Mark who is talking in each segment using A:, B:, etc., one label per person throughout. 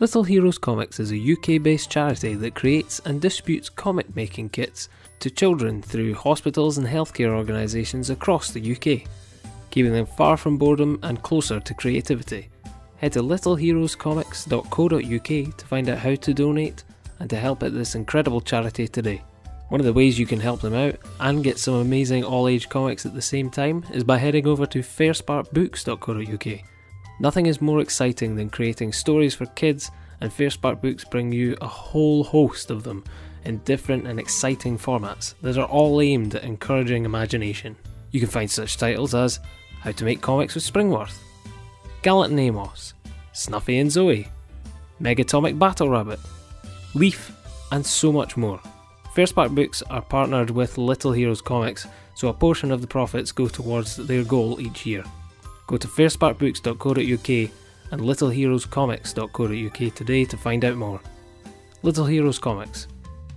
A: Little Heroes Comics is a UK based charity that creates and distributes comic making kits to children through hospitals and healthcare organisations across the UK, keeping them far from boredom and closer to creativity. Head to littleheroescomics.co.uk to find out how to donate and to help at this incredible charity today. One of the ways you can help them out and get some amazing all age comics at the same time is by heading over to fairsparkbooks.co.uk. Nothing is more exciting than creating stories for kids, and Fairspark Books bring you a whole host of them in different and exciting formats that are all aimed at encouraging imagination. You can find such titles as How to Make Comics with Springworth, Gallant and Amos, Snuffy and Zoe, Megatomic Battle Rabbit, Leaf, and so much more. Fairspark Books are partnered with Little Heroes Comics, so a portion of the profits go towards their goal each year. Go to fairsparkbooks.co.uk and littleheroescomics.co.uk today to find out more. Little Heroes Comics.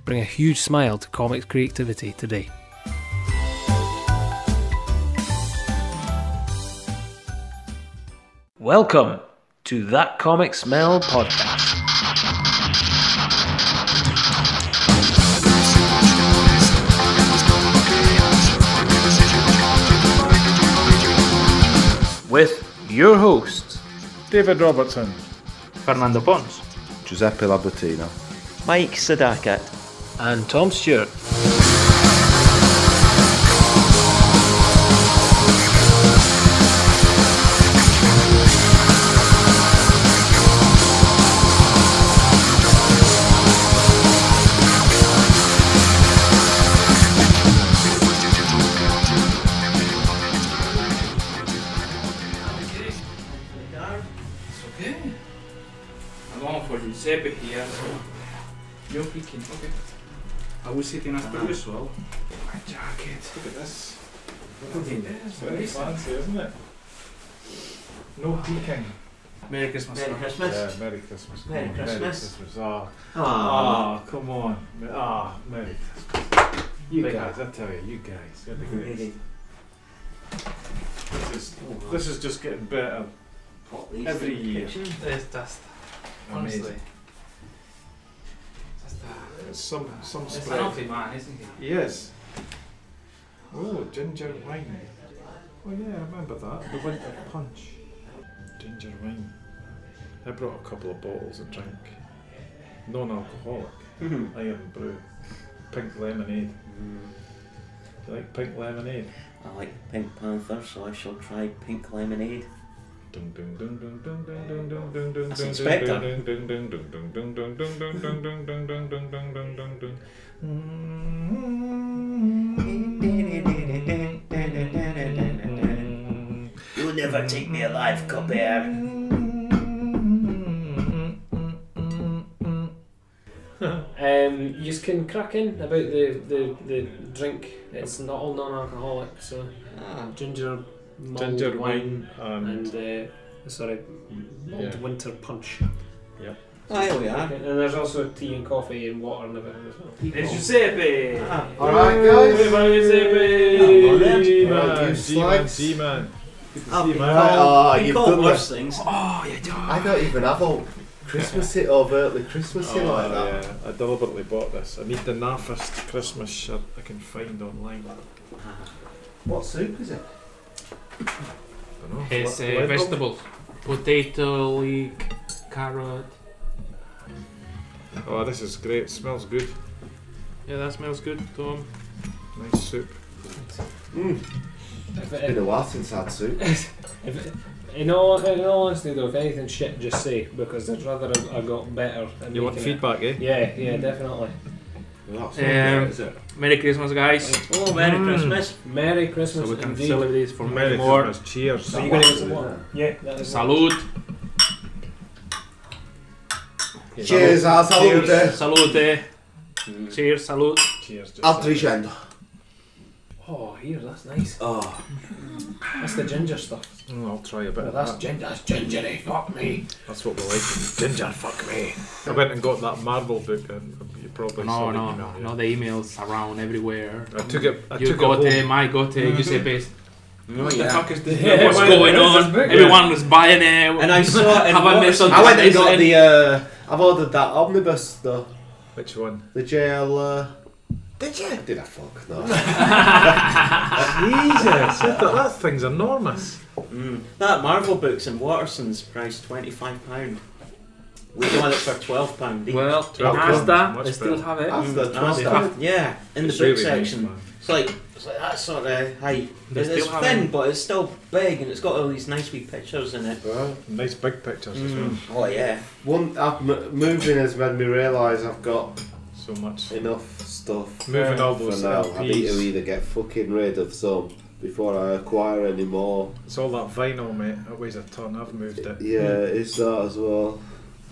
A: Bring a huge smile to comics creativity today. Welcome to That Comic Smell Podcast. With your hosts,
B: David Robertson.
C: Fernando Pons.
D: Giuseppe Labutina.
E: Mike Sadakat.
A: and Tom Stewart.
F: Okay. I'm going for Giuseppe here, so you're picking. Okay. I was sitting as per usual. My jacket. ¿eh?
B: Look at this.
F: Look at this.
B: Very
F: Very
B: fancy, isn't it? No peeking.
F: Merry Christmas.
E: Merry
F: sir.
E: Christmas.
B: Yeah, Merry Christmas.
E: Merry
B: Come on, Merry
E: Christmas.
B: Christmas. Ah,
E: Aww.
B: ah, come on. Ah, Merry Christmas. You guys, I tell you, you guys, you're the
E: Mm-hmm.
B: greatest. This is, this is just getting better. Every year.
F: It's just honestly.
B: Amazing.
F: Just a,
B: It's some, some
F: it's an
B: spread.
F: healthy man, isn't he?
B: Yes. Oh, ginger wine. Oh yeah, I remember that. The winter punch. Ginger wine. I brought a couple of bottles of drink. Non-alcoholic. Iron brew. Pink lemonade. Do you like pink lemonade?
E: I like Pink Panther, so I shall try pink lemonade.
B: Dun dun dun dun dun dun dun dun dun dun
E: That's
B: dun
E: Inspector.
B: dun dun dun dun dun dun dun dun dun dun dun dun dun dun dun dun dun. Mm-hmm.
E: You'll never take me alive, Colbert.
A: Um, you can crack in about the, the, the drink. It's not all non-alcoholic, so
E: Ah,
A: ginger, mulled
B: Ginger
A: wine,
B: wine and
A: and uh, sorry, mulled
B: Yeah.
A: winter punch.
E: there Ah, we
C: Ah.
A: Okay,
E: are.
A: And there's also tea and coffee and water and everything. as well.
F: It's Giuseppe.
D: Alright, guys.
F: Viva
E: Oh, then.
F: Giuseppe.
B: G-man,
D: you
B: G-man,
D: slags.
B: G-man. Good to
E: I've
B: see
E: been
B: you,
E: called-
B: man.
D: Ah,
E: been
D: you've
E: called
D: done
E: worse things.
F: Oh, you do.
D: I don't even have all Christmassy, overtly Christmassy like
B: Oh,
D: that.
B: yeah. I deliberately bought this. I need the naffest Christmas shirt I can find online.
E: Ah.
D: What soup is it?
B: Dunno.
C: It's
B: Li-
C: uh,
B: lentil?
C: vegetables. Potato, leek, carrot.
B: Oh, this is great. smells good.
C: Yeah, that smells good, Tom.
B: Nice soup.
A: If
D: It's been
A: it,
D: a while since I had soup.
A: if it, in, all, in all honesty though, if anything shit, just say, because I'd rather I, I got better. At
B: You want
A: making it.
B: feedback, eh?
A: Yeah, yeah, definitely.
D: Well, that's not
C: Um,
D: good, is it?
C: Merry Christmas, guys.
E: Oh, Merry
B: Mm.
E: Christmas.
A: Merry Christmas
C: So we can
A: indeed.
C: celebrate for
B: Merry
C: many more.
B: Christmas. Cheers.
A: So
D: That
A: you gonna
D: one
A: get some
D: was in
A: water? Yeah, that is
C: Salud.
D: there. Cheers, I'll salute
C: Cheers.
D: this.
C: Salute.
E: Mm.
C: Cheers, salute.
B: Cheers. just
D: Al
B: like that.
D: trigendo.
A: Oh, here, that's nice.
D: Oh,
A: That's the ginger stuff.
B: Mm, I'll try a bit
A: Oh,
B: of
A: that's
B: that.
A: ginger. That's gingery. Fuck me.
B: That's what we like. Ginger, fuck me. I went and got that Marvel book and you probably
C: No,
B: saw
C: no,
B: the email.
C: no,
B: yeah.
C: no, the emails around everywhere.
B: I took it. I
C: You
B: took
C: got
B: it
C: it,
B: home.
C: my got it, Giuseppe's.
E: Oh,
C: What the
E: yeah.
C: fuck is this?
A: Yeah,
C: What's
A: why-
C: going
A: what is this
C: on?
A: book?
C: Everyone was buying it.
E: And I saw it in
C: Have I missed
E: Waterstones.
C: something?
D: I went and got the uh, I've ordered that omnibus though.
B: Which one?
D: The JL. Did you? Did I fuck no?
B: Jesus, I thought that thing's enormous.
E: Mm. That Marvel books in Waterson's priced £25. We got it for £12 each.
F: Well, it
B: Twelve
F: has
B: pounds,
F: that.
B: much
F: They still
B: better.
F: have it.
D: That's the
E: Mm, ah,
D: twist.
E: they
D: of
E: have- yeah, in the
B: It's
E: book
B: really
E: section.
B: nice, man.
E: It's like it's like that sort of height.
F: They
E: It's,
F: still
E: it's
F: have
E: thin,
F: it.
E: but it's still big, and it's got all these nice wee pictures in it.
B: Nice big pictures as well.
E: Mm. Oh yeah.
D: it. One, I've, m- moving has made me realise I've got
B: So much.
D: enough stuff.
B: Moving all
D: For
B: those
D: now, I need to
B: LPs.
D: either get fucking rid of some before I acquire any more.
B: It's all that vinyl, mate. That weighs a ton. I've moved it.
D: Yeah, it's that as well.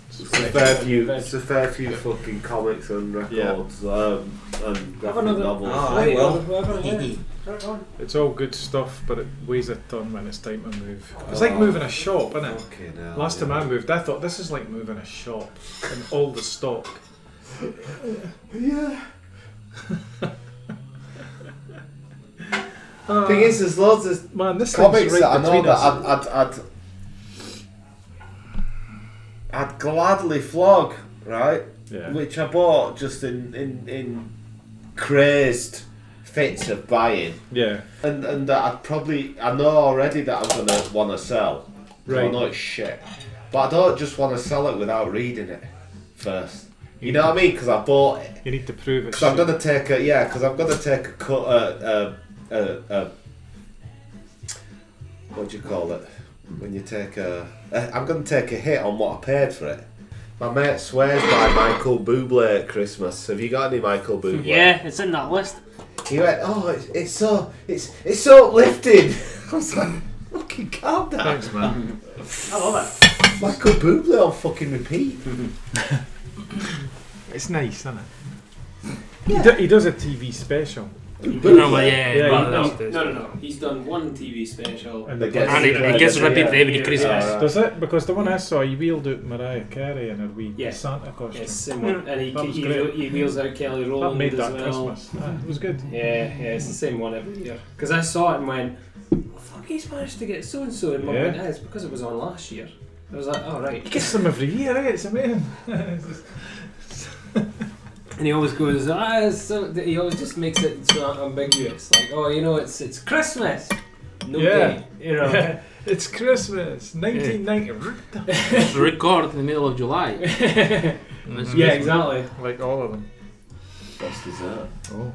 D: It's a fair few. It's a fair few fucking comics and
B: Yeah.
D: records um, and graphic
A: another- Ah.
D: novels.
E: Oh, I will.
B: It's all good stuff, but it weighs a ton when it's time to move. It's
C: Oh.
B: like moving a shop, isn't it?
D: Fucking hell,
B: Last time
D: yeah.
B: I moved, I thought this is like moving a shop and all the stock.
D: Yeah. Thing is, there's loads of
B: Man, this
D: comics
B: thing's
D: that I
B: right
D: know
B: between
D: that
B: us.
D: I'd, I'd, I'd, I'd gladly flog, right?
B: Yeah.
D: Which I bought just in, in, in crazed fits of buying.
B: yeah.
D: And, and that I'd probably, I know already that I'm going to want to sell. Right. I
B: Right.
D: know it's shit. But I don't just want to sell it without reading it first. You know what I mean? Because I bought it.
B: You need to prove it.
D: Because I'm gonna take a yeah. Because I'm gonna take a cut. Uh, uh, uh, uh, what do you call it? When you take a, uh, I'm gonna take a hit on what I paid for it. My mate swears by Michael Bublé at Christmas. Have you got any Michael Bublé?
A: Yeah, it's in that list.
D: He went, oh, it's, it's so, it's, it's so uplifting. I was like, fucking calm down.
B: Thanks, man.
A: I love
D: Michael Bublé on fucking repeat.
B: It's nice, isn't it? He, do, he does a TV special.
F: No, but yeah,
B: Yeah,
F: but
B: you-
F: that's
B: no,
F: this.
A: No, no, no. He's done one TV special.
B: And
D: They
B: the
D: get-
B: bloody-
F: And it, it gets repeated every Christmas.
D: Yeah.
B: Does it? Because the one I saw, he wheeled out Mariah Carey in her wee
A: Yeah.
B: Santa costume.
A: Yes, same one. And he,
B: That was
A: he,
B: great.
A: he wheels out Kelly
B: That
A: Rowland
B: made
A: as
B: that
A: well.
B: Christmas. Ah, it was good.
A: Yeah, yeah, it's the same one every year. Because I saw it and went, oh, fuck, he's managed to get so and so. And Mum
B: Yeah.
A: went, "Ah, it's because it was on last year. I was like, oh, right.
B: He gets them every year, eh? It's amazing.
A: And he always goes, ah, it's so, he always just makes it so ambiguous. Like, oh, you know, it's it's Christmas. No
B: Yeah.
A: day. You know.
B: Yeah. It's Christmas, 1990.
F: Record in the middle of July. And it's
A: yeah,
F: Christmas.
A: exactly.
B: Like all of them.
E: Best dessert.
B: Oh.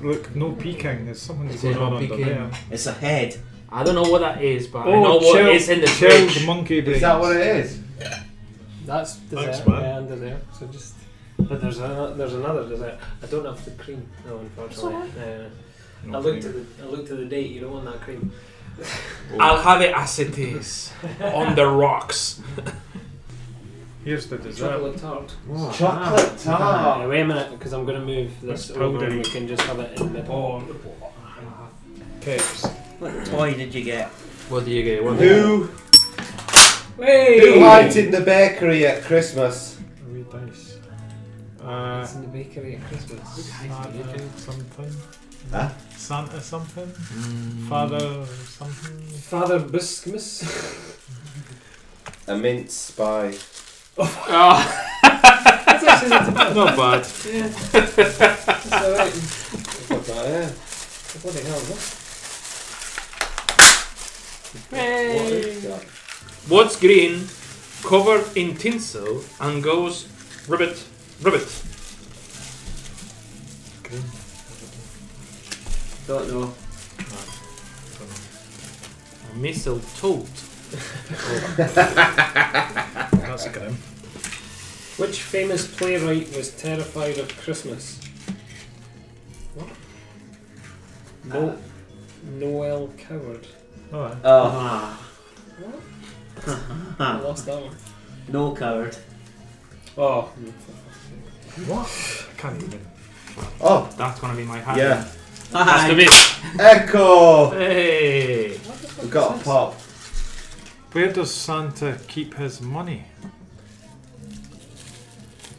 B: Look, no peeking. There's something's
F: Is
B: going
F: it
B: on
F: no
B: under
F: peeking?
B: there.
E: It's a head.
F: I don't know what that is, but I
B: Oh,
F: know what
B: chill-
F: is in the
B: Chilled
F: fridge.
B: monkey brains.
D: Is that what it is?
A: That's dessert
B: Thanks, man.
A: yeah, and dessert. So just but there's another there's another dessert. I don't have the cream though, unfortunately. Uh, I looked at the I looked at the date. You don't want that cream.
F: I'll have it as it is. on the rocks.
B: Here's the dessert.
A: Chocolate tart.
D: Oh, Chocolate tart.
A: Uh, wait a minute, because I'm going to move this
B: That's
A: over and
B: powdery.
A: we can just have it in
B: Ah,
A: the
B: oh,
A: bowl.
B: Keps.
E: What toy did you get?
F: What do you get? What
D: Who
A: Hey!
D: who lighted the bakery at Christmas?
B: A wee dice. Uh,
A: It's in the bakery at Christmas.
B: Santa something.
D: Huh? Mm.
B: Santa something. Father something.
A: Father Biscumas.
D: A mince spy.
F: Oh,
A: That's actually not bad.
F: not bad.
A: That's alright.
D: What's that, yeah?
A: Bloody hell, what?
D: What is that?
F: What's green, covered in tinsel, and goes ribbit, ribbit?
A: Don't know.
F: Mistletoe.
B: That's grim.
A: Which famous playwright was terrified of Christmas? What? No, Noel Coward.
B: Oh, eh.
E: Oh,
A: I lost that one.
E: no coward.
A: Oh,
B: what? I can't even.
D: Oh,
F: That's gonna be my hat.
D: yeah.
F: That's the bit.
D: Echo!
F: Hey.
D: We've got a pop.
B: Where does Santa keep his money?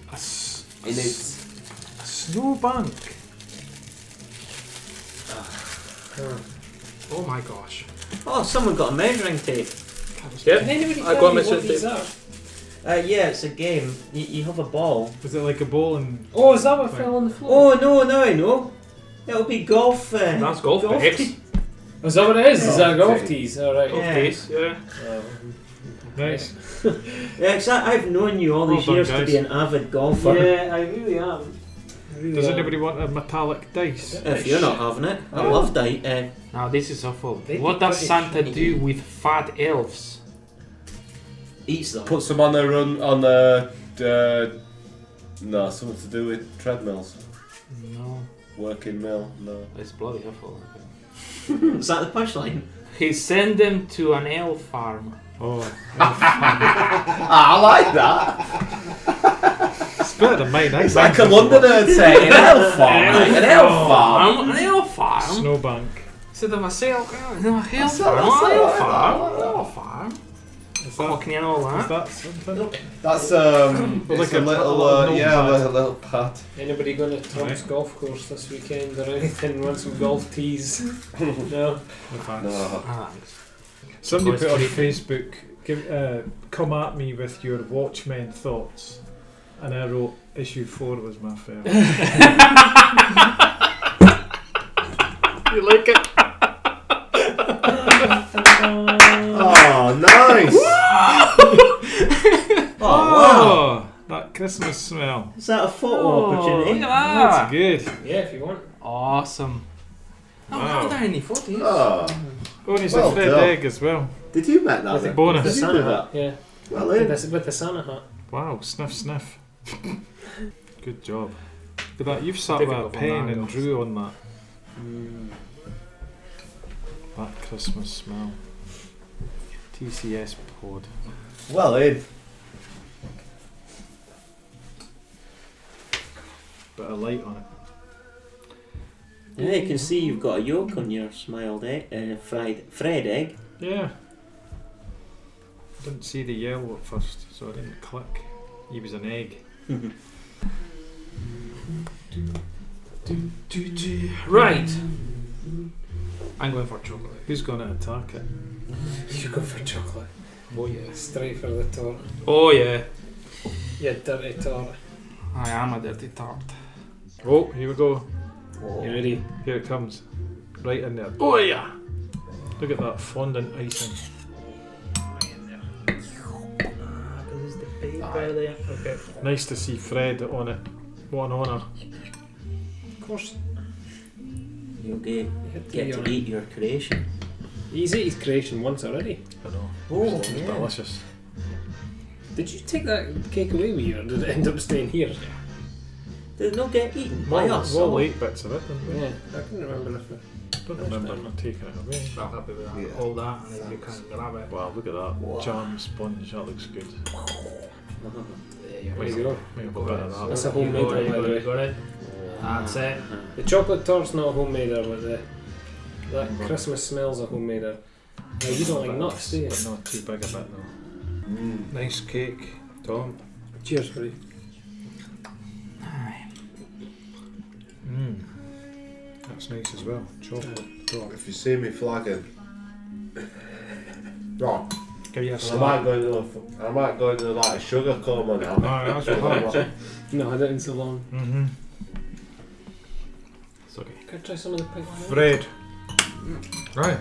B: A, s- a
E: In
B: s-
E: his
B: a snowbank.
E: Ah.
F: Oh my gosh.
E: Oh, someone got a measuring tape.
F: Yep.
A: Can anybody
F: I
A: tell
F: got
A: me
F: myself
A: what these
F: there.
A: are?
E: Uh, yeah, it's a game. You, you have a ball.
B: Was it like a ball and.
A: Oh, is that what fell on the floor?
E: Oh no, no, I know. It'll be golf. Uh,
F: That's golf,
E: golf
F: babes.
E: tee.
A: Oh, Oh. is that what it is? Is
D: Oh,
A: that a golf
D: okay.
A: tees? Alright.
F: Golf
E: Yeah.
F: days, yeah.
B: Nice.
E: Yeah, 'cause I, I've known you all these
B: Well done,
E: years to
B: guys.
E: be an avid golfer.
A: I really am.
B: Does anybody want a metallic dice?
E: If you're not having it, I
A: Oh.
E: love diet. Uh,
F: Now this is awful.
A: They'd
F: what
A: be
F: does
A: pretty
F: Santa
A: shiny.
F: do with fat elves?
E: eats them.
D: Puts them on the run on the. Uh, no, something to do with treadmills.
F: No,
D: Working mill. No.
F: it's bloody awful.
E: Is that the punchline?
F: He sent them to an elf farm.
B: Oh,
D: Ah, I like that.
B: it's better than mine. I
D: It's like a
B: think.
D: Londoner saying an elf farm. an elf farm.
F: Um, an elf farm.
B: Snowbank.
F: Instead of a sail, no, an elf
D: saw- I
F: farm.
D: saw
F: An elf
D: that.
F: farm. An elf farm.
B: Is that,
F: Cockney and all
B: is
F: that.
B: that something?
D: That's um.
B: Well,
D: it's
B: like a-
D: a little
B: a
D: uh,
B: little
D: yeah,
B: pad.
D: like a little pat.
A: Anybody going to Tom's golf course this weekend or anything? Want some golf tees? no.
D: No.
F: Thanks.
B: Somebody
F: Voice
B: put on Facebook, give, uh, come at me with your Watchmen thoughts. And I wrote, issue 4 was my favourite.
F: You like it?
D: Oh, nice.
E: Oh, wow.
B: that Christmas smell.
E: Is that a photo
F: Look
E: opportunity?
F: at
B: That's
D: Ah.
F: that.
B: good.
A: Yeah, if you want.
F: Awesome. Oh,
B: Wow.
F: wow. any photos.
D: Oh.
B: Bonus
D: Well
B: a third
D: done.
B: egg as well.
D: Did you make that?
A: With a
D: then?
B: bonus.
D: Did you do that?
A: Oh, Yeah.
D: Well,
A: With
D: in.
A: the, with the Santa hat.
B: Wow, sniff, sniff. good job. But that, you've sat with a
F: Difficult one,
B: pen
F: that,
B: and
F: yes.
B: drew on that.
E: Mm.
B: That Christmas smell. TCS pod.
D: Well in.
B: Bit of light on it.
E: Yeah, you can see you've got a yolk on your smiled egg, uh, fried fried egg.
B: Yeah. I didn't see the yellow at first, so I didn't click. He was an egg.
F: Right. I'm going for chocolate.
B: Who's going to attack it?
A: You go for chocolate.
F: Oh yeah.
A: Straight for the tor.
F: Oh yeah.
A: Yeah, dirty tor.
F: I am a dirty tart.
B: Oh, here we go.
A: You ready?
B: Here it comes. Right in there.
F: Oh yeah.
B: Look at that fondant icing. Nice to see Fred on it. What an honour.
A: Of course.
E: You'll get,
A: You hit
E: get
A: the-
E: to eat your creation.
A: He's ate his creation once already.
B: I know.
E: Oh,
B: It's
E: yeah.
B: delicious.
A: Did you take that cake away with you or did it end up staying here?
E: Did it not get eaten by
B: Well,
E: us?
B: well,
E: someone?
B: late bits of it. didn't we?
A: Yeah, I can remember if I...
B: Don't remember him taking it away.
F: I'm happy with that.
D: Yeah.
F: All that, and then you can grab it.
B: Wow, look at that charm sponge. That looks good.
E: Uh-huh.
A: There you go.
B: Maybe a bit of
A: That's
B: that.
A: a homemade
F: You got it,
A: one, by the
F: you
A: way.
F: got it. That's it.
E: Uh-huh.
A: The chocolate tort's not a homemader, but the, that Christmas smells a homemader. Now, you don't like nuts, do you?
B: But not too big a bit though.
D: Mm.
B: Nice cake, Tom.
A: Cheers, buddy.
B: Mm. That's nice as well. Chocolate. Tom.
D: If you see me flagging. No,
B: Give you a
D: I
B: slap.
D: might go into a, I might go into like a sugar coma now.
B: Aye, that's what I
A: No, I didn't so long.
B: Mm-hmm.
F: It's okay.
A: Can I try some of the pink one?
B: Fred. Right.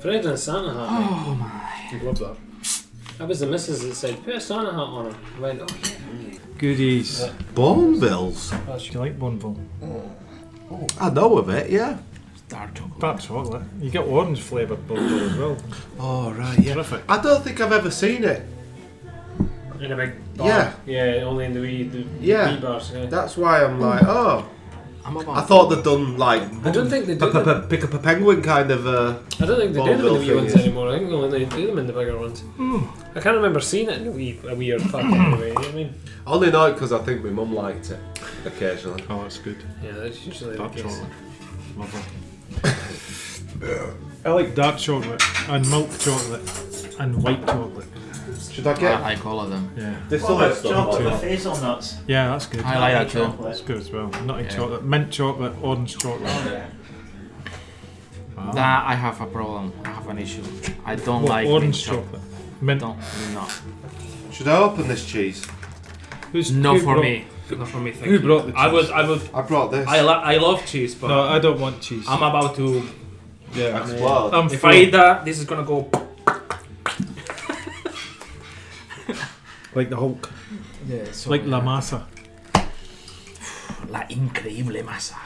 A: Fred and Santa
F: Oh.
A: hat. mate.
B: Love that.
A: That was the missus that said, put a Santa hat on him. I went, oh yeah.
B: Goodies.
D: Bonvilles?
A: Oh,
B: Do you like Bonville?
D: I know of it, yeah.
F: Dark chocolate.
B: Dark chocolate. You get orange flavoured Bonville as well.
D: Oh, right, yeah.
B: Terrific.
D: I don't think I've ever seen it.
A: In a big
D: Yeah.
A: Yeah, only in the wee, the
D: Yeah.
A: wee bars. Yeah.
D: That's why I'm like, oh.
F: I'm about.
D: I thought they'd done like
A: I don't think they do
D: p-
A: them.
D: p- pick up a penguin kind of. Uh,
A: I don't think they do them in the
D: Bonville
A: wee
D: thing
A: ones
D: is-
A: anymore. I think they only do them in the bigger ones. I can't remember seeing it in a wee, a wee or pack anyway. You know what I mean?
D: I only know it because I think my mum liked it occasionally.
B: Oh, that's good.
A: Yeah, that's usually
B: Dark
A: the case.
B: chocolate. Lovely. I like dark chocolate and milk chocolate and white chocolate.
D: Should I get
G: I, I call it them.
B: Yeah.
D: this
E: Oh,
D: other
E: it's
D: stuff?
E: chocolate
D: or
E: with
D: not?
E: hazelnuts.
B: Yeah, that's good.
G: I like that too.
E: Chocolate.
B: That's good as well. Nutty
G: Yeah.
B: chocolate, mint chocolate, orange chocolate. Wow.
G: That I have a problem. I have an issue. I don't
B: What,
G: like mint
B: orange
G: chocolate.
B: Mint.
G: Don't no.
D: Should I open this cheese?
B: Who's
F: Not
B: who
F: for
B: brought-
F: me. Not for me. Thank
B: who
F: you.
B: brought the
F: I
B: cheese?
F: was. I was.
D: I brought this.
F: I, lo- I love cheese, but
B: No, I don't want cheese.
F: I'm about to.
B: yeah, I'm-
D: Explode.
B: I'm
F: If
B: full.
F: I eat that, this is gonna go.
B: like the Hulk,
H: Yeah, so
B: like La Massa.
F: La increíble masa.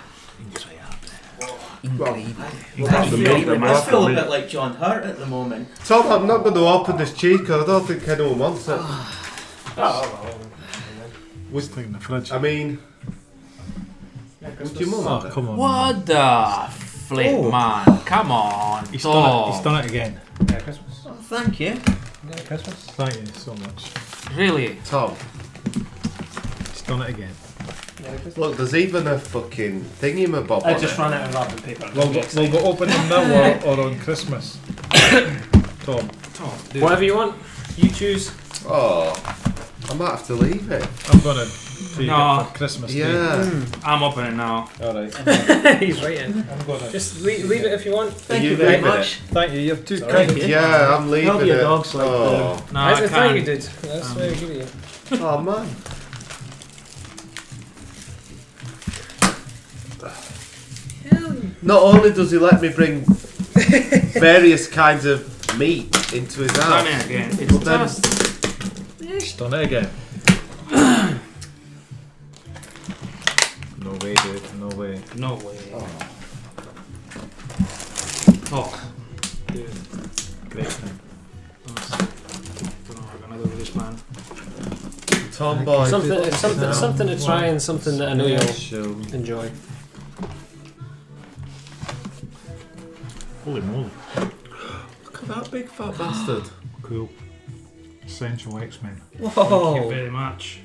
F: Increíble. Increíble.
E: I feel,
F: Increíble
E: I
F: masa.
E: feel a bit like John Hurt at the moment.
D: Tom, I'm not going to open this cheese 'cause I don't think anyone wants it.
B: What's thing in the fridge?
D: I mean, would your mum eh? have
B: Oh
D: it?
B: come on! man.
I: What the flip,
B: Oh.
I: man? Come on,
B: He's done it. He's
I: Tom.
B: done it again.
E: Oh, thank you.
B: Thank you so much.
I: Really?
D: Tom,
B: He's done it again.
D: look, there's even a fucking thingy my bob.
F: I just ran out of wrapping paper.
B: We'll go, we'll go open them now or, or on Christmas. Tom,
A: Whatever you want, you choose.
D: Oh, I might have to leave it.
B: I'm gonna take
F: No.
B: it for Christmas. Day.
D: Yeah.
F: I'm opening now.
B: All right. I'm
A: He's right in.
B: gonna.
A: Just leave, leave it if you want.
D: Thank you
E: very
D: leaving
E: much.
B: Thank you. You're too
A: Sorry.
B: kind.
D: It? Yeah, I'm leaving
E: Help your
D: it.
E: dogs like
D: oh.
F: No,
A: That's
F: I,
A: the thing you
F: can't.
A: did. That's why I give you.
D: oh man. Not only does he let me bring various kinds of meat into his
F: Done
D: house,
F: it again.
D: but
F: It's
D: then
F: just.
B: He's done it again. no way, dude. No way.
F: No way. Oh, dude.
B: Great thing.
F: Don't know what I'm gonna do with this man.
D: Tomboy.
A: Something,
B: did.
A: it's something,
B: No.
A: something to try and something that I know you'll
B: Special.
A: enjoy.
B: Holy moly!
D: Look at that big fat bastard.
B: Cool. Essential X Men.
F: Thank
E: Oh.
F: you very much.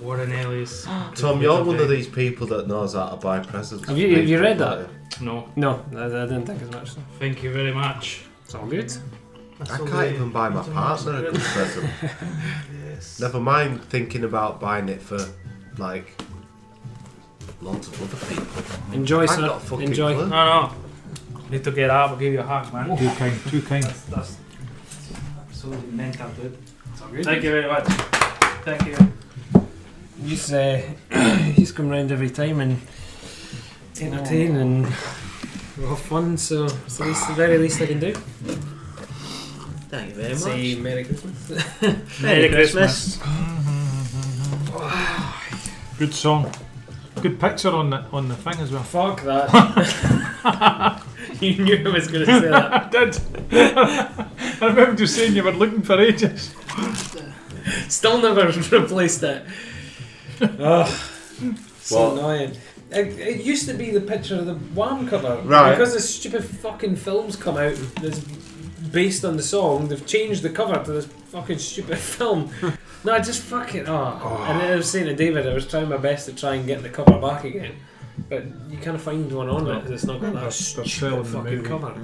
F: What an alias.
D: Tom, you're one of these people that knows how to buy presents.
A: Have you- have you read that?
F: No,
A: No, I, I didn't think as much.
F: thank you very much.
A: It's all good.
D: I can't even buy my partner a good present. Never mind thinking about buying it for like lots of other people.
A: Enjoy,
D: I've
A: sir.
D: got a fucking
A: Enjoy.
D: clue.
F: No, no. Need to get up. I'll give you a hug, man.
B: Too kind. Too kind.
F: That's, that's absolutely mental, dude.
H: It's all good.
F: Thank you very much. Thank you.
A: You say uh, he's come round every time and entertain and we have fun. So it's the, least, the very least I can do.
E: Thank you very much.
A: Say Merry Christmas.
E: Merry, Christmas.
B: Good song. Good picture on the on the thing as well.
A: Fuck that. you knew I was going to say that.
B: I did. I remember you saying you were looking for ages.
A: Still never replaced it. Ugh. So
D: Well-
A: annoying. It, it used to be the picture of the Wham cover.
D: Right.
A: Because this stupid fucking film's come out that's based on the song, they've changed the cover to this fucking stupid film. no, I just fucking. Oh. And then I was saying to David, I was trying my best to try and get the cover back again. But you can't find one on it 'cause it's not got
B: They're-
A: that
B: they're selling
A: stupid
B: the
A: fucking
B: movie.
A: cover.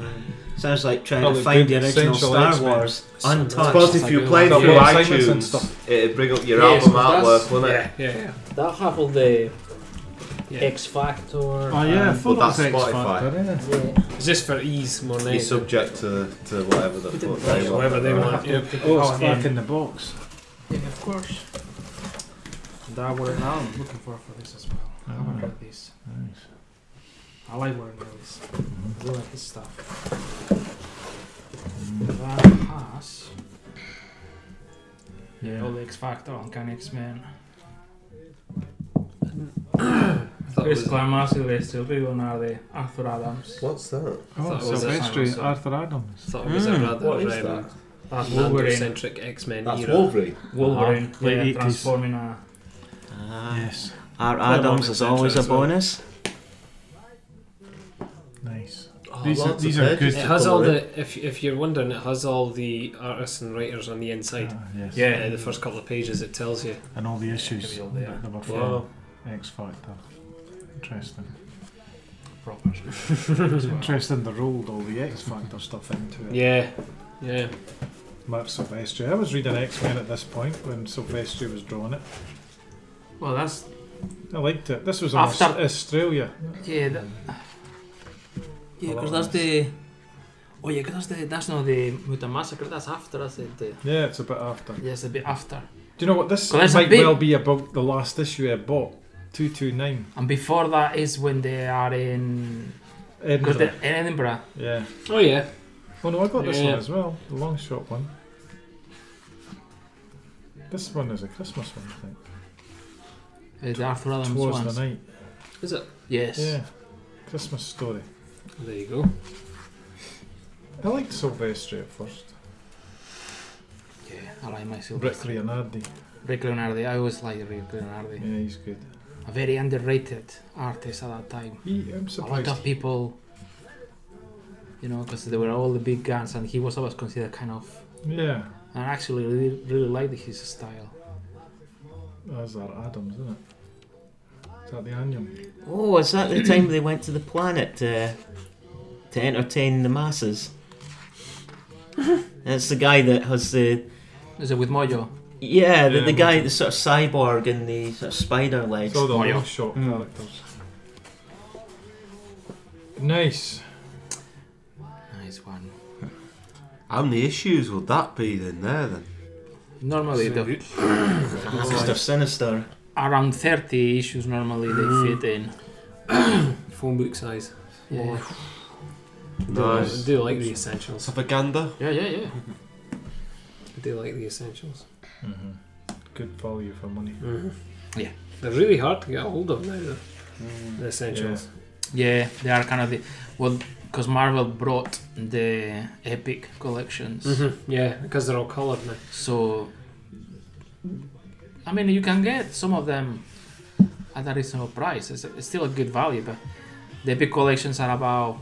E: Sounds like trying
B: Probably
E: to find the
B: good
E: original
B: essential
E: Star
B: X-Men.
E: Wars untouched.
D: I suppose if you played
B: Double
D: through
B: assignments and
D: iTunes,
B: stuff.
D: it'd bring up your
I: Yes,
D: album
I: that's-
D: artwork, wouldn't it?
A: Yeah, yeah, yeah.
I: That happened the
A: Yeah.
I: X Factor. um,
B: Oh yeah, I
I: and-
B: thought
D: Well,
B: that
D: Um, that's
B: was X-Factor, yeah.
A: It's just for ease more than
D: You're
A: anything.
D: subject to, to whatever the fuck they want.
A: Whatever they want. yeah.
B: Oh,
F: Oh,
B: it's
F: yeah.
B: back in the box.
H: Yeah, of course.
F: That word now I'm looking for for this as well. I want to get these. I like wearing these. I do like this stuff. That has yeah. all the X Factor, Uncanny X Men. Chris Claremont, Sylvester Leonardo, Arthur Adams.
D: What's that?
B: Oh,
A: thought it was
B: Sylvester
F: Simon
B: Arthur Adams.
A: Thought it was a rather
D: What is
A: um,
D: that?
F: That's Wolverine.
A: Wolverine-centric X-Men
D: That's
A: era.
D: Wolverine.
F: Wolverine,
B: Ah, late
F: yeah,
B: 80s.
F: transforming a.
E: Ah,
B: Yes,
E: Our
A: Put 'em
E: Adams
A: on
E: is
A: the
E: always
A: centre
E: a
A: as well.
E: bonus.
B: nice.
D: Oh,
B: These are-
D: lots of
B: these are
D: pages
B: good.
A: It
D: to
A: has all
D: colour in.
A: the. If, if you're wondering, it has all the artists and writers on the inside.
B: Ah, yes.
F: Yeah.
A: Uh, the first couple of pages it tells you.
B: And all the issues
F: Maybe all there.
B: that they were
A: Wow.
B: from X Factor. Interesting.
F: proper.
B: It's interesting they rolled all the X Factor stuff into it.
A: Yeah, yeah.
B: Mark Silvestri. I was reading X Men at this point when Silvestri was drawing it.
F: Well, that's
B: I liked it. This was in Aus-
F: After-
B: Australia.
F: yeah. That,
B: Yeah,
E: Yeah,
B: 'cause
E: because
B: that's
E: that's the
F: Oh yeah, 'cause that's the that's not the Muta massacre. That's after. That's it. The,
B: Yeah, it's a bit after.
F: yes, a bit after.
B: Do you know what? This
F: Well, that's a
B: might
F: bit-
B: well be about the last issue I bought. 229.
F: And before that is when they are in because
B: Edinburgh.
F: they're in Edinburgh.
B: Yeah.
A: Oh yeah.
B: Oh no, I got this
A: Yeah.
B: one as well. The long shot one. This one is a Christmas one, I think.
F: Uh, the Arthur Adams
B: Towards
F: ones.
B: the night.
A: Is it?
F: Yes.
B: Yeah. Christmas story.
A: There you go.
B: I liked Silvestri at first.
F: Yeah, I like myself.
B: Rick Leonardi.
F: Rick Leonardi. I always like Rick Leonardi.
B: Yeah, he's good.
F: A very underrated artist at that time.
B: He, I'm
F: A lot
B: surprised.
F: of people, you know, because they were all the big guns, and he was always considered kind of.
B: Yeah.
F: I actually really, really liked his style.
B: That's our Adams, isn't it? Is that the Anium?
E: Oh, is that the time they went to the planet to to entertain the masses? That's the guy that has the
F: Is it with Mojo?
E: yeah, the,
B: Yeah,
E: the guy, the sort of cyborg and the sort of spider legs.
B: It's all the
F: Mario.
B: long shot characters. Nice.
F: Nice one.
D: How many issues would that be then there then?
F: Normally, the,
E: Mr. Sinister.
F: around 30 issues normally they fit in.
A: Phone book size.
F: Yeah,
A: I do like the essentials.
D: Propaganda.
F: yeah, yeah. yeah.
A: I do like the essentials. Mm-hmm.
B: Mm-hmm. Good value for money.
F: Yeah.
A: They're really hard to get a hold of now, though. The essentials.
F: Yeah, they are kind of the well, because Marvel brought the epic collections,
A: Mm-hmm. Yeah, because they're all coloured now.
F: so I mean you can get some of them at a reasonable price. It's, it's still a good value, but the epic collections are about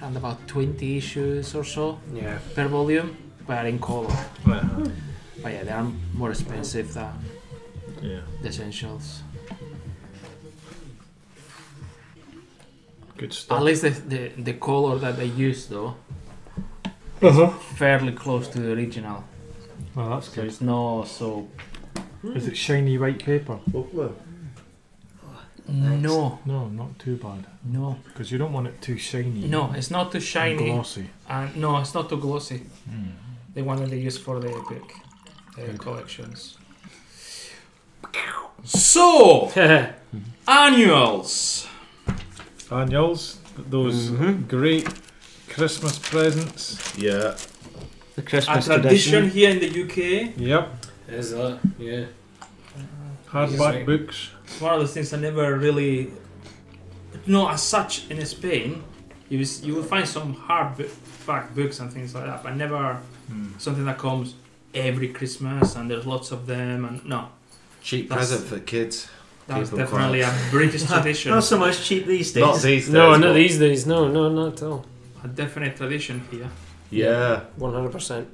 F: around about twenty issues or so
A: Yeah.
F: per volume, but in color.
B: Yeah.
F: But yeah, they are more expensive than
B: yeah.
F: the essentials.
B: Good stuff.
F: At least the the, the color that they use though.
B: Uh-huh.
F: Fairly close to the original.
B: Well, that's
F: So
B: good.
F: it's no so
B: Is it shiny white paper?
J: Lovely.
F: No,
B: No, not too bad.
F: no,
B: Because you don't want it too shiny.
F: no. It's not too
B: and
F: shiny.
B: Glossy.
F: And no, it's not too glossy.
B: Mm.
F: The one that they use for the epic uh,
B: Good.
F: collections. So annuals.
B: Annuals. th- Those great Christmas presents.
J: Yeah.
K: A
E: The Christmas
K: tradition
E: tradition.
K: here in the UK.
B: Yep.
A: Is that? Yeah.
B: Hardback
A: Yes.
B: books.
K: It's one of those things I never really. No, as such in Spain, you was, you will find some hardback books and things like that, but never
B: Mm.
K: something that comes every Christmas and there's lots of them and no,
D: Cheap
K: That's-
D: present for kids.
K: that's
D: Keep 'em
K: definitely a British tradition,
E: Not so much cheap these days.
D: Not these days.
A: No,
D: but-
A: not these days. No, no, not at all.
K: a definite tradition here.
D: Yeah.
A: 100%.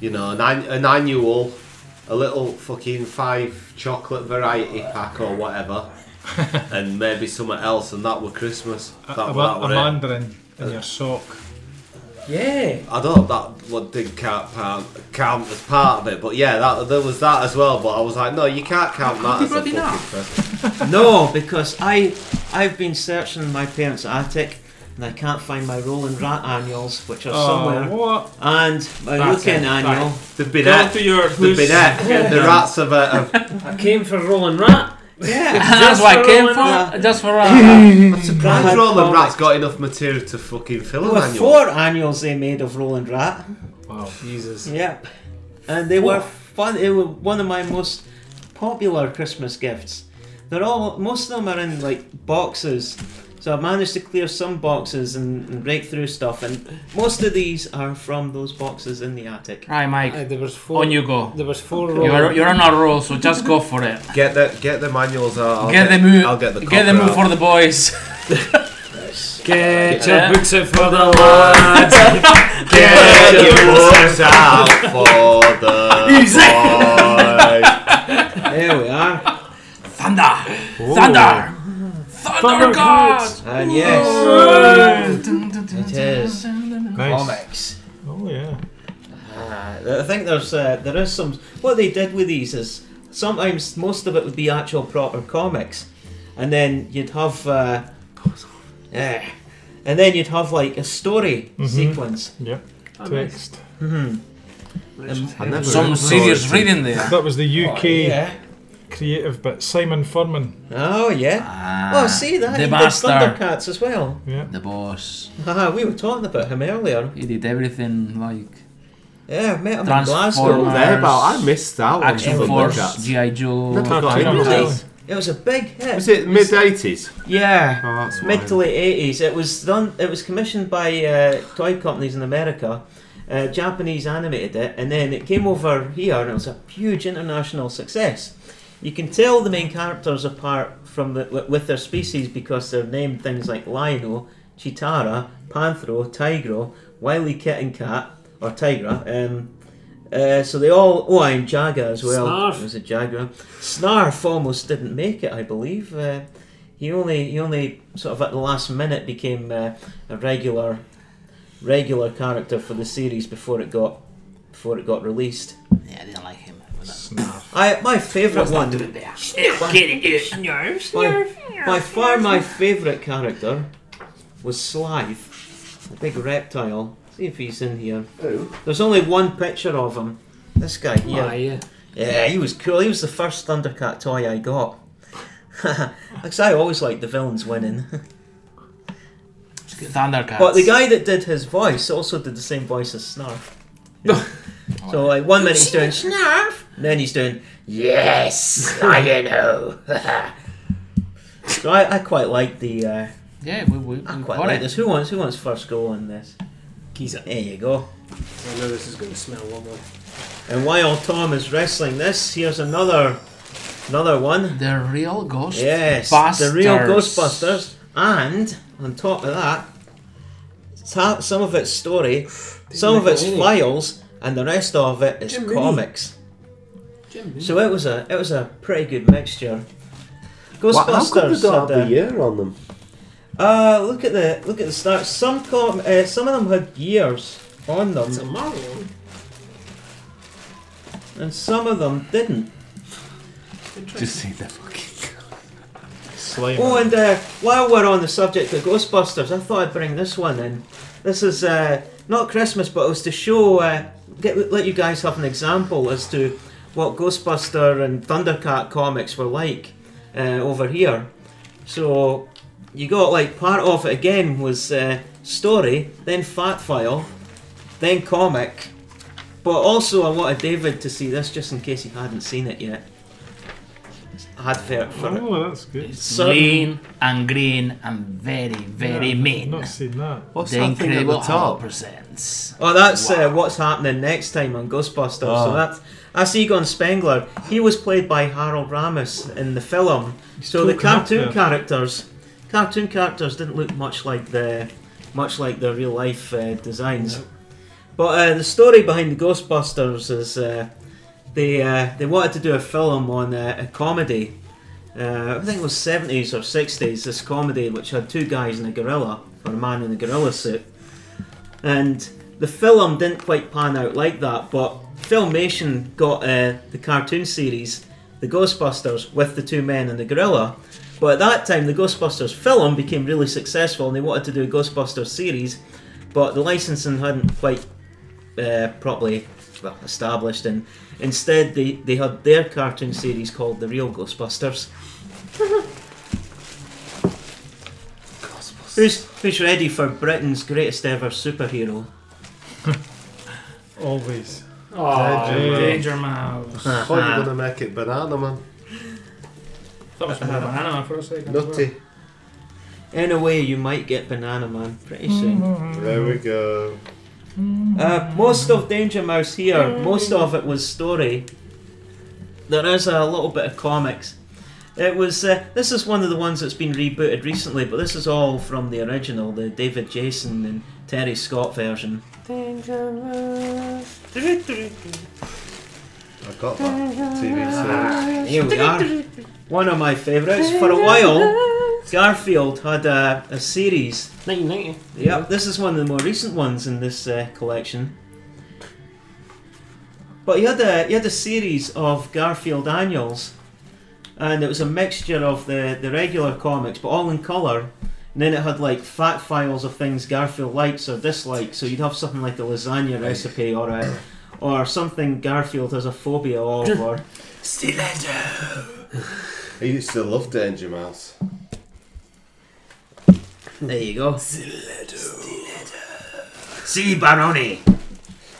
D: You know, an, an- an annual, a little fucking five chocolate variety pack or whatever. and maybe something else, and that were Christmas.
B: A,
D: That,
B: a,
D: were-
B: ma-
D: that
B: a
D: were it.
B: mandarin in your sock.
K: Yeah,
D: I don't know if that one did count, count, count as part of it, but yeah, that there was that as well. But I was like, no, you can't count that as a
K: bloody
D: fucking
K: not.
D: present.
E: No, because I I've been searching my parents' attic and I can't find my Rolling Rat annuals, which are
B: Oh,
E: somewhere.
B: what?
E: And my
K: That's
E: Rookin
K: it,
E: annual.
D: The
K: go
D: bidet,
K: to your
D: the bidet, the rats of a. Of,
A: I came for Rolling Rat.
E: Yeah.
F: That's what I came
E: Rolling-
F: for. Just for uh,
D: I'm surprised
E: Rat
D: Roland
E: comics.
D: Rat's got enough material to fucking fill
E: There
D: an
E: were
D: annual.
E: four annuals they made of Rolling Rat.
B: Wow.
A: Jesus.
E: Yep. And they were fun. They were one of my most popular Christmas gifts. They're all most of them are in like boxes. So I managed to clear some boxes and, and break through stuff, and most of these are from those boxes in the attic.
F: right,
A: Aye,
F: Mike.
A: there was four.
F: On Oh, you go.
A: There was four Rolling
F: You're, you're on a roll, so just go for it.
D: Get the get the manuals out. I'll
F: get the move.
D: I'll get the
F: get the
D: copper
F: move
D: out.
F: for the boys.
A: Get
F: Yeah.
A: your boots out for the lads.
D: Get the books out for the boys.
E: There we are.
F: Thunder! Thunder! Thunder God! Oh.
E: And yes, it is
B: Nice.
E: comics.
B: Oh, yeah.
E: Uh, I think there's uh, there is some. What they did with these is sometimes most of it would be actual proper comics, and then you'd have uh, uh, and then you'd have like a story
D: Mm-hmm.
E: sequence.
L: Text.
E: Mm-hmm.
D: I never
M: Some serious reading there.
L: That was the UK
E: Oh, yeah.
L: creative bit. Simon Furman.
E: Oh yeah.
M: Ah,
E: Oh, see that
M: The
E: he
M: master.
E: did Thundercats as well.
L: Yeah.
M: The boss.
E: Haha, we were talking about him earlier.
M: He did everything like
E: Yeah, I met him in Glasgow.
M: Transformers,
D: There, but I missed that one.
M: Action
D: for
M: Force,
D: Thundercats.
M: G.I. Joe.
D: Never got
L: Cartoon
D: into
L: Network.
D: it.
E: It was a big hit.
D: Was it mid eighties?
E: Yeah.
D: Oh, that's
E: Mid to
D: why.
E: late eighties. It was done. It was commissioned by uh, toy companies in America. Uh, Japanese animated it, and then it came over here, and it was a huge international success. You can tell the main characters apart from the wi- with their species because they're named things like Lino, Chitara, Panthro, Tigro, Wily Kitten Cat, or Tigra. Um, uh, so they all. Oh, and Jaga as well.
A: Snarf.
E: It was a Jaguar. Snarf almost didn't make it, I believe. Uh, he only he only sort of at the last minute became uh, a regular regular character for the series before it got before it got released.
M: Yeah, I didn't like him.
E: I my favourite one by, by far my favourite character was Slythe, the big reptile. See if he's in here.
N: Who?
E: There's only one picture of him. This guy here.
M: Why, yeah.
E: Ah, Yeah, he was cool. He was the first Thundercat toy I got. Because I always like the villains winning.
M: Thundercats.
E: But the guy that did his voice also did the same voice as Snarf. so like one minute he's doing Snarf, and then he's doing Yes, I know. so I, I quite like the uh,
M: Yeah, we, we, we
N: Mm,
E: I Ah, quite
M: got
E: like
M: it.
E: this. Who wants who wants first go on this?
A: Giza.
E: There you go.
A: I know this is going to smell lovely.
E: And while Tom is wrestling this, here's another another one.
M: The real ghost.
E: Yes,
M: Busters.
E: the real Ghostbusters. And on top of that, ta- some of it's story, some of it's files, and the rest of it is comics. So it was a it was a pretty good mixture.
N: Well, how come they
E: Ghostbusters.
N: don't
E: had,
N: have the
E: uh,
N: year on them?
E: uh, look at the look at the start. Some com- uh, some of them had years on them. And some of them didn't.
D: Just see the fucking.
L: Slime.
E: Oh, and uh, while we're on the subject of Ghostbusters, I thought I'd bring this one in. This is uh, not Christmas, but it was to show, uh, get, let you guys have an example as to what Ghostbuster and Thundercat comics were like uh, over here. So you got like part of it again was uh, story, then fat file, then comic. But also, I wanted David to see this just in case he hadn't seen it yet. Advert for it.
L: Oh, that's good.
M: Lean and green and very, very
L: Yeah,
M: mean.
L: Not seen that.
D: What's
M: the
D: that thing at the
M: Incredible Hulk
D: top?
M: presents.
E: Oh, that's uh, what's happening next time on Ghostbusters. So
D: Oh.
E: that's that's Egon Spengler. He was played by Harold Ramis in the film. so the
L: talking up
E: cartoon
L: there.
E: characters, cartoon characters didn't look much like the much like the real life uh, designs. But uh, the story behind the Ghostbusters is uh, they uh, they wanted to do a film on uh, a comedy. Uh, I think it was seventies or sixties. This comedy which had two guys and a gorilla, or a man in a gorilla suit, and the film didn't quite pan out like that. But Filmation got uh, the cartoon series, The Ghostbusters, with the two men and the gorilla. But at that time, the Ghostbusters film became really successful, and they wanted to do a Ghostbusters series, but the licensing hadn't quite uh, properly well, established, and instead they, they had their cartoon series called The Real Ghostbusters. Who's, who's ready for Britain's greatest ever superhero?
L: Always.
F: Oh,
L: Danger
F: Danger Mouse.
E: Uh-huh.
D: Thought you were gonna make it banana man.
F: That was more banana man for a second.
D: Nutty.
E: In a way, you might get Banana Man pretty soon.
B: Mm-hmm.
D: There we go.
E: Uh, most of Danger Mouse here, most of it was story. There is a little bit of comics. It was. Uh, this is one of the ones that's been rebooted recently, but this is all from the original, the David Jason and Terry Scott version.
D: I got that TV series.
E: Here we are. One of my favourites. For a while, Garfield had a, a series.
A: 1990.
E: Yep, this is one of the more recent ones in this uh, collection. But he had a he had a series of Garfield annuals, and it was a mixture of the, the regular comics, but all in colour. And then it had like fat files of things Garfield likes or dislikes. So you'd have something like a lasagna recipe or a, or something Garfield has a phobia of, or
D: I used to love Danger Mouse.
E: There you go. Stiletto. See Baroni.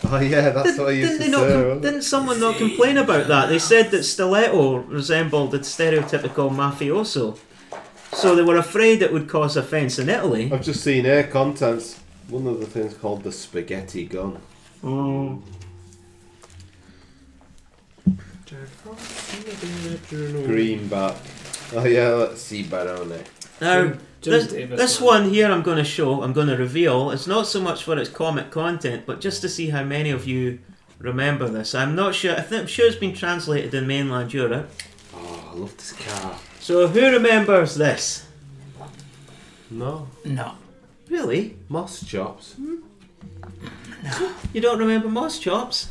D: Oh yeah, that's what I used
E: Didn't, they
D: to say.
E: not com-
D: wasn't it?
E: didn't someone not complain about that? They said that stiletto resembled the stereotypical mafioso. So they were afraid it would cause offence in Italy.
D: I've just seen air contents. One of the things called the spaghetti gun.
E: Oh.
D: Greenback. Oh yeah, let's see Barone.
E: Now,
A: James
E: this,
A: Davis
E: this one here I'm going to show, I'm going to reveal, it's not so much for its comic content, but just to see how many of you remember this. I'm not sure, I think, I'm sure it's been translated in mainland Europe.
D: Oh, I love this car.
E: So who remembers this?
D: No.
M: No.
E: Really?
D: Moss chops.
E: You don't remember Moss Chops?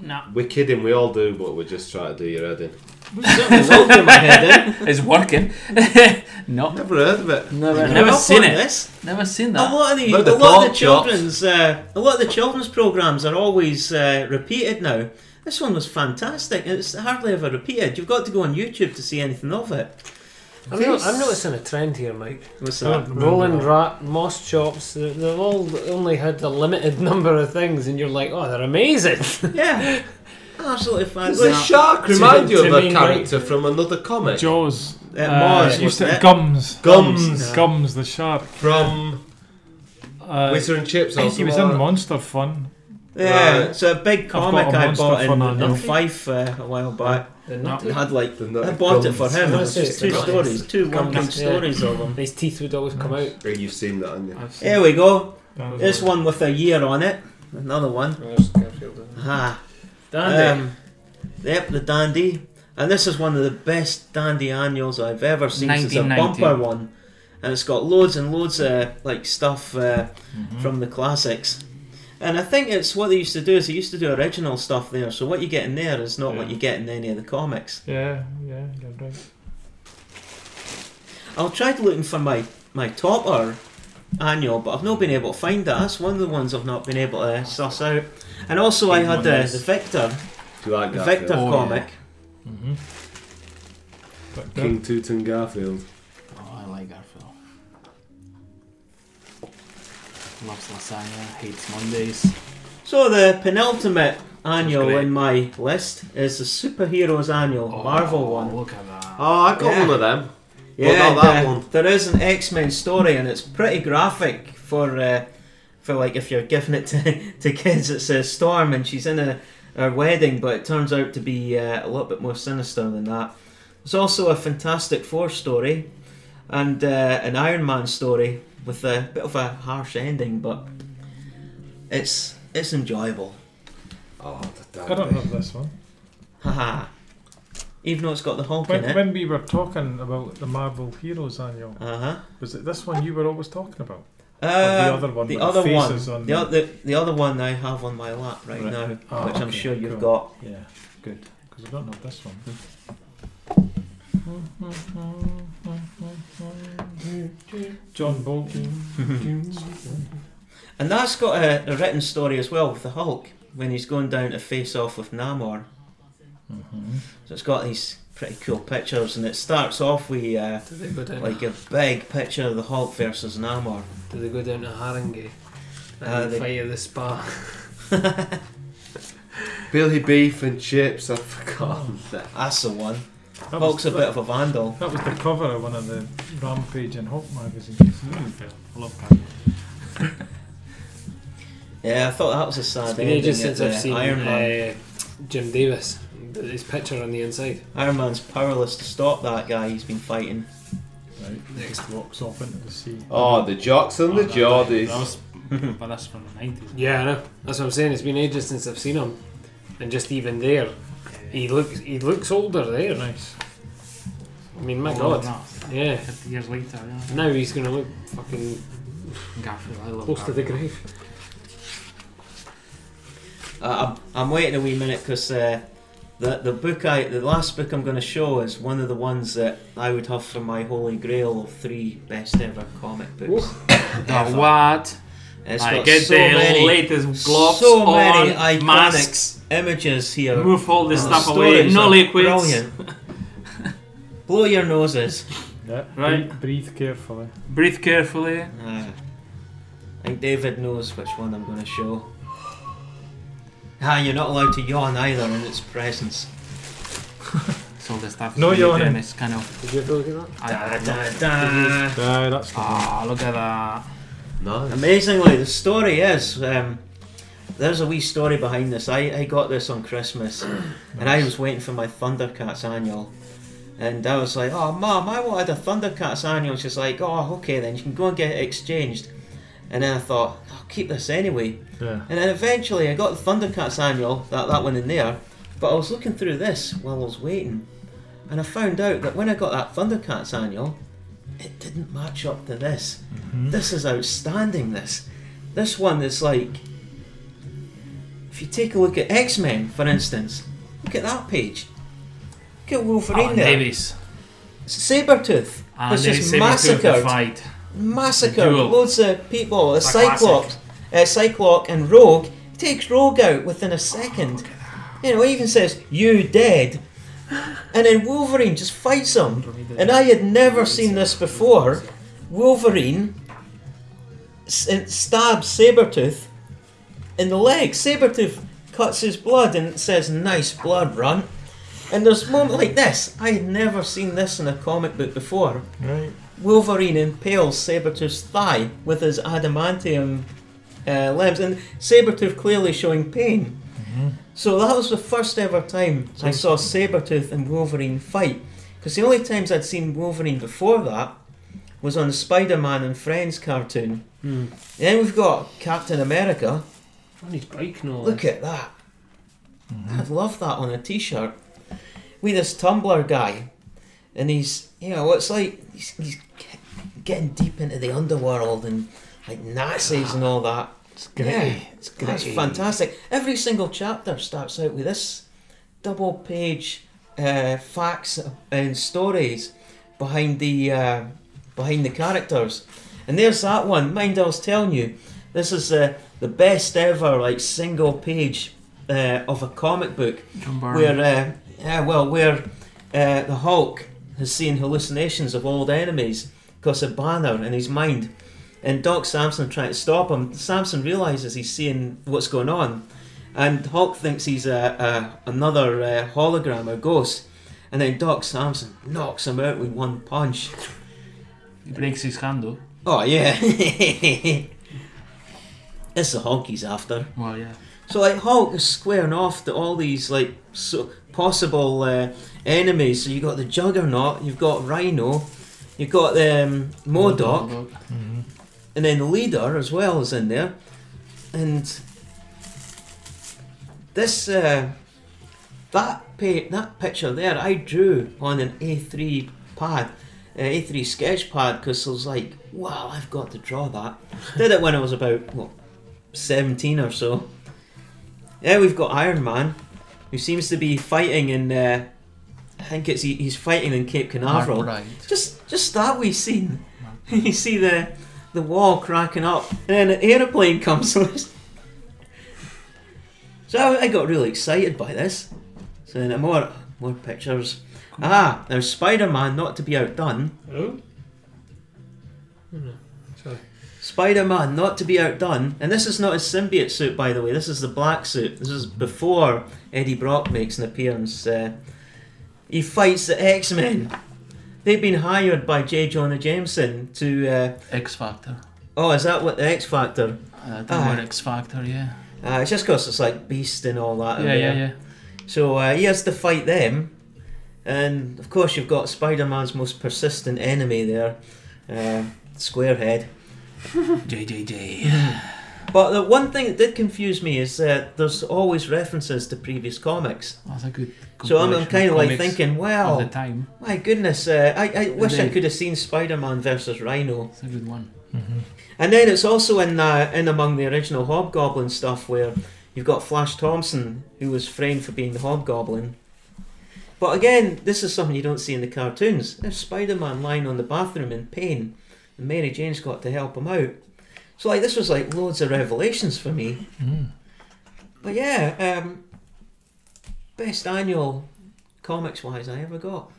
M: No.
D: We're kidding, we all do, but we're just trying to do your head in.
E: Something's over my head eh? in.
M: It's working. no.
D: Never heard of it.
M: Never,
E: You're
M: never
E: not
M: seen
E: on
M: it.
E: This.
M: Never seen
E: A
F: Oh,
M: that.
E: lot of the,
D: But
E: a
D: the
E: lot of the
D: pork chops.
E: children's uh, a lot of the children's programs are always uh, repeated now. This one was fantastic. It's hardly ever repeated. You've got to go on YouTube to see anything of it.
A: I'm, not, I'm noticing a trend here, Mike.
E: What's that?
A: Rolling Rat, Moss Chops, they- they've all only had a limited number of things, and you're like, oh, they're amazing.
E: yeah, absolutely
D: Does the
E: fantastic.
D: shark remind you
A: to
D: of a
A: me,
D: character from another comic?
L: Jaws.
E: Uh, Mars,
L: used
E: wasn't
L: to
E: it?
L: gums.
D: Gums.
L: Gums. The shark.
D: From
L: Uh,
D: Whistler and Chips
L: he
D: or
L: was in
D: something like
L: Monster Fun.
E: Yeah,
D: Right.
E: so a big
L: got a
E: comic I
L: monster
E: bought
L: for
E: in,
L: that now.
E: in Fife uh, a while back.
A: They're nutty.
E: It had like
D: that. The
E: I
D: nut
E: bought it for
D: gums.
E: him. It
A: Oh,
E: was
A: that's
E: just
A: it.
E: two stories, two one-page
A: Gums, yeah.
E: stories of them.
A: These teeth would always come out.
D: Yeah, You've seen that, haven't you?
L: I've seen
E: Here we go.
L: that.
E: There's one with a year on it. Another one. Ah.
A: Dandy.
E: Um, yep, the Dandy. And this is one of the best Dandy annuals I've ever seen. It's a
M: 1990.
E: bumper one. And it's got loads and loads of like stuff uh,
L: Mm-hmm.
E: from the classics. And I think it's what they used to do is they used to do original stuff there. So what you get in there is not what
L: Yeah.
E: you get in any of the comics.
L: Yeah, yeah, you're right.
E: I'll try to looking for my my topper annual, but I've not been able to find that. That's one of the ones I've not been able to suss out. And also, I had uh, the Victor,
D: Do you like
E: the
D: Garfield?
E: Victor comic.
L: Mm-hmm. But uh,
D: King Tut and Garfield.
M: Oh, I like Garfield. Loves lasagna, hates Mondays.
E: So the penultimate annual
M: great.
E: in my list is the superheroes annual, Marvel one.
M: Look at that.
D: Oh, I got
E: Yeah.
D: one of them.
E: Yeah,
D: not that
E: there-
D: one.
E: there is an X Men story, and it's pretty graphic for uh, for like if you're giving it to to kids. It's a storm, and she's in a her wedding, but it turns out to be uh, a little bit more sinister than that. There's also a Fantastic Four story, and uh, an Iron Man story with a bit of a harsh ending, but it's it's enjoyable.
D: Oh, the
L: I don't love this one.
E: Haha. Even though it's got the Hulk in
L: When,
E: it.
L: when we were talking about the Marvel Heroes Annual,
E: Uh-huh.
L: was it this one you were always talking about?
E: Uh
L: the other one
E: The
L: with the
E: other
L: faces
E: one.
L: on
E: the,
L: the-
E: other the other one I have on my lap right,
L: Right.
E: now,
L: Ah,
E: which I'm
L: okay,
E: sure you've
L: cool.
E: got.
L: Yeah, good. Because I don't know this one. John Bolton.
E: And that's got a, a written story as well with the Hulk when he's going down to face off with Namor.
L: Mm-hmm.
E: So it's got these pretty cool pictures, and it starts off with uh,
A: Do they go down?
E: like a big picture of the Hulk versus Namor.
A: do they go down to Haringey and
E: Uh, they-
A: fire the spa?
D: Billy Beef and Chips, I've forgotten that.
E: That's the one.
L: That
E: Hulk's
L: was,
E: a bit of a vandal.
L: that was the cover of one of the Rampage and Hulk magazines. I love that.
E: Yeah, I thought that was a sad
A: It's been
E: ending.
A: ages
E: at
A: since
E: the
A: I've seen
E: Iron Man.
A: uh, Jim Davis. with His picture on the inside.
E: Iron Man's powerless to stop that guy he's been fighting.
L: Right, next walks off into the sea.
D: Oh, the Jocks and the Geordies.
F: That was, but that's from the 90s.
A: Yeah, I know. That's what I'm saying. It's been ages since I've seen him, and just even there, he looks he looks older there.
L: Nice.
A: I mean, Oh my
F: Older
A: God.
F: than
A: Yeah.
F: that, 50 Oh, years later, yeah.
A: Now he's gonna look fucking
F: Garfield, I love
A: close to the
F: Garfield.
A: grave.
E: Uh, I'm, I'm waiting a wee minute because uh, the The, the book I the last book I'm going to show is one of the ones that I would have for my holy grail of three best ever comic books.
M: The what?
E: It's
F: I
E: got
F: get
E: so
F: the
E: many
F: latest gloves
E: so many
F: on,
E: iconic
F: masks.
E: images here.
F: Move all this
E: The
F: stuff away.
E: stories
F: No
E: are
F: liquids.
E: Brilliant. Blow your noses.
L: Yeah.
F: Right.
L: Breathe, breathe carefully.
F: Breathe carefully.
E: Ah. I think David knows which one I'm going to show. Ah, you're not allowed to yawn either in its presence.
M: It's all the stuff.
L: No
M: you do,
L: yawning.
M: and It's kind of.
A: Did you ever look at that?
M: I-
E: Da,
M: I don't
E: da,
M: know.
E: da.
L: No, that's the one.
M: Ah, look at that.
E: Uh,
D: Nice.
E: Amazingly, the story is um, there's a wee story behind this. I, I got this on Christmas, and I was waiting for my Thundercats annual. And I was like, oh, mum, I wanted a Thundercats annual. She's like, oh, okay, then you can go and get it exchanged. And then I thought, I'll keep this anyway.
L: Yeah.
E: And then eventually I got the Thundercats annual, that, that one in there, but I was looking through this while I was waiting, and I found out that when I got that Thundercats annual, it didn't match up to this. This is outstanding, this. This one is like. If you take a look at X Men, for instance, look at that page. Look at Wolverine
F: Oh,
M: Alan
E: there.
M: Davis.
E: Sabretooth.
M: Alan
F: Ah,
E: was
M: Davis
E: just
M: saving two of the
E: massacred
M: fight.
E: massacred
M: Duel.
E: loads of people. A
M: It's a
E: Cyclops, uh, Cyclops and Rogue takes Rogue out within a second. You know, he even says "you dead," and then Wolverine just fights him. And I had never seen this before. Wolverine s- and stabs Sabretooth in the leg. Sabretooth cuts his blood and it says, Nice blood, run. And there's a moment like this. I had never seen this in a comic book before.
L: Right.
E: Wolverine impales Sabretooth's thigh with his adamantium uh, limbs, and Sabretooth clearly showing pain. So that was the first ever time I saw Sabretooth and Wolverine fight. Because the only times I'd seen Wolverine before that was on the Spider Man and Friends cartoon.
A: Hmm.
E: Then we've got Captain America.
A: On his bike and all
E: Look at that. I'd love that on a t shirt. With this Tumblr guy, and he's, you know, it's like he's, he's ge- getting deep into the underworld and like Nazis and all that. It's great. it's great. That's fantastic. Every single chapter starts out with this double page uh, facts and stories behind the uh, behind the characters. And there's that one. Mind I was telling you, this is uh, the best ever like single page uh, of a comic book
M: John Byrne.
E: where uh, yeah, well where uh, the Hulk has seen hallucinations of old enemies because of Banner in his mind. And Doc Samson trying to stop him. Samson realizes he's seeing what's going on, and Hulk thinks he's a, a another uh, hologram or ghost. And then Doc Samson knocks him out with one punch.
M: He breaks his hand though.
E: Oh yeah, it's the Hulk he's after.
M: Well, yeah.
E: So like Hulk is squaring off to all these like so possible uh, enemies. So you got the Juggernaut, you've got Rhino, you've got the um, Modoc, and then the leader as well is in there. And this uh, that pa- that picture there I drew on an A3 pad, uh, A3 sketch pad because I was like, wow, I've got to draw that. Did it when I was about what, 17 or so. Yeah, we've got Iron Man, who seems to be fighting in. Uh, I think it's he, he's fighting in Cape Canaveral.
M: Right.
E: Just just that wee scene. you see the the wall cracking up, and then an aeroplane comes. so I, I got really excited by this. So then more more pictures. Ah, there's Spider Man, not to be outdone.
A: Oh.
E: Spider Man, not to be outdone. And this is not his symbiote suit, by the way. This is the black suit. This is before Eddie Brock makes an appearance. Uh, he fights the X Men. They've been hired by J. Jonah Jameson to. Uh,
M: X Factor.
E: oh, is that what the X Factor?
M: Uh, they
E: Ah.
M: were X Factor, yeah.
E: Uh, it's just 'cause it's like Beast and all that. in
M: Yeah, yeah,
E: there.
M: yeah.
E: So uh, he has to fight them, and of course you've got Spider-Man's most persistent enemy there, uh, Squarehead.
M: JJJ.
E: But the one thing that did confuse me is that there's always references to previous comics.
M: That's a good.
E: So I'm, I'm
M: compilation
E: kind of like
M: comics
E: thinking,
M: Of the
E: wow,
M: time,
E: my goodness, uh, I, I wish I
M: Indeed.
E: could have seen Spider-Man versus Rhino.
M: it's a good one.
E: And then it's also in uh, in among the original Hobgoblin stuff where you've got Flash Thompson, who was framed for being the Hobgoblin, But again, this is something you don't see in the cartoons. There's Spider Man lying on the bathroom in pain, and Mary Jane's got to help him out. So, like, this was like loads of revelations for me.
L: Mm,
E: But yeah, um, best annual comics wise I ever got.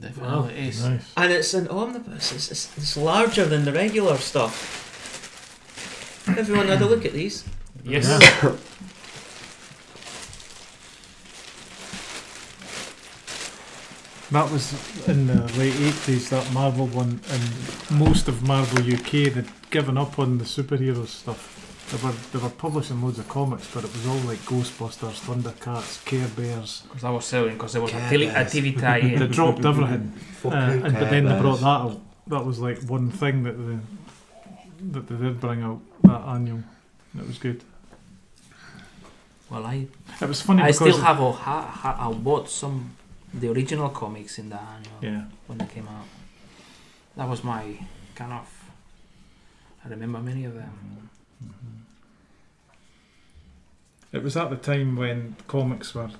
O: Definitely is.
B: Nice.
E: And it's an omnibus, it's, it's, it's larger than the regular stuff. Everyone had a look at these.
F: Yes.
B: That was in the late 80s, that Marvel one, and most of Marvel UK had given up on the superhero stuff. They were, they were publishing loads of comics, but it was all like Ghostbusters, Thundercats, Care Bears.
F: Because I was selling, because there was a
D: Yeah,
F: tele-
D: guys.
F: activity
B: They
F: tie-in.
B: dropped everything. Uh,
D: Fucking
B: and, but then they
D: Care
B: brought
D: Bears.
B: that out. That was like one thing that they, that they did bring out that annual. and It was good.
O: Well, I
B: It was funny
O: I
B: because
O: still have a ha, ha, I bought some the original comics in the annual
B: yeah,
O: when they came out. That was my kind of. I remember many of them.
B: it was at the time when comics were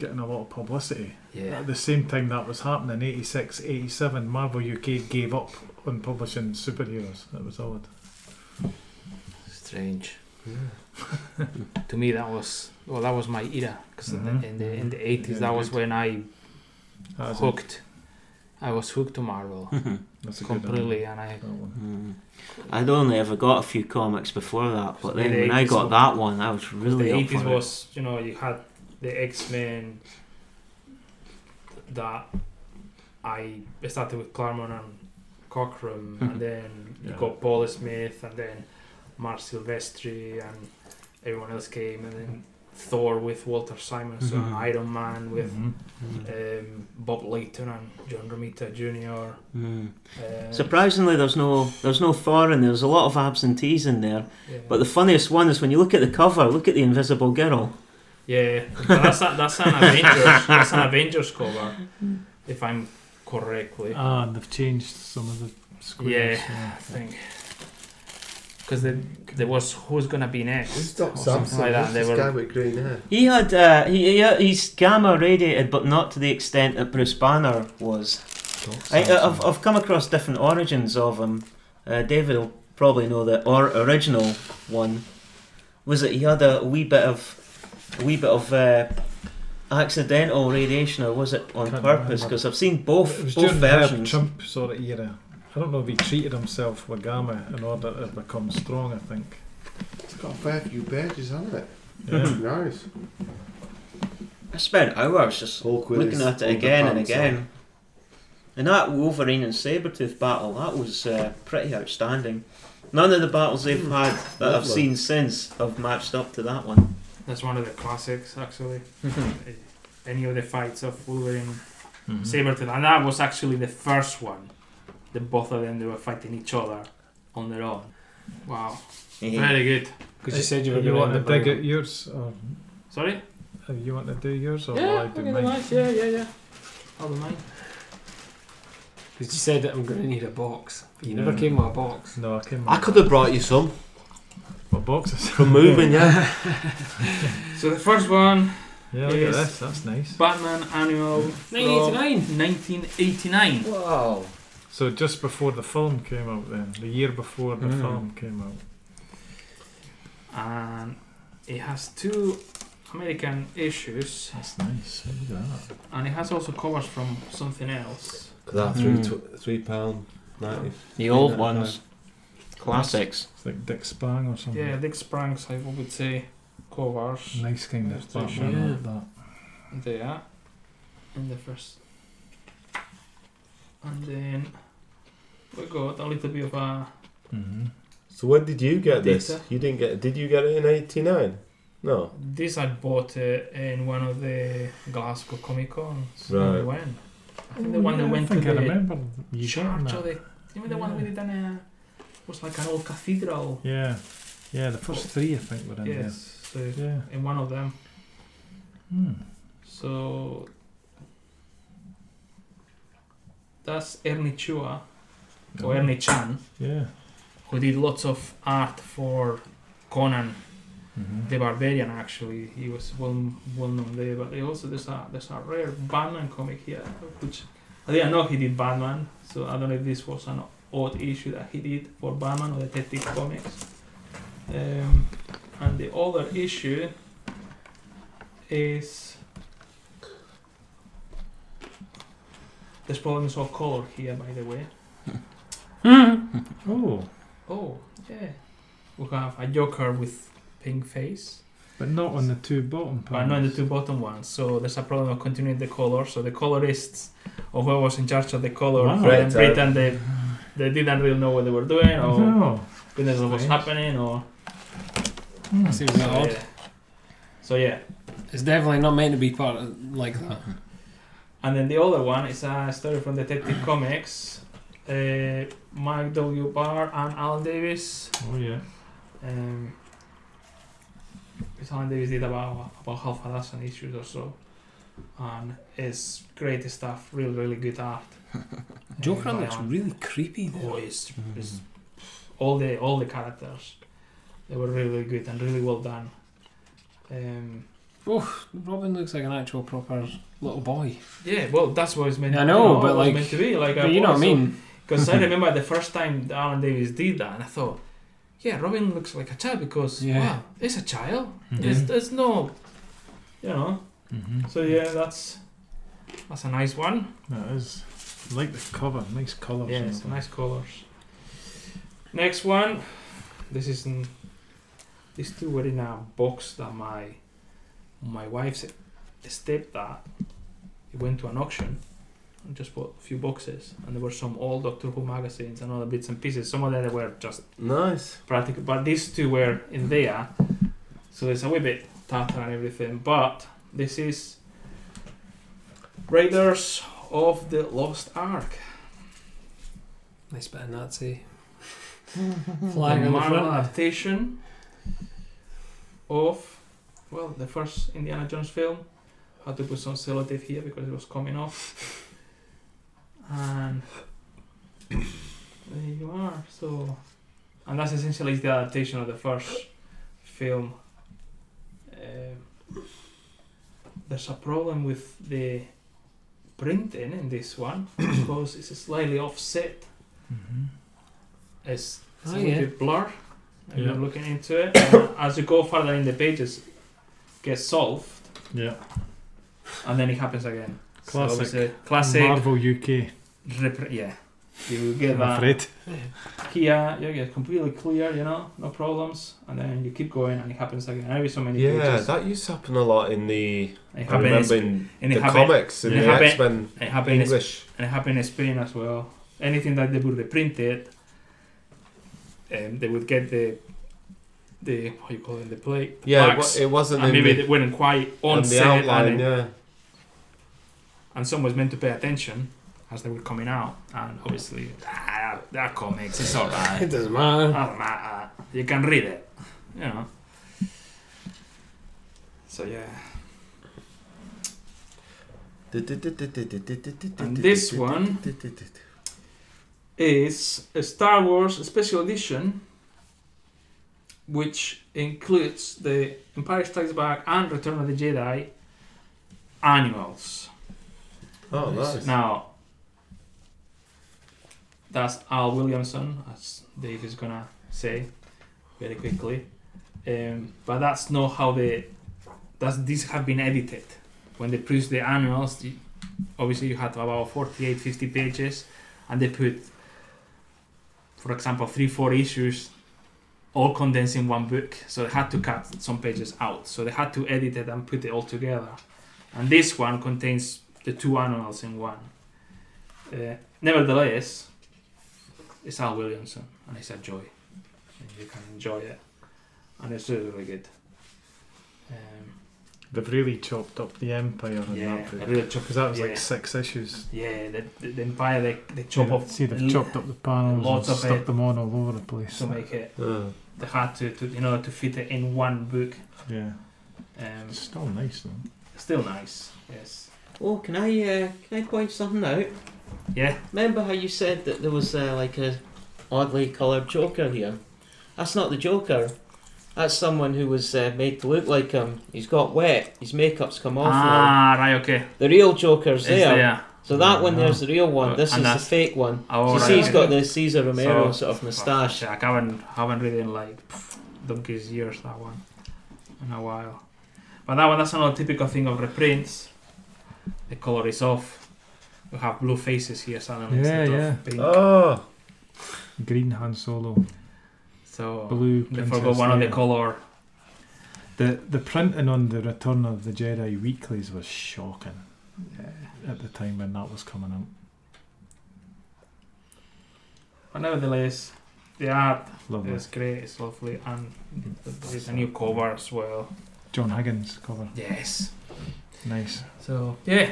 B: getting a lot of publicity. At the same time that was happening, 86, 87, Marvel UK gave up on publishing superheroes. That was odd.
O: strange. to me, that was well, that was my era because
B: Mhm.
O: in the in the eighties,
B: Yeah,
O: that was
B: good.
O: when I
B: That was a-
O: hooked. I was hooked to Marvel
B: that's a good
O: completely, and I
B: idea, that one.
E: Mm. I'd only ever got a few comics before that, but then
F: The
E: when I
F: 80s
E: got
F: one.
E: that one, I was really
F: the
E: up for
F: eighties
E: it.
F: was, you know, you had the X Men. That I started with Claremont and Cockrum, and then you
B: Yeah.
F: got Paul Smith, and then Mark Silvestri, and everyone else came, and then Thor with Walter Simonson,
E: Mhm.
F: Iron Man with
B: Mhm.
F: um, Bob Layton and John Romita Jr.
E: Mm.
F: Uh,
E: Surprisingly, there's no there's no foreign. There's a lot of absentees in there.
F: yeah.
E: But the funniest one is when you look at the cover. Look at the Invisible Girl.
F: Yeah, but that's a, that's an Avengers that's an Avengers cover, if I'm correctly.
B: Ah, and they've changed some of the squares.
F: Yeah. I
B: Yeah.
F: think
O: because there was who's gonna be next.
P: Who's Doc
O: Or something
P: Samson?
O: like that,
P: Who's
O: they
P: this
O: were-
P: guy with green hair?
E: He had uh, he, he- he's gamma radiated, but not to the extent that Bruce Banner was. I, uh, I've I've come across different origins of him. Uh, David will probably know the or original one was that he had a wee bit of a wee bit of uh, accidental radiation, or was it on
B: Can't
E: purpose?
B: remember.
E: Because I've seen
B: It
E: both
B: was
E: both
B: during the Herb
E: versions.
B: Trump sort of era. I don't know if he treated himself with gamma in order to become strong, I think.
P: It's got a fair few pages, hasn't it?
B: Yeah.
P: nice.
E: I spent hours just
P: Hulk with
E: looking
P: his
E: at it
P: older
E: again and
P: pants
E: again. And that Wolverine and Sabretooth battle, that was uh, pretty outstanding. None of the battles they've had that I've
P: Lovely.
E: seen since have matched up to that one.
F: that's one of the classics actually.
B: Mm-hmm.
F: Uh, Any of the fights of Wolverine,
B: Mhm.
F: Sabretooth, and that was actually the first one. The both of them they were fighting each other on their own. Wow, very good.
B: Uh,
A: Because you said you were
B: you
A: going
B: want to
A: to
B: dig at yours, or
F: Sorry.
B: uh, you want to do yours, or will I
A: Yeah,
B: do
A: okay,
B: mine?
A: nice. Yeah, yeah, yeah.
F: How do mine?
A: Because you said that I'm going to need a box, but you
F: Hmm.
A: never
B: Yeah.
A: came with a box.
B: No, I came.
D: I could have brought you some
B: What boxes?
D: from moving, yeah.
F: So the first one,
B: Yeah, look at
F: Yes.
B: this. That's nice.
F: Batman Annual, from
A: 1989.
F: 1989.
E: Wow.
B: So just before the film came out, then the year before the
A: Mm.
B: film came out.
F: and it has two American issues,
B: That's nice. Look at that.
F: and it has also covers from something else.
D: Cause that threw
P: Hmm.
O: Mm.
D: tw- three pound ninety.
E: The old ones. Classics.
B: It's like Dick Spang or something.
F: Yeah, Dick Sprang's, I would say, covers
B: Nice kind of
F: That's
B: Batman.
F: true.
B: I like that.
F: there in the first, and then we got a little bit of a
B: Mm-hmm.
D: So when did you get this?
F: Data.
D: You didn't get. Did you get it in eighty nine? No.
F: this I bought uh, in one of the Glasgow Comic Cons.
D: Right.
F: When I think the one that went
B: Oh, I
F: to
B: think I
F: the
B: remember you getting
F: church or
B: that.
F: the, you know, the one
B: Yeah.
F: we did in a was like an old cathedral.
B: Yeah, yeah. The first three I think were in
F: Yes, so
B: there. Yeah.
F: in one of them.
B: Hmm.
F: So that's Ernie Chua or Ernie Chan,
B: Yeah.
F: who did lots of art for Conan
B: Mm-hmm.
F: the Barbarian actually. He was well well known there, but they also there's a there's a rare Batman comic here, which I didn't know he did Batman, so I don't know if this was an odd issue that he did for Batman or Detective Comics. Um, and the other issue is there's problems of color here, by the way.
L: Oh,
F: Oh yeah, we have a Joker with pink face.
L: but not on the two bottom
F: But
L: panels.
F: not the two bottom ones. So there's a problem of continuing the color. So the colorists, or whoever was in charge of the color
L: Wow.
F: for them,
N: Right, uh,
F: Britain, they they didn't really know what they were doing, or
L: No.
F: goodness what was
L: Strange.
F: happening, or
L: Hmm.
A: Seems a
F: so
A: bit odd.
F: yeah. So yeah.
A: It's definitely not meant to be part of, like that.
F: And then the other one is a story from Detective Comics. Uh, Mike W. Barr and Alan Davis.
L: Oh yeah.
F: Um, it's Alan Davis did about about half a dozen issues or so, and it's great stuff. Really, really good art.
A: Joker
F: Uh, by
A: looks
F: Alan.
A: really creepy.
F: Oh, it's, it's all the all the characters. They were really, really good and really well done. Um,
A: Robin looks like an actual proper little boy.
F: yeah, well, that's what it's meant.
A: I know,
F: you
A: but,
F: what it's
A: like-
F: meant to be like.
A: But you know what I mean?
F: Because I remember the first time that Alan Davis did that, and I thought, yeah, Robin looks like a child because
A: Yeah.
F: wow, it's a child. There's, there's no, you know.
L: Mhm.
F: So yeah, that's that's a nice one.
L: That is. I like the cover. Nice colours.
F: Yeah,
L: and
F: it's
L: stuff.
F: nice colors. Next one, this is in, these two were in a box that my my wife's stepdad he went to an auction and just bought a few boxes, and there were some old Doctor Who magazines and other bits and pieces. Some of them were just
D: Nice.
F: practical, but these two were in there, so there's a wee bit tartar and everything. But this is Raiders of the Lost Ark.
A: Nice bit of Nazi flag
F: the
A: on the
F: Marvel
A: front.
F: adaptation of well the first Indiana Jones film. Had to put some sellotape here because it was coming off. And there you are. So, and that's essentially the adaptation of the first film. Um there's a problem with the printing in this one because it's slightly offset
L: Mhm.
B: Mm-hmm.
F: it's, it's
A: Oh,
F: a little
A: yeah.
F: bit blur and
L: Yeah.
F: you're looking into it and uh, as you go further in the pages gets solved
L: Yeah.
F: and then it happens again So
L: Classic.
F: obviously, classic
L: Marvel UK.
F: repre- yeah you will get
L: I'm
F: that
L: afraid.
F: here you get completely clear you know no problems and then you keep going and it happens again every so many
D: Yeah,
F: pages
D: that used to happen a lot in the.
F: and it
D: I
F: happens
D: remember in
F: and
D: the
F: it happens
D: comics in
F: it
D: the
F: happen-
D: X Men
F: it happens
D: English.
F: and it happened in Spain as well. Anything that they would reprint it, um, they would get the the what you call it the plate. the
D: Yeah, it,
F: plaques,
D: wa- it wasn't
F: and
D: in
F: maybe
D: the,
F: they weren't quite on
D: in the
F: set,
D: outline.
F: and, it-
D: Yeah.
F: and someone was meant to pay attention as they were coming out. And obviously, ah, they're comics. It's all right.
A: Ah, It doesn't matter.
F: Doesn't matter. You can read it. You know. So yeah, and this one is a Star Wars Special Edition, which includes the Empire Strikes Back and Return of the Jedi annuals.
D: Oh, nice.
F: Now, that's Al Williamson, as Dave is gonna say very quickly. Um, but that's not how they. That's these have been edited. When they produced the annuals, you- obviously you had about 48, 50 pages, and they put, for example, three, four issues, all condensed in one book. So they had to cut some pages out. So they had to edit it and put it all together. And this one contains the two animals in one. Uh, nevertheless, it's Al Williamson, and it's a joy. And you can enjoy it, and it's really, really good. Um,
L: They've really chopped up the Empire in
F: yeah,
L: that book.
F: I really chop
L: Because that was
F: yeah.
L: like six issues.
F: Yeah, the, the, the Empire they, they chop
L: Yeah,
F: off
L: See, they've
F: l-
L: chopped up the panels
F: lots
L: and
F: of
L: stuck
F: it.
L: them on all over the place.
F: to make it.
D: Uh,
F: They had to, to in order to fit it in one book.
L: yeah.
F: Um,
L: It's still nice though.
F: still nice. Yes.
E: Oh, can I uh, can I point something out?
F: Yeah.
E: Remember how you said that there was uh, like a oddly coloured Joker here? That's not the Joker. That's someone who was uh, made to look like him. He's got wet. His makeup's come off. now.
F: ah, right, okay.
E: The real Joker's
F: It's
E: there.
F: there.
E: So that one there's the real one.
F: Oh,
E: This
F: and
E: is the
F: that's-
E: fake one.
F: Oh,
E: you
F: right,
E: see, he's
F: okay.
E: got the Caesar Romero
F: So-
E: sort of moustache.
F: Shit, I haven't haven't read in like donkey's years that one in a while. But that one that's another typical thing of reprints. The color is off. We have blue faces here suddenly
B: Yeah,
F: instead
B: yeah.
F: of pink.
B: Oh! Green Han Solo.
F: So
B: Blue.
F: Oh, they forgot
B: Princess
F: one of the
B: Leia.
F: color.
B: The the printing on the Return of the Jedi weeklies was shocking at the time when that was coming out.
F: But nevertheless, the art
B: Lovely.
F: is great. It's lovely, and there's a new cover as well.
B: John Higgins cover.
F: Yes.
B: Nice.
F: So yeah,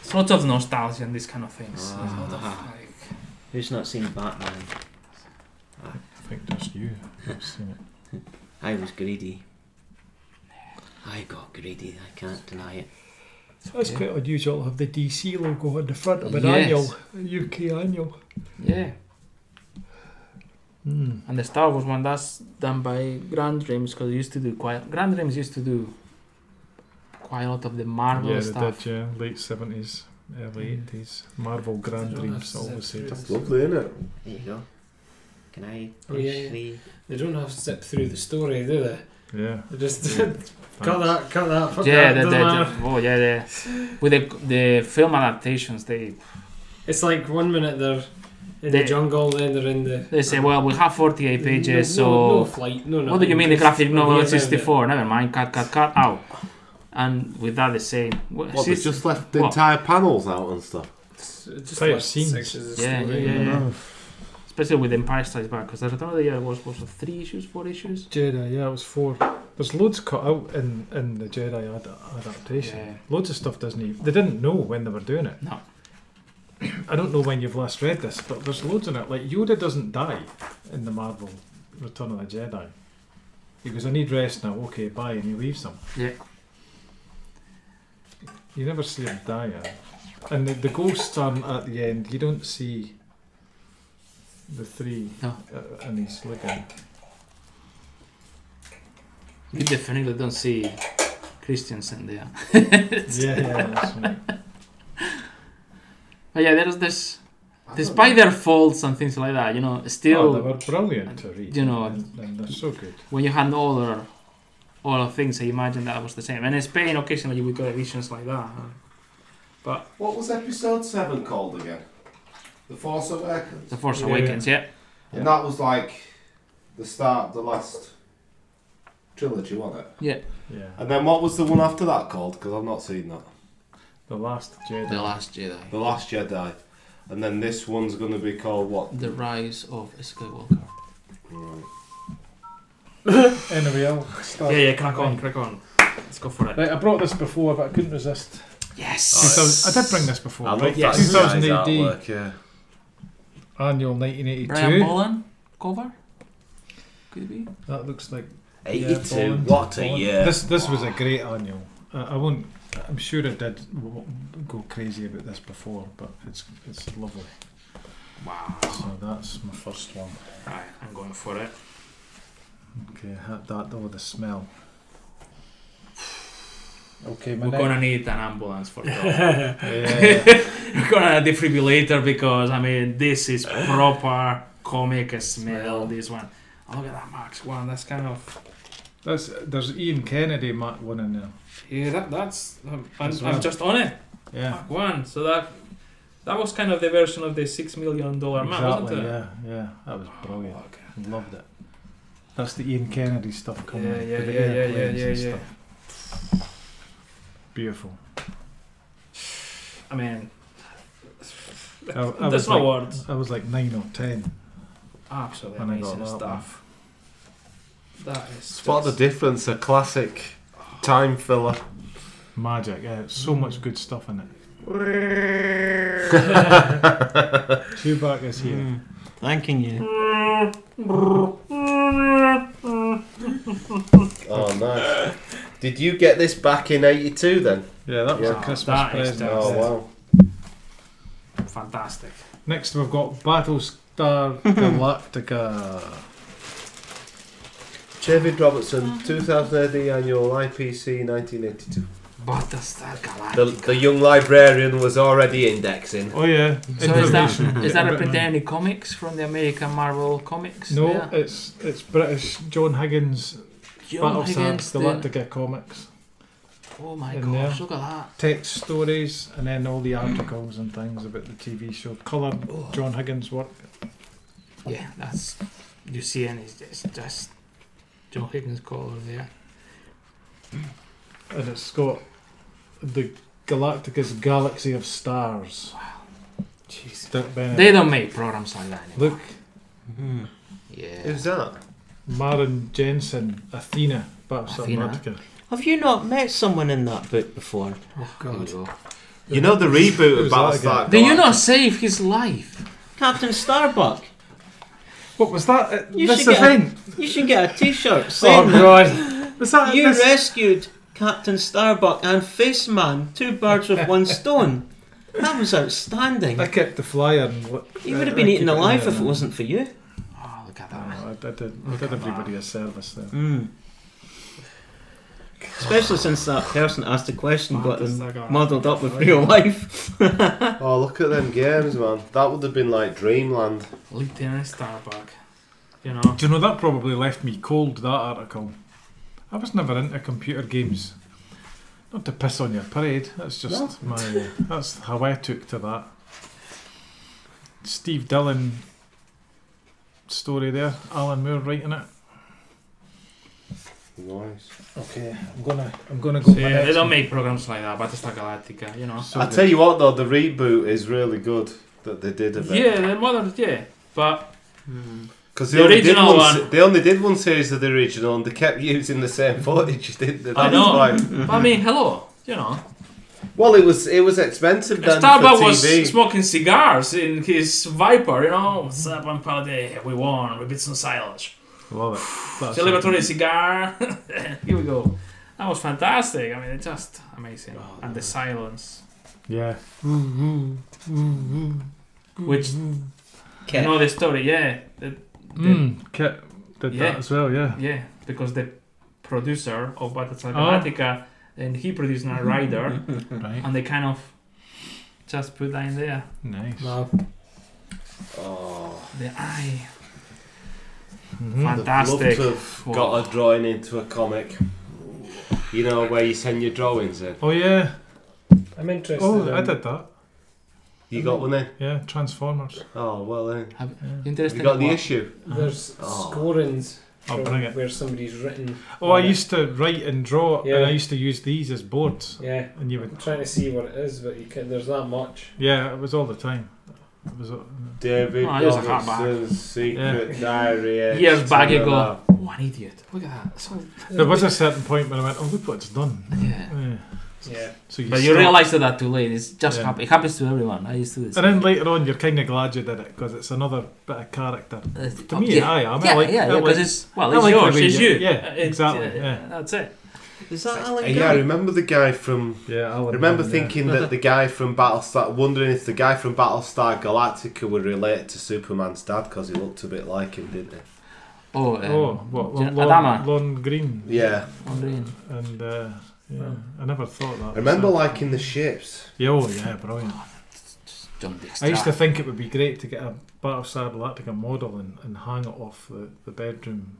F: it's lots of nostalgia and these kind of things.
B: Ah.
F: There's a lot of, like,
E: Who's not seen Batman?
B: I think just you have seen it.
E: I was greedy. I got greedy. I can't deny it.
A: So that's quite unusual to have the DC logo on the front of an
Q: Yes.
A: annual, a UK annual.
Q: Yeah.
A: Mm.
Q: And the Star Wars one, that's done by Grand Dreams because used to do quite. Grand Dreams used to do quite a lot of the Marvel
B: yeah,
Q: stuff.
B: they did, yeah. Late 70s, early 80s. Marvel Grand Dreams, always said.
D: It's lovely, isn't it?
E: There you go. Can I
A: Oh,
E: push
A: yeah, yeah.
E: the?
A: They don't have to zip through the story, do they?
B: Yeah.
A: They just
F: Hmm.
A: cut that, cut that, fuck
Q: yeah,
A: that,
Q: they,
A: doesn't
Q: they,
A: matter.
Q: oh yeah, they, with the the film adaptations, they
A: It's like one minute they're in
Q: They-
A: the jungle, then they're in the.
Q: they say, well, we have 48 pages,
A: no,
Q: so
A: no, no flight, no, no.
Q: what do you mean the graphic novel is
A: Yeah, yeah, yeah.
Q: 64? Never mind, cut, cut, cut out. And with that, the same. What,
D: What, they've
Q: sis-
D: just left the
Q: what?
D: entire panels out and stuff.
A: It's Just
B: Type
A: like
B: scenes.
A: sections of the
Q: Yeah,
A: story,
Q: yeah,
A: you know?
Q: yeah. especially with Empire Strikes Back, because I don't know the year was was it three issues, four issues.
B: Jedi, yeah, it was four. There's loads cut out in, in the Jedi ad- adaptation.
Q: Yeah.
B: Loads of stuff doesn't even. They didn't know when they were doing it.
Q: No.
B: I don't know when you've last read this, but there's loads in it. Like Yoda doesn't die in the Marvel Return of the Jedi. He goes, "I need rest now." Okay, bye, and he leaves them.
Q: Yeah.
B: You never see him die, eh? and the, the ghosts aren't at the end. You don't see the three,
Q: No.
B: uh, and he's looking.
Q: You definitely don't see Christiansen there.
B: Yeah, yeah, that's right.
Q: But yeah, there's this, despite their faults and things like that, you know,
B: Oh, they
Q: still
B: were brilliant to read.
Q: you know,
B: and, and they're so good.
Q: when you had all the all the things, I imagine that was the same. And in Spain, occasionally you would get editions like that.
D: What was episode 7 called again? The Force Awakens.
Q: The Force
B: Yeah.
Q: Awakens, yeah.
D: And that was like the start of the last trilogy, wasn't it?
B: Yeah,
D: And then what was the one after that called? Because I've not seen that.
B: the last Jedi.
Q: Last Jedi,
D: The Last Jedi. And then this one's going to be called what?
Q: The Rise of Skywalker.
D: Right.
B: Anyway, I'll start.
F: yeah, yeah, crack on, crack on. Let's go for it.
B: Right, I brought this before, but I couldn't resist.
Q: Yes.
B: 2000, Oh, I did bring this before.
R: I love
B: right?
R: that
B: 2000
R: guy's
B: AD,
R: artwork, yeah.
B: annual
Q: Brian
B: 1982.
Q: Bolland cover. Could it be?
B: That looks like
R: 82,
B: Bond,
R: what a
B: Bond.
R: year.
B: This this was a great annual. I, I won't. I'm sure I did w- go crazy about this before, but it's it's lovely.
F: Wow.
B: So that's my first one.
F: Right, I'm going for it.
B: Okay, had that though the smell. Okay, my
F: We're
B: next-
F: gonna need an ambulance for that.
B: yeah.
F: We're gonna need a defibrillator because I mean this is proper comic smell. This one. Oh, look at that Max one. That's kind of
B: That's there's Ian Kennedy Mac one in there.
F: yeah. That, that's I'm, I'm,
B: As well.
F: I'm just on it.
B: Yeah.
F: Mac one. So that that was kind of the version of the six million dollar man,
B: Exactly.
F: wasn't it?
B: Yeah, yeah. That was brilliant.
F: okay.
B: Loved it. That's the Ian Kennedy stuff coming.
F: Yeah,
B: in,
F: yeah,
B: with the
F: yeah, yeah,
B: airplanes
F: yeah,
B: and
F: yeah,
B: stuff. Beautiful.
F: I mean,
B: I, I
F: there's
B: was
F: no
B: like,
F: words.
B: I was like nine or ten.
F: Absolutely
B: And I got
F: amazing
B: that
F: stuff. That is
D: Spot the
F: just-
D: difference, a classic time filler.
B: Magic. Yeah, so much good stuff in it. Chewbacca's here.
E: Thanking you.
D: Oh, nice. Did you get this back in 82 then?
B: Yeah, that was
D: Yeah.
B: a Christmas
F: That is
B: present.
D: Oh, wow.
F: fantastic.
B: Next, we've got Battlestar Galactica.
D: David Robertson, 2018 annual IPC 1982.
M: Battlestar Galactica.
D: The, the young librarian was already indexing.
B: Oh yeah.
M: So is that
B: Information.
M: is that
B: Yeah.
M: repeated any comics from the American Marvel comics?
B: No,
M: Yeah.
B: it's it's British John Higgins
M: John
B: Battlestar
M: Higgins. the-
B: Galactica comics.
M: Oh my
B: in
M: gosh!
B: there.
M: Look at that.
B: Text stories and then all the articles and things about the TV show. Colour John Higgins work.
M: Yeah, that's you see, and it's, it's just John Higgins color there.
B: And it's got the Galactica's Galaxy of Stars.
M: Jeez.
B: Dirk Bennett.
M: They don't make programs like that anymore.
B: Look,
E: Mm-hmm.
M: Yeah.
D: Who's that?
B: Marin Jensen, Athena, Battlestar
M: Athena.
B: Galactica.
E: Have you not met someone in that book before?
M: Oh God.
D: You know the reboot of
B: Who's that
D: Battlestar.
M: Did you
D: Galactica?
M: not save his life?
E: Captain Starbuck.
B: What was that? at
E: You
B: this
E: should get a-
B: event?
E: You should get a T-shirt
B: Oh
E: saying
B: god. Was that at
E: you
B: this?
E: rescued Captain Starbuck and Face Man, two birds with one stone. That was outstanding.
B: I kept the flyer. And what, uh,
E: You would have been eaten alive if it
B: was
E: wasn't for you.
M: Oh, look at
B: Oh,
M: that.
B: I did, I did everybody a service there.
E: Mm. Especially since that person asked the question got them muddled up with real life.
D: Oh, look at them games, man. That would have been like Dreamland.
F: Lieutenant Starbuck. You know,
B: Do you know that probably left me cold? That article. I was never into computer games. Not to piss on your parade. That's just my. That's how I took to that. Steve Dillon story there. Alan Moore writing it.
D: Nice.
B: Okay, I'm gonna. I'm gonna go.
F: yeah, they don't make programs like that. Battlestar Galactica. You know.
B: So
D: I tell you what, though, the reboot is really good that they did of it.
F: Yeah, the modern. Yeah, but
D: Because
F: The
D: they, only did
F: original
D: one, se-
F: one.
D: they only did one series of the original and they kept using the same footage, didn't they?
F: I
D: That's
F: know.
D: why-
F: but I mean, hello. You know,
D: Well, it was it was expensive then
F: Starbuck
D: for
F: was
D: TV.
F: smoking cigars in his Viper. You know, what's up, I'm Paladin. We won. We beat some silage.
B: Love it.
D: Oh,
B: That's
F: Celebratory cigar. Here we go. That was fantastic. I mean, it's just amazing.
D: Oh,
F: and the silence.
B: Yeah.
A: Mm-hmm.
B: Mm-hmm.
F: Which, you
E: Kit.
F: know the story, yeah. The- the-
B: Mm, Kit did that
F: Yeah.
B: as well. Yeah.
F: Yeah, because the producer of Battlestar
B: Oh. Mm-hmm.
F: Galactica, and he produced a
D: Mm-hmm.
F: rider,
B: Right.
F: and they kind of just put that in there.
B: Nice.
D: Oh,
F: The
B: Mm.
F: eye.
B: Mhm.
F: Fantastic.
D: I'd love to
F: Wow.
D: have got a drawing into a comic. You know, where you send your drawings in.
B: Oh yeah.
A: I'm interested.
B: Oh, I
A: in-
B: did that.
D: You got one then?
B: Yeah, Transformers.
D: Oh, well then. Have
M: Interesting.
D: you got the
M: one.
D: issue?
A: There's
D: Oh.
A: scorings
B: I'll
A: from
B: bring it.
A: where somebody's written.
B: Oh, I
A: Yeah.
B: used to write and draw, and
A: Yeah.
B: I used to use these as boards.
A: Yeah,
B: And you
A: I'm
B: would,
A: trying to see what it is, but you can, there's that much.
B: yeah, it was all the time. It was. all-
D: David
F: Oh, yours is hard
D: Robertson's Secret Diary. X,
F: Years back
D: something
F: ago.
D: like
M: One idiot. Look at that. So,
B: There was a certain point when I went, "Oh, look what it's done."
D: Mm-hmm.
M: yeah.
B: Yeah.
A: Yeah,
B: So you.
M: But you
B: stop.
M: realize that too late. It's just
B: Yeah.
M: hap- it happens to everyone. I used to do this.
B: And then later on, you're kind of glad you did it because it's another bit of character.
M: Uh,
B: To
M: oh,
B: me,
M: yeah.
B: I am. I
M: Yeah,
B: like,
M: yeah,
B: I
M: yeah,
B: like,
M: because it's well,
B: I
M: it's
B: like the
M: yours,
B: way
M: it's
B: you-
M: you.
B: yeah,
F: Uh, it's-
B: exactly,
F: uh,
B: yeah.
F: That's it.
E: Is that
D: that.
E: Alan
D: Yeah, I
E: Grant?
D: remember the guy from.
B: yeah, Alan
D: I remember
B: Moore,
D: thinking that the guy from Battlestar, wondering if the guy from Battlestar Galactica would relate to Superman's dad because he looked a bit like him, didn't
M: Oh, um,
B: Yeah. Oh, what?
M: Jan-
B: Lon,
M: Adama.
B: Lon Green.
D: he? Yeah.
M: Wondering.
B: And uh, yeah, I never thought that.
D: I remember
B: was a-
D: liking the ships.
B: Yeah, oh yeah, brilliant.
M: John Dexter.
B: I used to think it would be great to get a Battlestar Galactica model and, and hang it off the, the bedroom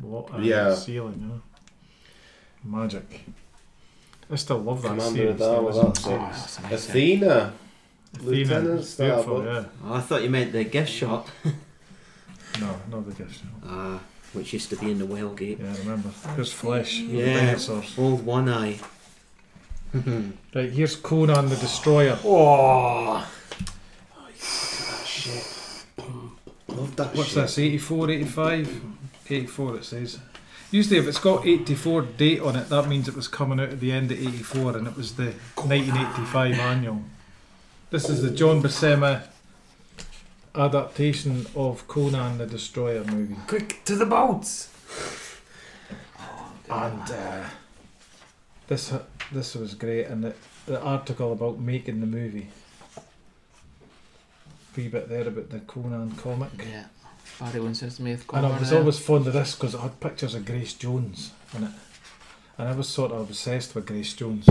B: wall, uh,
D: Yeah.
B: ceiling. You know? Magic. I still love that
D: Commander
B: series.
D: Adama,
B: though, it's
D: that's
M: Oh,
D: it.
M: that's amazing.
D: Athena.
B: Athena,
D: Lieutenant
B: it's beautiful,
D: Starbuck.
B: yeah.
E: Oh, I thought you meant the gift shop.
B: No, not the gift shop.
E: Ah, which used to be in the Wellgate.
B: Yeah, I remember. There's flesh. and
E: Yeah.
B: dinosaurs.
E: Old One Eye.
B: Right, here's Conan the Destroyer.
D: Love that
B: What's
D: ship.
B: this, 84, 85? 84 it says. Usually if it's got 84 date on it, that means it was coming out at the end of 84 and it was the 1985 annual. This is the John Buscema adaptation of Conan the Destroyer movie.
S: Quick to the boats.
B: And uh, this this was great, and the, the article about making the movie. Wee bit there about the Conan comic.
M: Yeah. Barry Windsor-Smith
B: And I
M: cover
B: was
M: there.
B: always fond of this because it had pictures of Grace Jones in it. And I was sort of obsessed with Grace Jones.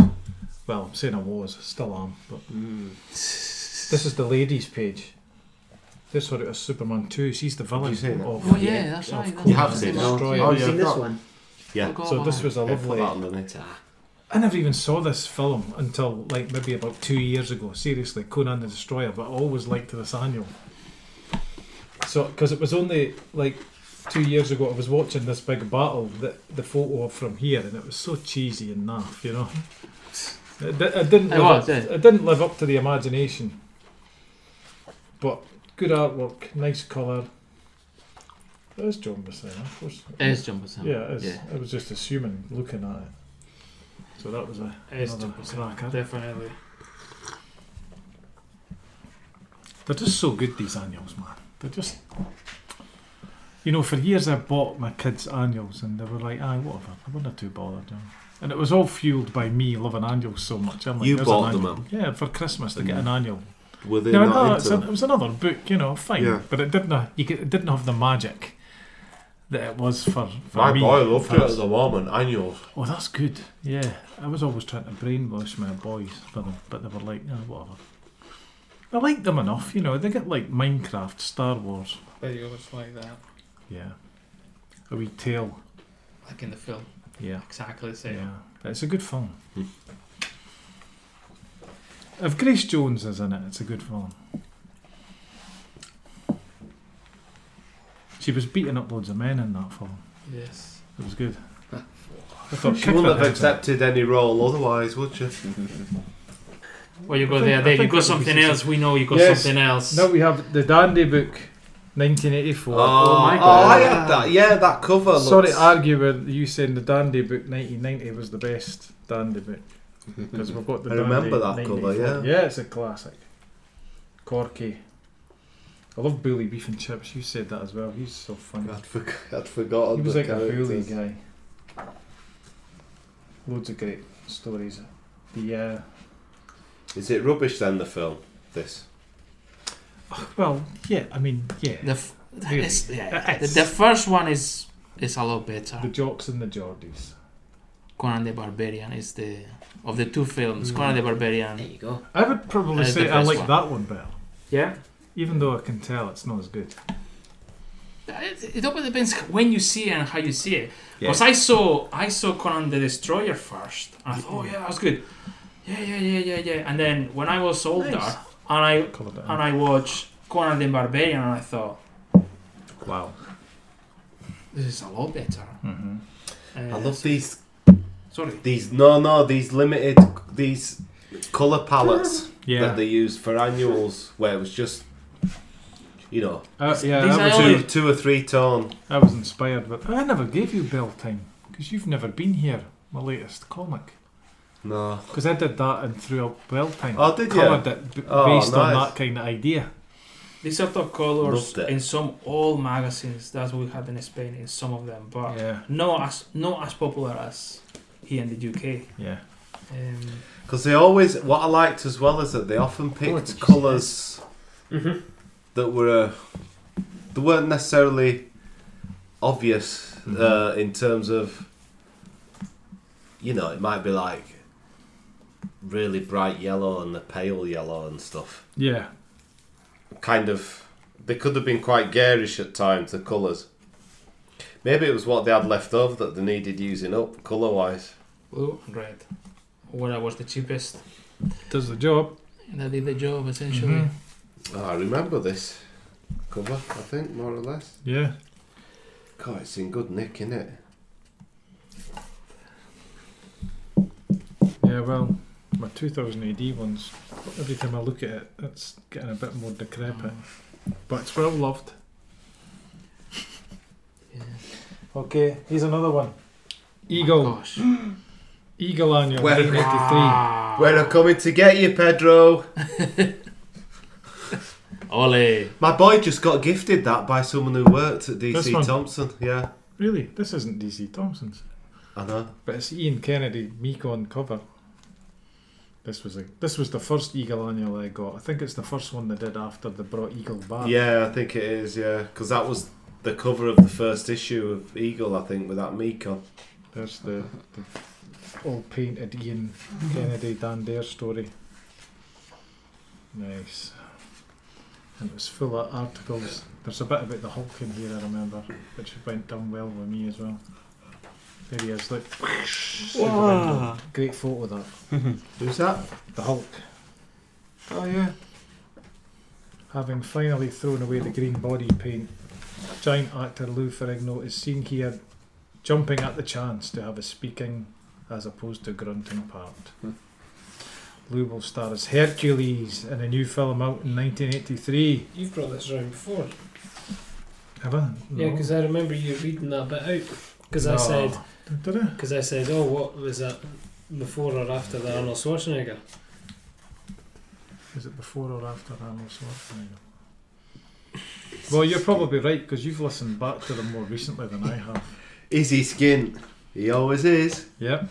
B: Well, I'm saying I was, I still am. But
E: Hmm.
B: This is the ladies' page. This sort of is Superman 2. She's the villain
D: Have you seen it?
B: of.
M: Oh yeah, that's
B: of
M: right.
B: course.
M: that's
D: You have
M: right.
D: seen it.
B: Destroyer.
D: Oh,
E: Have you
D: yeah,
E: seen this
D: not-
E: one?
D: Yeah.
M: Forgot
B: So
M: about
B: this
M: it.
B: was a
D: Yeah, put
B: lovely.
D: that underneath.
B: I never even saw this film until like maybe about two years ago. Seriously, Conan the Destroyer, but I always liked this annual. So, because it was only like two years ago, I was watching this big battle that the photo of from here, and it was so cheesy and naff, you know. It, di- it didn't.
M: It
B: live
M: was,
B: up,
M: yeah.
B: it didn't live up to the imagination. But good artwork, nice colour. That is John Buscema, of course.
M: It is Jumbo Sam.
D: Um,
B: Yeah, it is.
M: Yeah.
B: I was just assuming looking at it. So that was a
F: It is
B: another
F: Jumbo
B: cracker.
F: Definitely.
B: They're just so good these annuals, man. They're just you know, for years I bought my kids annuals and they were like, aye, whatever. I wasn't too bothered. You know. And it was all fueled by me loving annuals so much. I'm like,
D: You
B: "There's
D: bought
B: an annual."
D: them
B: Yeah, for Christmas to get
D: Yeah.
B: an annual.
D: Were they
B: No,
D: not
B: no,
D: into
B: it's an, it was another book, you know, fine.
D: Yeah.
B: But it didn't have, you could, it didn't have the magic that it was for, for
D: My
B: me.
D: boy loved
B: For
D: it
B: us.
D: at the moment, annuals.
B: Oh, that's good. Yeah, I was always trying to brainwash my boys for them, but they were like, "Ah, whatever. I like them enough, you know. They get like Minecraft, Star Wars.
F: Videos like that,
B: Yeah. A wee tale.
F: like in the film.
B: Yeah.
F: Exactly the same.
B: Yeah. It's a good film.
D: Hmm.
B: If Grace Jones is in it, it's a good film. She was beating up loads of men in that film.
F: Yes.
B: It was good. I thought,
D: She
B: "Kick
D: wouldn't
B: their
D: have
B: heads in."
D: accepted any role otherwise, would she?
F: Well, you
B: I
F: go
B: think- I
F: there, there. You
B: think
F: got
B: that would
F: something
B: be success-
F: else. We know you got
B: Yes.
F: something else.
B: Now we have the Dandy book, 1984.
D: my
E: God.
D: Oh, I had that. Yeah, that cover. Looks...
B: Sorry to argue with you saying the Dandy book 1990 was the best Dandy book because we've got the
D: I
B: Dandy
D: remember that cover,
B: 1984.
D: yeah.
B: yeah, it's a classic. Corky. I love Bully Beef and Chips. You said that as well. He's so funny.
D: I'd, forg I'd forgotten.
B: he was
D: the
B: like a bully
D: characters.
B: guy. Loads of great stories. The uh,
D: Is it rubbish then, the film? This?
B: well, yeah. I mean, yeah.
M: The f-
B: Really?
M: Uh, it's- yeah,
B: It
M: the,
B: is.
M: the first one is is a lot better.
B: The Jocks and the Geordies.
M: Conan the Barbarian is the of the two films. Conan the
E: There
M: Barbarian.
E: you go.
B: I would probably
M: That's Uh, the
B: say I
M: first
B: like
M: one.
B: that one better,
F: Yeah.
B: even though I can tell it's not as good.
F: It, it all depends when you see it and how you see it.
D: Yeah.
F: Because I saw I saw Conan the Destroyer first. And I thought, oh yeah, that was good. Yeah, yeah, yeah, yeah, yeah. And then when I was older,
B: Nice.
F: and I
B: Colour it in.
F: and I watched Conan the Barbarian, and I thought,
B: Wow.
F: this is a lot better.
B: Mm-hmm.
F: Uh,
D: I love these.
F: Sorry.
D: These no, no, these limited these color palettes
B: Yeah.
D: that they used for annuals, where it was just, you know,
B: Uh, yeah,
F: These
B: I
F: are
B: was,
D: two, two or three tone.
B: I was inspired, but I never gave you bell time because you've never been here. My latest comic
D: No,
B: because I did that and threw up bell time.
D: Oh, did you?
B: Coloured it b-
D: Oh,
B: based on
D: nice.
B: that kind of idea.
F: These sort of
D: Loved
F: colors
D: it.
F: in some old magazines. That's what we had in Spain in some of them, but
B: Yeah,
F: no as not as popular as here in the UK.
B: yeah.
F: Um,
D: because they always. What I liked as well is that they often picked
B: Oh, did you Mm-hmm.
D: colors that were, uh, they weren't necessarily obvious
B: Mm-hmm.
D: uh, in terms of. You know, it might be like really bright yellow and the pale yellow and stuff.
B: Yeah,
D: kind of they could have been quite garish at times the colours maybe it was what they had left over that they needed using up colour wise
F: blue and red. Where I was the cheapest.
B: does the job.
M: And I did the job essentially.
B: Mhm.
D: oh, I remember this cover I think more or less
B: Yeah,
D: God it's in good nick innit
B: yeah. Well, my 2000 AD ones. Every time I look at it, it's getting a bit more decrepit, but it's well loved.
M: Yeah.
B: Okay, here's another one. Eagle,
M: Gosh.
B: Eagle Annual,
D: Where-
B: 1983.
E: Ah.
D: we're coming to get you Pedro
M: Ole.
D: my boy just got gifted that by someone who worked at
B: This one?
D: DC Thompson yeah
B: Really, this isn't DC Thompson's.
D: I know
B: But it's Ian Kennedy Mekon cover. This was a, this was the first eagle annual I got. I think it's the first one they did after they brought Eagle back.
D: Yeah, I think it is. Yeah, because that was the cover of the first issue of Eagle. I think with that meek on.
B: There's the, the all painted Ian Kennedy Dan Dare story. Nice. And it was full of articles. There's a bit about the Hulk in here, I remember, which went down well with me as well. There he is, look.
E: Wow.
B: Great photo that.
D: Who's that?
B: The Hulk.
D: Oh yeah.
B: Having finally thrown away the green body paint, giant actor Lou Ferrigno is seen here jumping at the chance to have a speaking as opposed to grunting part. Lou will star as Hercules in a new film out in 1983.
C: You've brought this around before.
B: Have I?
A: Yeah, because I remember you reading that bit out. Because I
B: No.
A: said,
B: Did I?
A: because I said, oh, what was that before or after the Arnold Schwarzenegger?
B: Is it before or after Arnold Schwarzenegger? Well, you're probably right because you've listened back to them more recently than I have.
D: Is he skin? He always is.
B: Yep.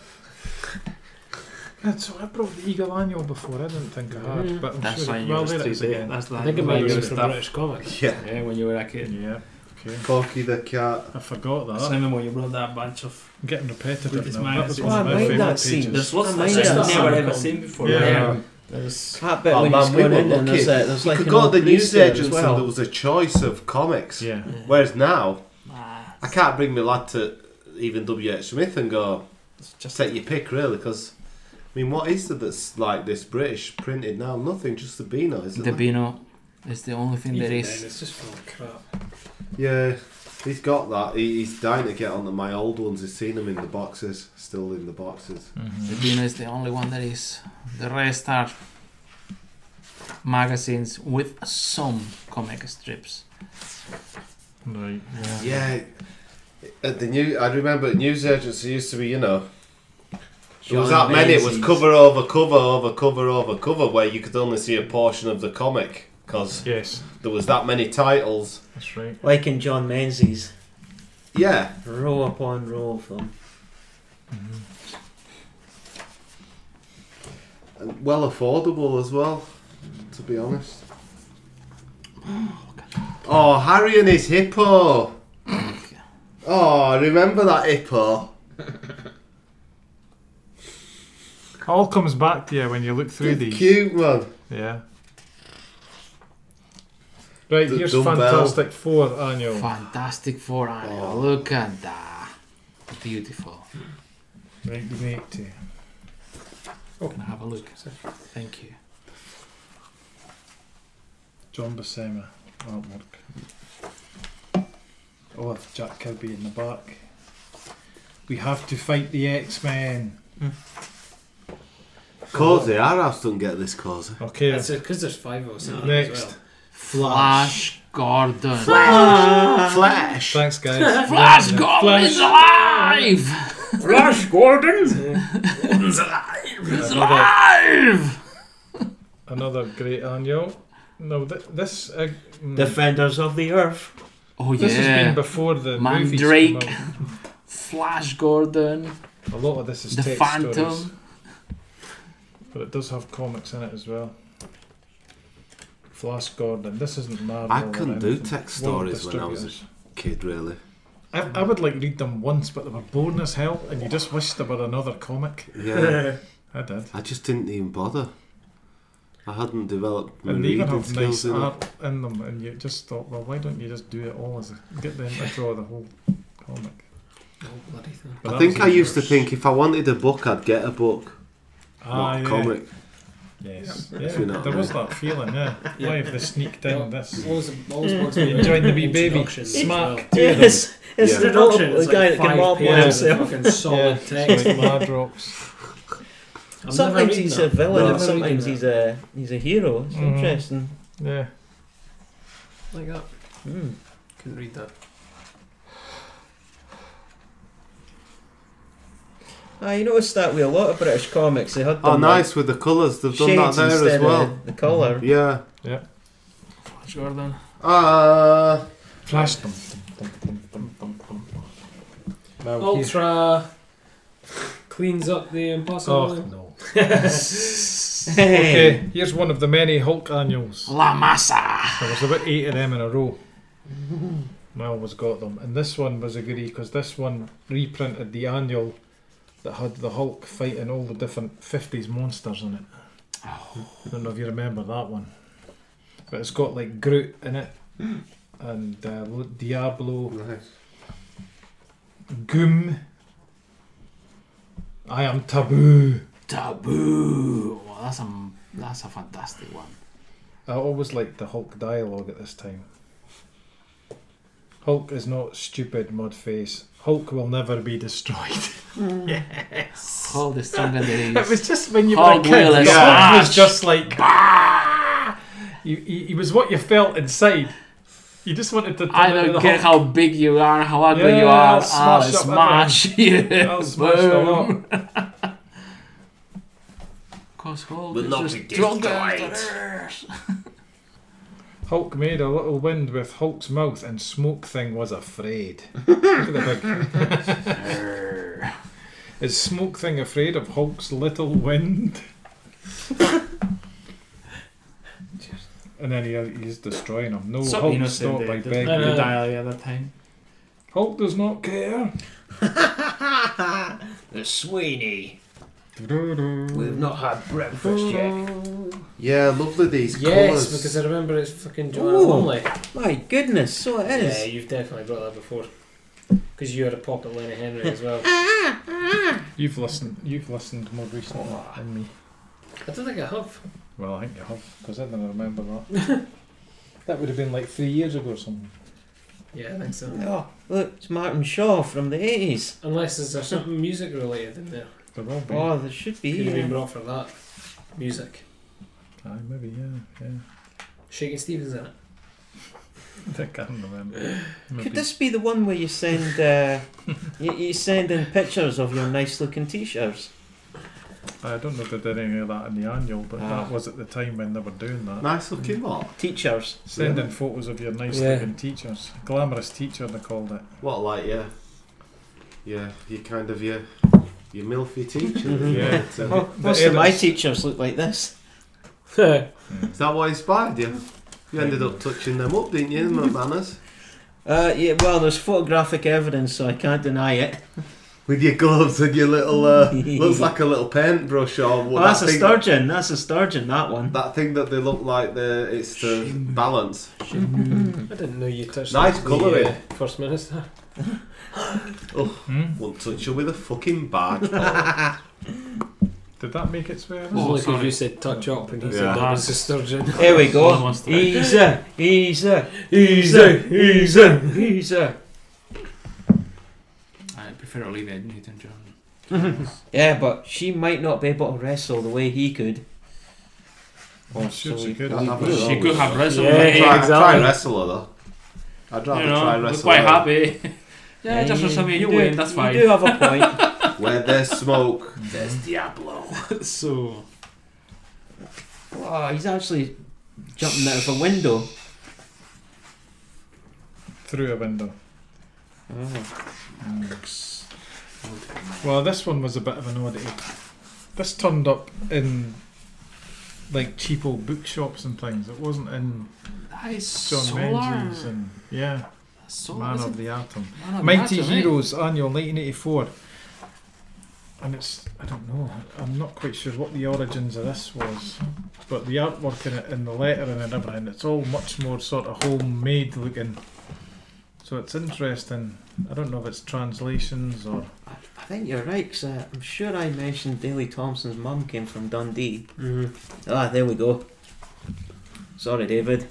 B: so I brought the Eagle Annual before. I didn't think I had,
A: Mhm.
B: but I'm
E: That's
B: sure.
E: why
B: it-
E: you
B: well,
E: was
B: there it
E: too
B: is
E: big.
B: again.
E: That's
A: I
E: like
A: think it might
F: Maybe
A: be
F: it's
A: from
F: that-
A: British comics.
D: Yeah.
F: Yeah, when you were a kid.
B: Yeah. Okay.
D: Corky the cat.
B: I forgot
F: I just
B: that.
F: remember when you brought that bunch of.
B: I'm getting repetitive
F: It's
B: now.
F: mine,
B: That was
F: it's
B: one of
E: mine.
B: my
E: I like that
B: favourite
E: scene.
B: pages.
F: There's lots
E: Mine
F: that
E: does.
F: I've never ever seen before.
B: Yeah.
E: Yeah.
F: There's,
E: That bit
D: Oh,
E: when
D: man,
E: he's
D: we
E: going
D: were
E: in and there's,
D: lucky.
E: a, there's
D: You
E: like
D: could
E: an
D: go to
E: old
D: the
E: news
D: newsagents
E: as
D: and there
E: well.
D: was a choice of comics.
B: Yeah.
D: Whereas now,
F: ah,
D: I can't bring my lad to even W.H. Smith and go,
F: it's just
D: take your pick, really, because, I mean, what is there that's like this British printed now? Nothing, just the Beano, isn't
M: The
D: there?
M: Beano is the only thing there
C: Even
M: is.
C: then, it's just full of crap.
D: yeah, he's got that. He, he's dying to get on the, my old ones. He's seen them in the boxes, still in the boxes.
M: The Beano is the only one that is. The rest are magazines with some comic strips.
B: Right. Yeah.
D: Yeah, at the new, I remember at newsagents, it used to be, you know, There was that many. It was cover over cover over cover over cover where you could only see a portion of the comic because
B: Yes,
D: there was that many titles.
B: that's right.
E: Like in John Menzies,
D: Yeah,
E: row upon row of them.
D: and well affordable as well, to be honest. Oh, Harry and his hippo. Oh, remember that hippo?
B: All comes back to you when you look through
D: It's
B: these.
D: Cute man.
B: Yeah. Right,
D: The
B: here's
D: dumbbell.
B: Fantastic Four annual.
M: Fantastic Four annual. Look at that. Beautiful.
B: Right, give me 80.
M: Can I have a look? Thank you.
B: John Buscema, artwork. Oh, I've Jack Kirby in the back. We have to fight the X Men.
D: Cozy, our house doesn't get this cozy.
B: Okay.
A: That's because there's five of us. in there As
B: Next.
A: well.
M: Flash Gordon.
D: Flash.
B: Thanks, guys.
M: Flash Gordon is alive!
S: Flash Gordon!
M: He's alive!
B: Another great annual. No, th- this uh,
A: Hmm.
B: mm,
E: Defenders of the Earth.
M: Oh
B: this has been
M: yeah.
B: before the movies. came
M: Mandrake.
B: out.
M: Flash Gordon.
B: A lot of this is
M: The
B: text
M: Phantom.
B: stories, but it does have comics in it as well. Flash Gordon. This isn't Marvel.
D: I
B: or
D: couldn't do
B: anything.
D: text
B: World
D: stories when I was a
B: distributors.
D: kid, really.
B: I, I would like read them once, but they were boring as hell, and you just wished there were another comic.
D: Yeah.
B: I did.
D: I just didn't even bother. I hadn't developed my
B: And they even
D: reading
B: have nice
D: skills in
B: art in them, and you just thought, well, why don't you just do it all as a, get them to draw the whole comic?
A: Oh, bloody thing.
B: But
D: I
B: that
D: think
B: was
D: I used to
B: yours.
D: think if I wanted a book, I'd get a book,
B: Ah,
D: not a
B: yeah.
D: comic.
B: Yes,
D: If you know
B: yeah.
D: what
B: there
D: I
B: was
D: mean.
B: that feeling, yeah. Why have they sneaked in this?
A: Always, always bugs me
B: You joined the wee baby.
A: introductions as
B: Smack.
A: well.
E: Yes, it's
D: Yeah.
E: the little
A: Introduction is
E: the guy
A: like
E: that can
A: five
E: mob
A: pages
E: one
A: of
E: himself.
A: fucking solid text.
B: Like bar drops.
A: I'm never
E: Sometimes
A: reading
E: he's
A: that. Mm-hmm.
E: a villain,
A: No.
E: and sometimes
A: Never
E: he's a he's a hero. It's
B: Mhm.
E: interesting.
B: Yeah.
A: Like that.
E: Mm.
A: Couldn't read that.
E: Ah, you noticed that with a lot of British comics. They had
D: Oh,
E: them,
D: nice with the colours. They've
E: Like,
D: done that
E: shades
D: there
E: instead
D: as well.
E: of the color.
D: Yeah.
F: Flash Gordon.
D: Uh,
B: Flash them.
A: Oh.
B: Now
A: Ultra cleans up the
B: Oh
A: impossible.
B: no.
E: Hey.
B: Okay, here's one of the many Hulk annuals.
M: La masa.
B: There was about eight of them in a row. And I always got them. And this one was a goodie because this one reprinted the annual that had the Hulk fighting all the different 50s monsters in it. I don't know if you remember that one. But it's got like Groot in it and uh, Lo- Diablo,
D: Nice.
B: Goom. I am taboo.
M: Taboo. Well, that's a that's a fantastic one.
B: I always liked the Hulk dialogue at this time. Hulk is not stupid, mudface. Hulk will never be destroyed.
M: All the stronger there is.
B: it was just when you
M: Hulk
B: were a kid,
M: will
B: the
M: is
B: Hulk was
M: smash.
B: just like. He, he, he was what you felt inside. You just wanted to.
M: I
B: turn into
M: don't
B: the
M: care
B: Hulk.
M: how big you are, how ugly
B: Yeah,
M: you are.
B: I'll
M: I'll
B: smash
M: smash you.
B: I'll smash the Hulk.
M: Cause Hulk
N: Will
M: is
N: not
M: just
N: be
M: stronger than
N: destroyed.
M: us.
B: Hulk made a little wind with Hulk's mouth, and Smoke Thing was afraid. Look at the big. Is Smoke Thing afraid of Hulk's little wind? and then he, he's destroying him. No,
F: So
B: Hulk
F: innocent,
B: stopped
F: they
B: by
F: did-
B: begging.
F: The diarrhea that time.
B: Hulk does not care.
E: the Sweeney. We've not had breakfast yet.
D: Yeah, lovely these
A: Mm. Yes,
D: colours.
A: because I remember it's fucking Joanna
E: Ooh.
A: Lumley.
E: My goodness, so it
A: Yeah,
E: is.
A: you've definitely brought that before. Because you had a pop at Lenny Henry as well.
B: You've listened. You've listened more recently than me.
A: I don't think I have.
B: Well, I think you have, because I don't remember that. that would have been like three years ago or something.
A: Yeah, I think so.
E: Oh, look, it's Martin Shaw from the 80s.
A: Unless is there something music related in there?
B: There will be.
E: Oh, there should be.
A: Could have been
E: yeah.
A: brought for that. Music.
B: Aye, maybe. Yeah, yeah.
A: Shaking Stevens in it.
B: I think I can remember.
E: Could this be the one where you send uh, you, you send in pictures of your nice looking t-shirts?
B: I don't know if they did any of that in the annual, but
E: Ah.
B: that was at the time when they were doing that.
D: Nice looking lot.
E: Teachers.
B: Sending photos of your nice
A: Yeah.
B: looking teachers. Glamorous teacher, they called it.
D: What like yeah, yeah. You kind of your your milfy teacher.
E: Mhm.
D: yeah.
E: Oh,
B: The
E: most of my
B: Evans.
E: teachers look like this.
D: Is that what inspired you? You ended up touching them up, didn't you, McManus?
E: Uh, yeah, well, there's photographic evidence, so I can't deny it.
D: With your gloves and your little uh, looks like a little paintbrush or what?
E: Well, Oh, that's
D: that
E: a
D: thing-
E: sturgeon. That's a sturgeon. That one.
D: That thing that they look like the it's the balance.
A: I didn't know you touched
D: Nice
A: the,
D: colouring.
A: uh, First Minister.
B: Hmm?
D: Won't touch you with a fucking bag.
B: Did that make its way?
A: Only
B: around?
A: 'cause you said touch up and he said
D: Yeah.
A: that was a sturgeon.
E: There we
M: All the
E: go.
M: monster.
E: Easy, easy, easy, easy, easy.
M: I prefer Olivia Newton John.
E: Yeah, but she might not be able to wrestle the way he could.
B: Oh, sure, she could.
D: I'd have a
M: She could have wrestled.
A: Yeah,
M: with
D: try,
M: me.
A: exactly.
D: try wrestler though. I'd rather
M: you know,
D: try
M: we're
D: wrestler.
M: quite happy. yeah, just
E: Eh,
M: for something you
E: do-
M: win. That's fine.
E: You do have a point.
D: Where there's smoke,
B: Mm-hmm.
D: there's Diablo.
M: so
E: oh, he's actually jumping out of a window.
B: Through a window. Mm.
E: Oh.
B: Well, this one was a bit of an oddity. This turned up in like cheapo bookshops and things. It wasn't in
M: that is
B: John
M: solar.
B: Menzies and yeah,
M: Solar,
B: Man
M: is
B: of
M: it?
B: the Atom.
M: Man
A: Ah,
M: of the
B: Mighty
M: Atom, eh?
B: Heroes Annual 1984. And it's, I don't know, I'm not quite sure what the origins of this was, but the artwork in it and the lettering and everything, it's all much more sort of homemade looking. So it's interesting. I don't know if it's translations or.
E: I, I think you're right, 'cause, uh, I'm sure I mentioned Daley Thompson's mum came from Dundee.
A: Mhm.
F: Mm-hmm.
E: Ah, there we go. Sorry, David.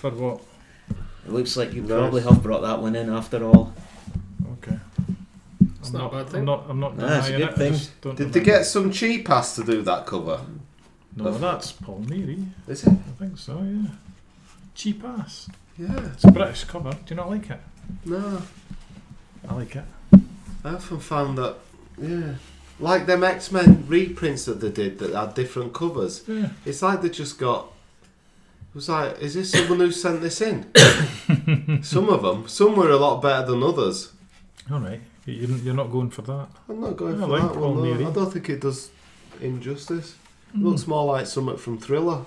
B: For what?
E: It looks like you
D: Nice.
E: probably have brought that one in after all.
A: It's
B: I'm
A: not a bad thing.
B: I'm not, I'm not
E: No, it's a
B: denying
E: good
B: it.
E: thing.
B: I just don't
D: Did they
B: remember.
D: get some cheap ass to do that cover?
B: No, that's Paul Neary.
D: Is it?
B: I think so, yeah. Cheap ass.
D: Yeah.
B: It's a British cover. Do you not like it?
D: No.
B: I like it.
D: I often found that, yeah, like them X Men reprints that they did that had different covers.
B: Yeah.
D: It's like they just got. It was like, is this someone who sent this in? some of them, some were a lot better than others.
B: Alright. You're, you're not going for that.
D: I'm not going
B: I
D: for
B: like
D: that one.
B: Paul Hmm.
D: no.
B: Neary.
D: I don't think it does injustice. Mm. Looks more like something from Thriller.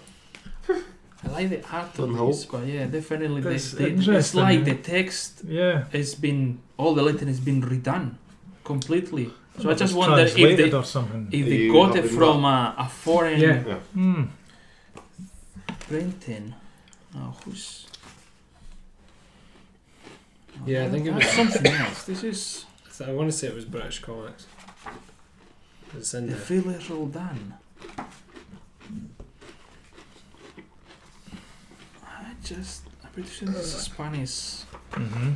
F: I like the art
D: Don't
F: of
D: hope.
F: this, but yeah, definitely they,
B: That's
F: they, it's
B: interesting,
F: like
B: yeah.
F: the text
B: Yeah.
F: has been all the Latin has been redone completely. So I
B: It's
F: just wonder if they
B: translated or something.
F: if
D: Are
F: they
D: you
F: got it
D: happy with
F: from a, a foreign
B: Yeah. Hmm.
F: printing. Oh, who's? Oh,
A: Yeah, I think it
F: that's
A: was-
F: something else. This is
A: So I want to say it was British comics. It's in
F: the
A: there.
F: Philly Roldan. I just, I'm pretty sure this is Spanish.
B: Mm-hmm.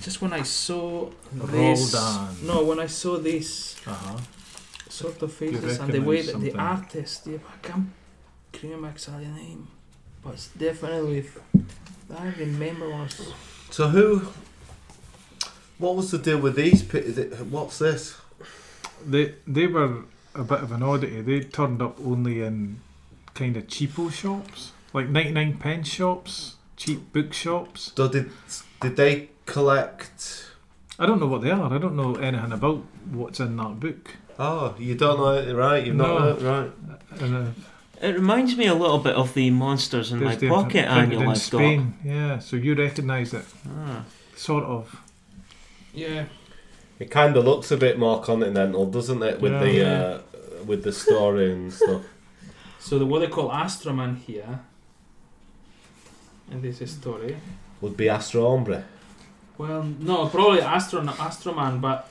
F: Just when I saw this,
B: Roldan.
F: no, when I saw this
B: Uh-huh.
F: sort of
B: You
F: faces and the way
B: recognise
F: that the
B: something.
F: artist, yeah, I can't remember exactly the name, but it's definitely, if I remember was
D: So who? What was the deal with these? pi- is it- What's this?
B: They they were a bit of an oddity. They turned up only in kind of cheapo shops, like ninety nine pence shops, cheap book shops.
D: So did did they collect?
B: I don't know what they are. I don't know anything about what's in that book.
D: Oh, you don't know it, right? You've
B: No.
D: not heard, right?
B: And, uh,
E: It reminds me a little bit of the Monsters in My
B: there's the
E: Pocket
B: printed
E: annual
B: in
E: I've
B: Spain. Yeah, so you recognise it,
E: got. Ah.
B: sort of.
F: yeah.
D: It kind of looks a bit more continental, doesn't it? With the
F: Yeah.
D: uh, with the story and stuff.
F: So the what they call Astroman here in this story.
D: Would be Astro Hombre.
F: Well, no, probably Astro Astroman, but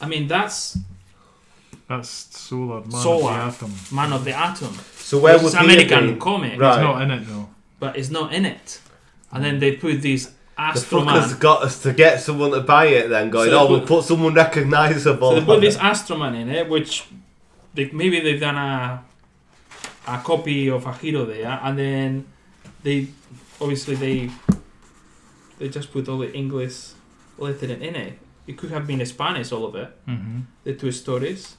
F: I mean that's
B: That's Solar Man
F: Solar.
B: of the Atom.
F: Man of the Atom.
D: So where
F: It's
D: would he have
F: American
D: been?
F: comic,
D: Right.
B: It's not in it though.
F: but it's not in it. And then they put this
D: The fuckers
F: Astroman.
D: got us to get someone to buy it. Then going,
F: So
D: oh,
F: they
D: we'll
F: put-
D: put someone recognisable.
F: So they put
D: on
F: this
D: it."
F: Astroman in it, which they, maybe they've done a a copy of a hero there, and then they obviously they they just put all the English lettering in it. It could have been Spanish, all of it.
B: Mm-hmm.
F: the two stories.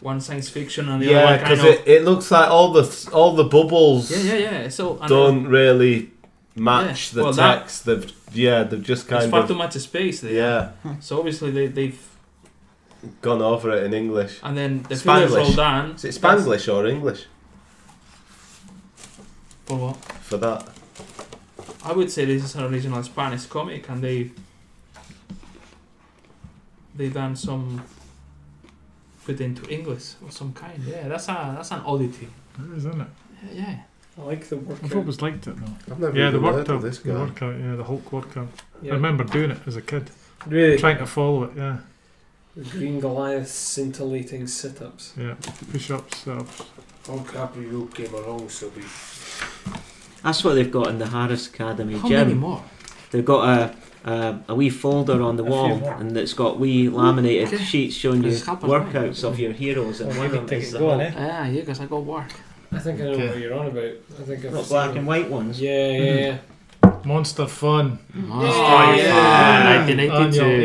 F: One science fiction and the other
D: yeah,
F: one kind
D: because
F: of.
D: it, it looks like all the all the bubbles
F: yeah, yeah, yeah. So and
D: don't really match
F: Yeah,
D: the
F: well, that-
D: text. They've yeah, they've just
F: it's
D: kind
F: far too
D: of
F: much space there.
D: yeah
F: So obviously they they've
D: gone over it in English.
F: and then the
D: Spanglish.
F: fillers roll down.
D: Is it Spanglish or English
F: For what?
D: for that?
F: I would say this is an original Spanish comic, and they they done some put into English or some kind. Yeah, that's a that's an oddity.
B: It is in it.
F: Yeah, yeah.
A: I like the work.
B: I've always liked it though.
D: I've never
B: Yeah,
D: even
B: the
D: heard
B: workout.
D: of this
B: The
D: guy.
B: workout. Yeah, the Hulk workout.
A: Yeah.
B: I remember doing it as a kid,
A: Really,
B: trying to follow it. Yeah,
A: the Green Goliath scintillating sit-ups.
B: yeah. Push ups, sit ups.
L: Oh, Gabriel came along, so we.
E: That's what they've got in the Harris Academy
F: How
E: gym.
F: many more?
E: They've got a, a, a wee folder on the
B: A few
E: wall,
B: more.
E: and it's got wee laminated
F: Okay.
E: sheets showing you
F: It's happened, right?
E: workouts of your heroes, and
A: Well,
E: one
A: you
E: of
A: can
E: them
A: take
E: is
A: it
E: the
A: going,
E: Hulk.
A: eh?
F: Yeah, yeah, because I got work.
A: I think I know
B: Okay.
A: what you're on about. I think I've
E: Not
A: seen
E: black
A: them.
E: and white ones.
A: Yeah, yeah, yeah.
B: Monster Fun. Ah,
F: Monster
D: yeah.
F: Fun,
B: Annual
F: 1982.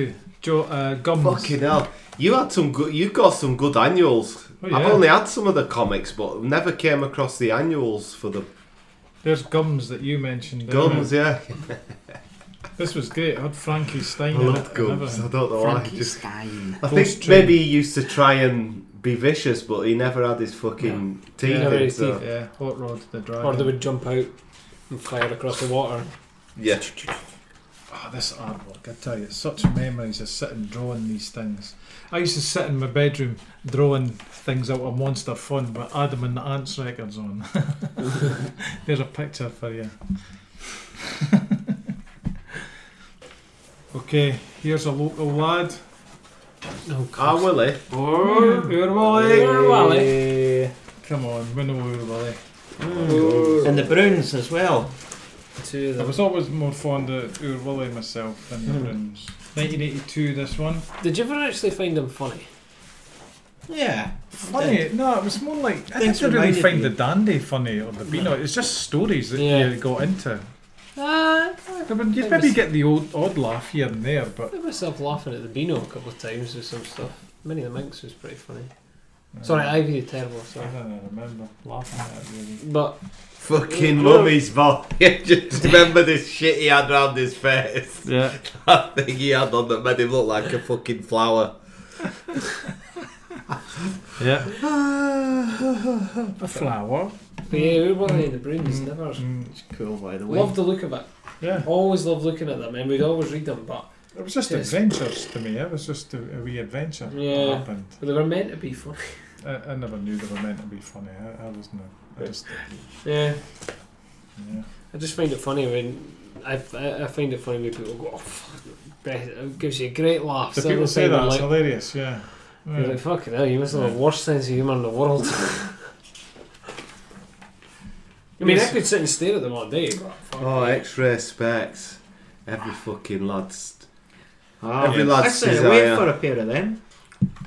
B: 82. Jo- uh, Gums.
D: Fucking hell. You had some good. You got some good annuals.
B: Oh,
D: I've
B: yeah.
D: only had some of the comics, but never came across the annuals for the
B: There's Gums that you mentioned. didn't
D: gums.
B: it?
D: Yeah,
B: This was great. I had Frankie Stein
D: I
B: in it.
D: loved
B: and
D: gums. I
B: everything.
D: don't know why. Just
M: Frankenstein.
D: I
B: Ghost
D: think
B: Train.
D: maybe he used to try and be vicious, but he never had his fucking teeth
B: Yeah,
D: in.
A: very
D: so-
B: Yeah, Hot Rod the Dragon.
A: Or they would jump out and fire across the water.
D: Yeah.
B: Oh, this artwork, I tell you, such memories of sitting drawing these things. I used to sit in my bedroom drawing things out of Monster Fun with Adam and the Ants records on. There's a picture for you. okay, here's a local lad.
A: Oh,
D: Ah, Willie.
A: Hmm.
B: Or Urwally.
A: Urwally.
B: Come on, we know Urwally.
E: And the Bruins as well.
A: Oh, Two of
B: I was
A: them.
B: always more fond of Urwally myself than the Bruins. 1982, this one.
A: Did you ever actually find them funny?
E: Yeah.
B: Funny, no, it was more like I
E: Things
B: didn't really
E: reminded
B: find
E: me.
B: the dandy funny or the beano. It's just stories that
A: Yeah.
B: you got into.
A: Ah,
B: I mean,
A: It
B: you'd maybe
A: was-
B: get the old odd laugh here and there, but
A: I found myself laughing at the Beano a couple of times with some stuff. Many of the Minx was pretty funny.
B: Hmm.
A: Sorry, Ivy the Terrible,
B: uh, I
A: sorry.
B: don't remember laughing at it really.
A: But
D: Fucking
A: Hello.
D: mummy's boy. Just remember this shit he had round his face.
B: Yeah,
D: That thing he had on that made him look like a fucking flower.
B: Yeah.
F: A flower.
A: Yeah, we were in the broom. It's never
N: It's cool, by the way.
A: loved the look of it.
B: Mm. Yeah.
A: Always loved looking at them, and we'd always read them. But
B: It was just
A: Yes.
B: adventures to me. It was just a, a wee adventure
A: Yeah.
B: that happened.
A: they were meant to be funny.
B: I, I never knew they were meant to be funny. I, I was no. I just
A: Yeah,
B: yeah.
A: I just find it funny when I I, I find it funny when people go, oh, fuck, it gives you a great laugh.
B: The
A: Some of
B: people
A: the
B: say
A: time
B: that
A: I'm
B: it's
A: like,
B: hilarious. Yeah.
A: You're
B: Yeah.
A: like, fucking hell, you must have
B: Yeah.
A: the worst sense of humour in the world. I mean, I could sit and stare at them all day. But fuck.
D: Oh, X-ray specs. Every fucking lad. St-
E: Ah,
D: Every lad
E: Actually, I
D: says I, uh,
E: wait for a pair of them.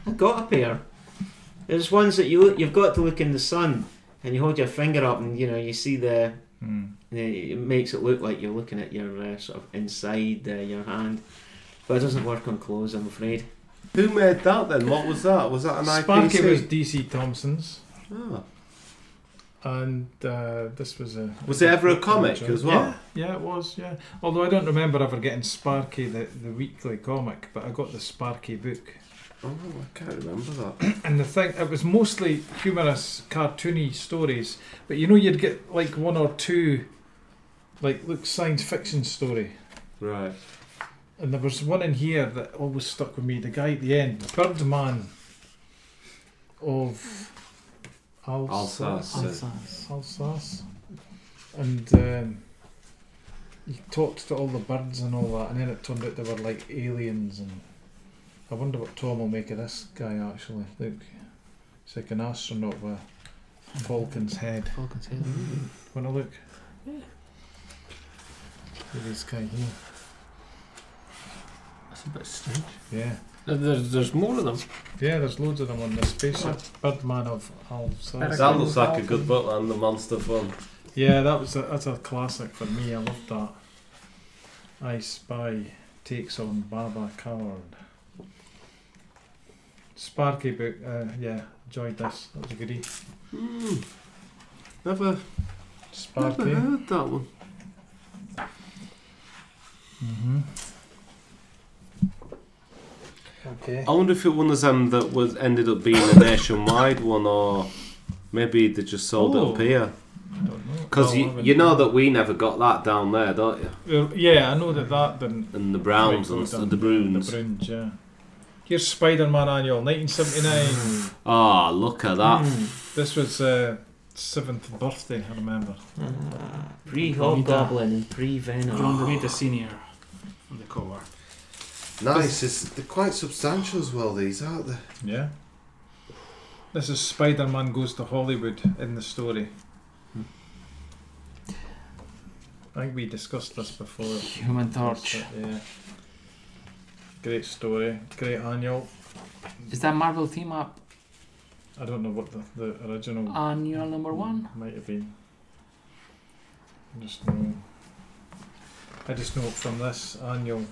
E: I got a pair. There's ones that you look, you've got to look in the sun, and you hold your finger up, and you know you see the.
B: Mm.
E: the- It makes it look like you're looking at your uh, sort of inside uh, your hand, but it doesn't work on clothes, I'm afraid.
D: Who made that then? What was that? Was that an
B: Sparky
D: IPC?
B: was DC Thompson's,
D: Oh.
B: and uh, this was a.
D: Was it ever a comic as well?
B: Yeah, yeah, it was. Yeah, although I don't remember ever getting Sparky the, the weekly comic, but I got the Sparky book.
D: Oh, I can't remember that.
B: And the thing, it was mostly humorous, cartoony stories, but you know, you'd get like one or two, like look science fiction story.
D: Right.
B: And there was one in here that always stuck with me. The guy at the end, Birdman, of Alsace.
D: Alsace.
B: Alsace. And um, he talked to all the birds and all that, and then it turned out they were like aliens. And I wonder what Tom will make of this guy actually. Look, it's like an astronaut with a falcon's head.
M: Falcon's head.
B: Want to look? Look at this guy here.
M: That's a bit strange.
B: Yeah.
A: There- There's, there's more of them.
B: Yeah, there's loads of them on the spaceship. Birdman of Alsace.
D: That looks like a good book, and the monster fun.
B: Yeah, that was a, that's a classic for me. I loved that. I Spy takes on Baba Coward. Sparky book. Uh, yeah, enjoyed this. That was a goodie.
D: Hmm. Never, never
B: Sparky.
D: heard that one.
B: Mm-hmm. Okay.
D: I wonder if it one of them that was ended up being a nationwide one, or maybe they just sold it
B: Oh.
D: up here.
B: I don't know.
D: Because
B: Well, I
D: you,
B: haven't-
D: you know that we never got that down there, don't you?
B: Uh, yeah, I know that that didn't.
D: And the Browns and
B: Right, well
D: and the
B: The
D: Bruins.
B: Bruins, yeah. Here's Spider-Man Annual, 1979.
D: Ah, look at that.
E: Hmm.
B: this was uh, seventh birthday, I remember.
E: Ah, pre Hobgoblin and pre
F: John
E: Venom.
F: Romita Senior on the cover.
D: Nice. It's, they're quite substantial as well, these, aren't they?
B: Yeah. This is Spider Man Goes to Hollywood in the story. I think we discussed this before.
M: Human Torch.
B: Yeah. Great story, great annual.
M: Is that Marvel team up
B: I don't know what the, the original
M: annual number one?
B: Mm, might have been. I just know. I just know from this annual, and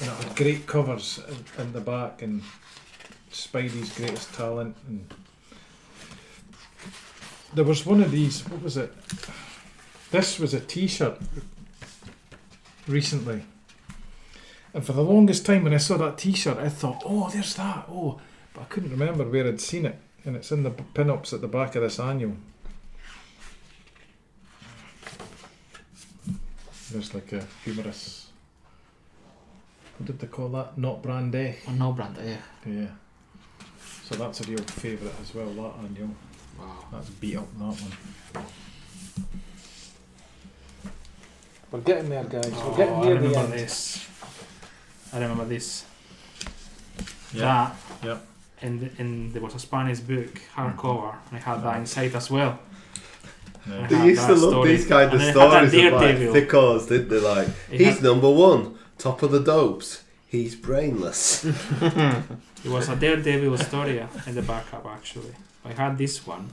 B: it had great covers in, in the back and Spidey's greatest talent and there was one of these. What was it? This was a T-shirt recently, and for the longest time when I saw that T-shirt, I thought, "Oh, there's that." Oh, but I couldn't remember where I'd seen it, and it's in the p- pin-ups at the back of this annual. There's like a humorous. What did they call that? Not brandy.
M: Oh, no, Branda, yeah.
B: Yeah. So that's a real favourite as well, that annual. Wow. That's beat up, that one. We're getting there, guys. We're getting
F: Oh, I
B: near the
F: remember
B: end.
F: this. I remember this.
B: Yeah.
F: That.
B: yeah.
F: And and there was a Spanish book hardcover, and I had that inside as well.
B: Yeah.
F: And I
D: They
F: had
D: used to
F: that
D: love
F: story.
D: these kind of
F: And I had that
D: stories about
F: Daredevil.
D: thickos, didn't they? Like,
F: It
D: he's
F: had-
D: number one, top of the dopes. He's brainless.
F: It was a Daredevil story in the backup actually. I had this one.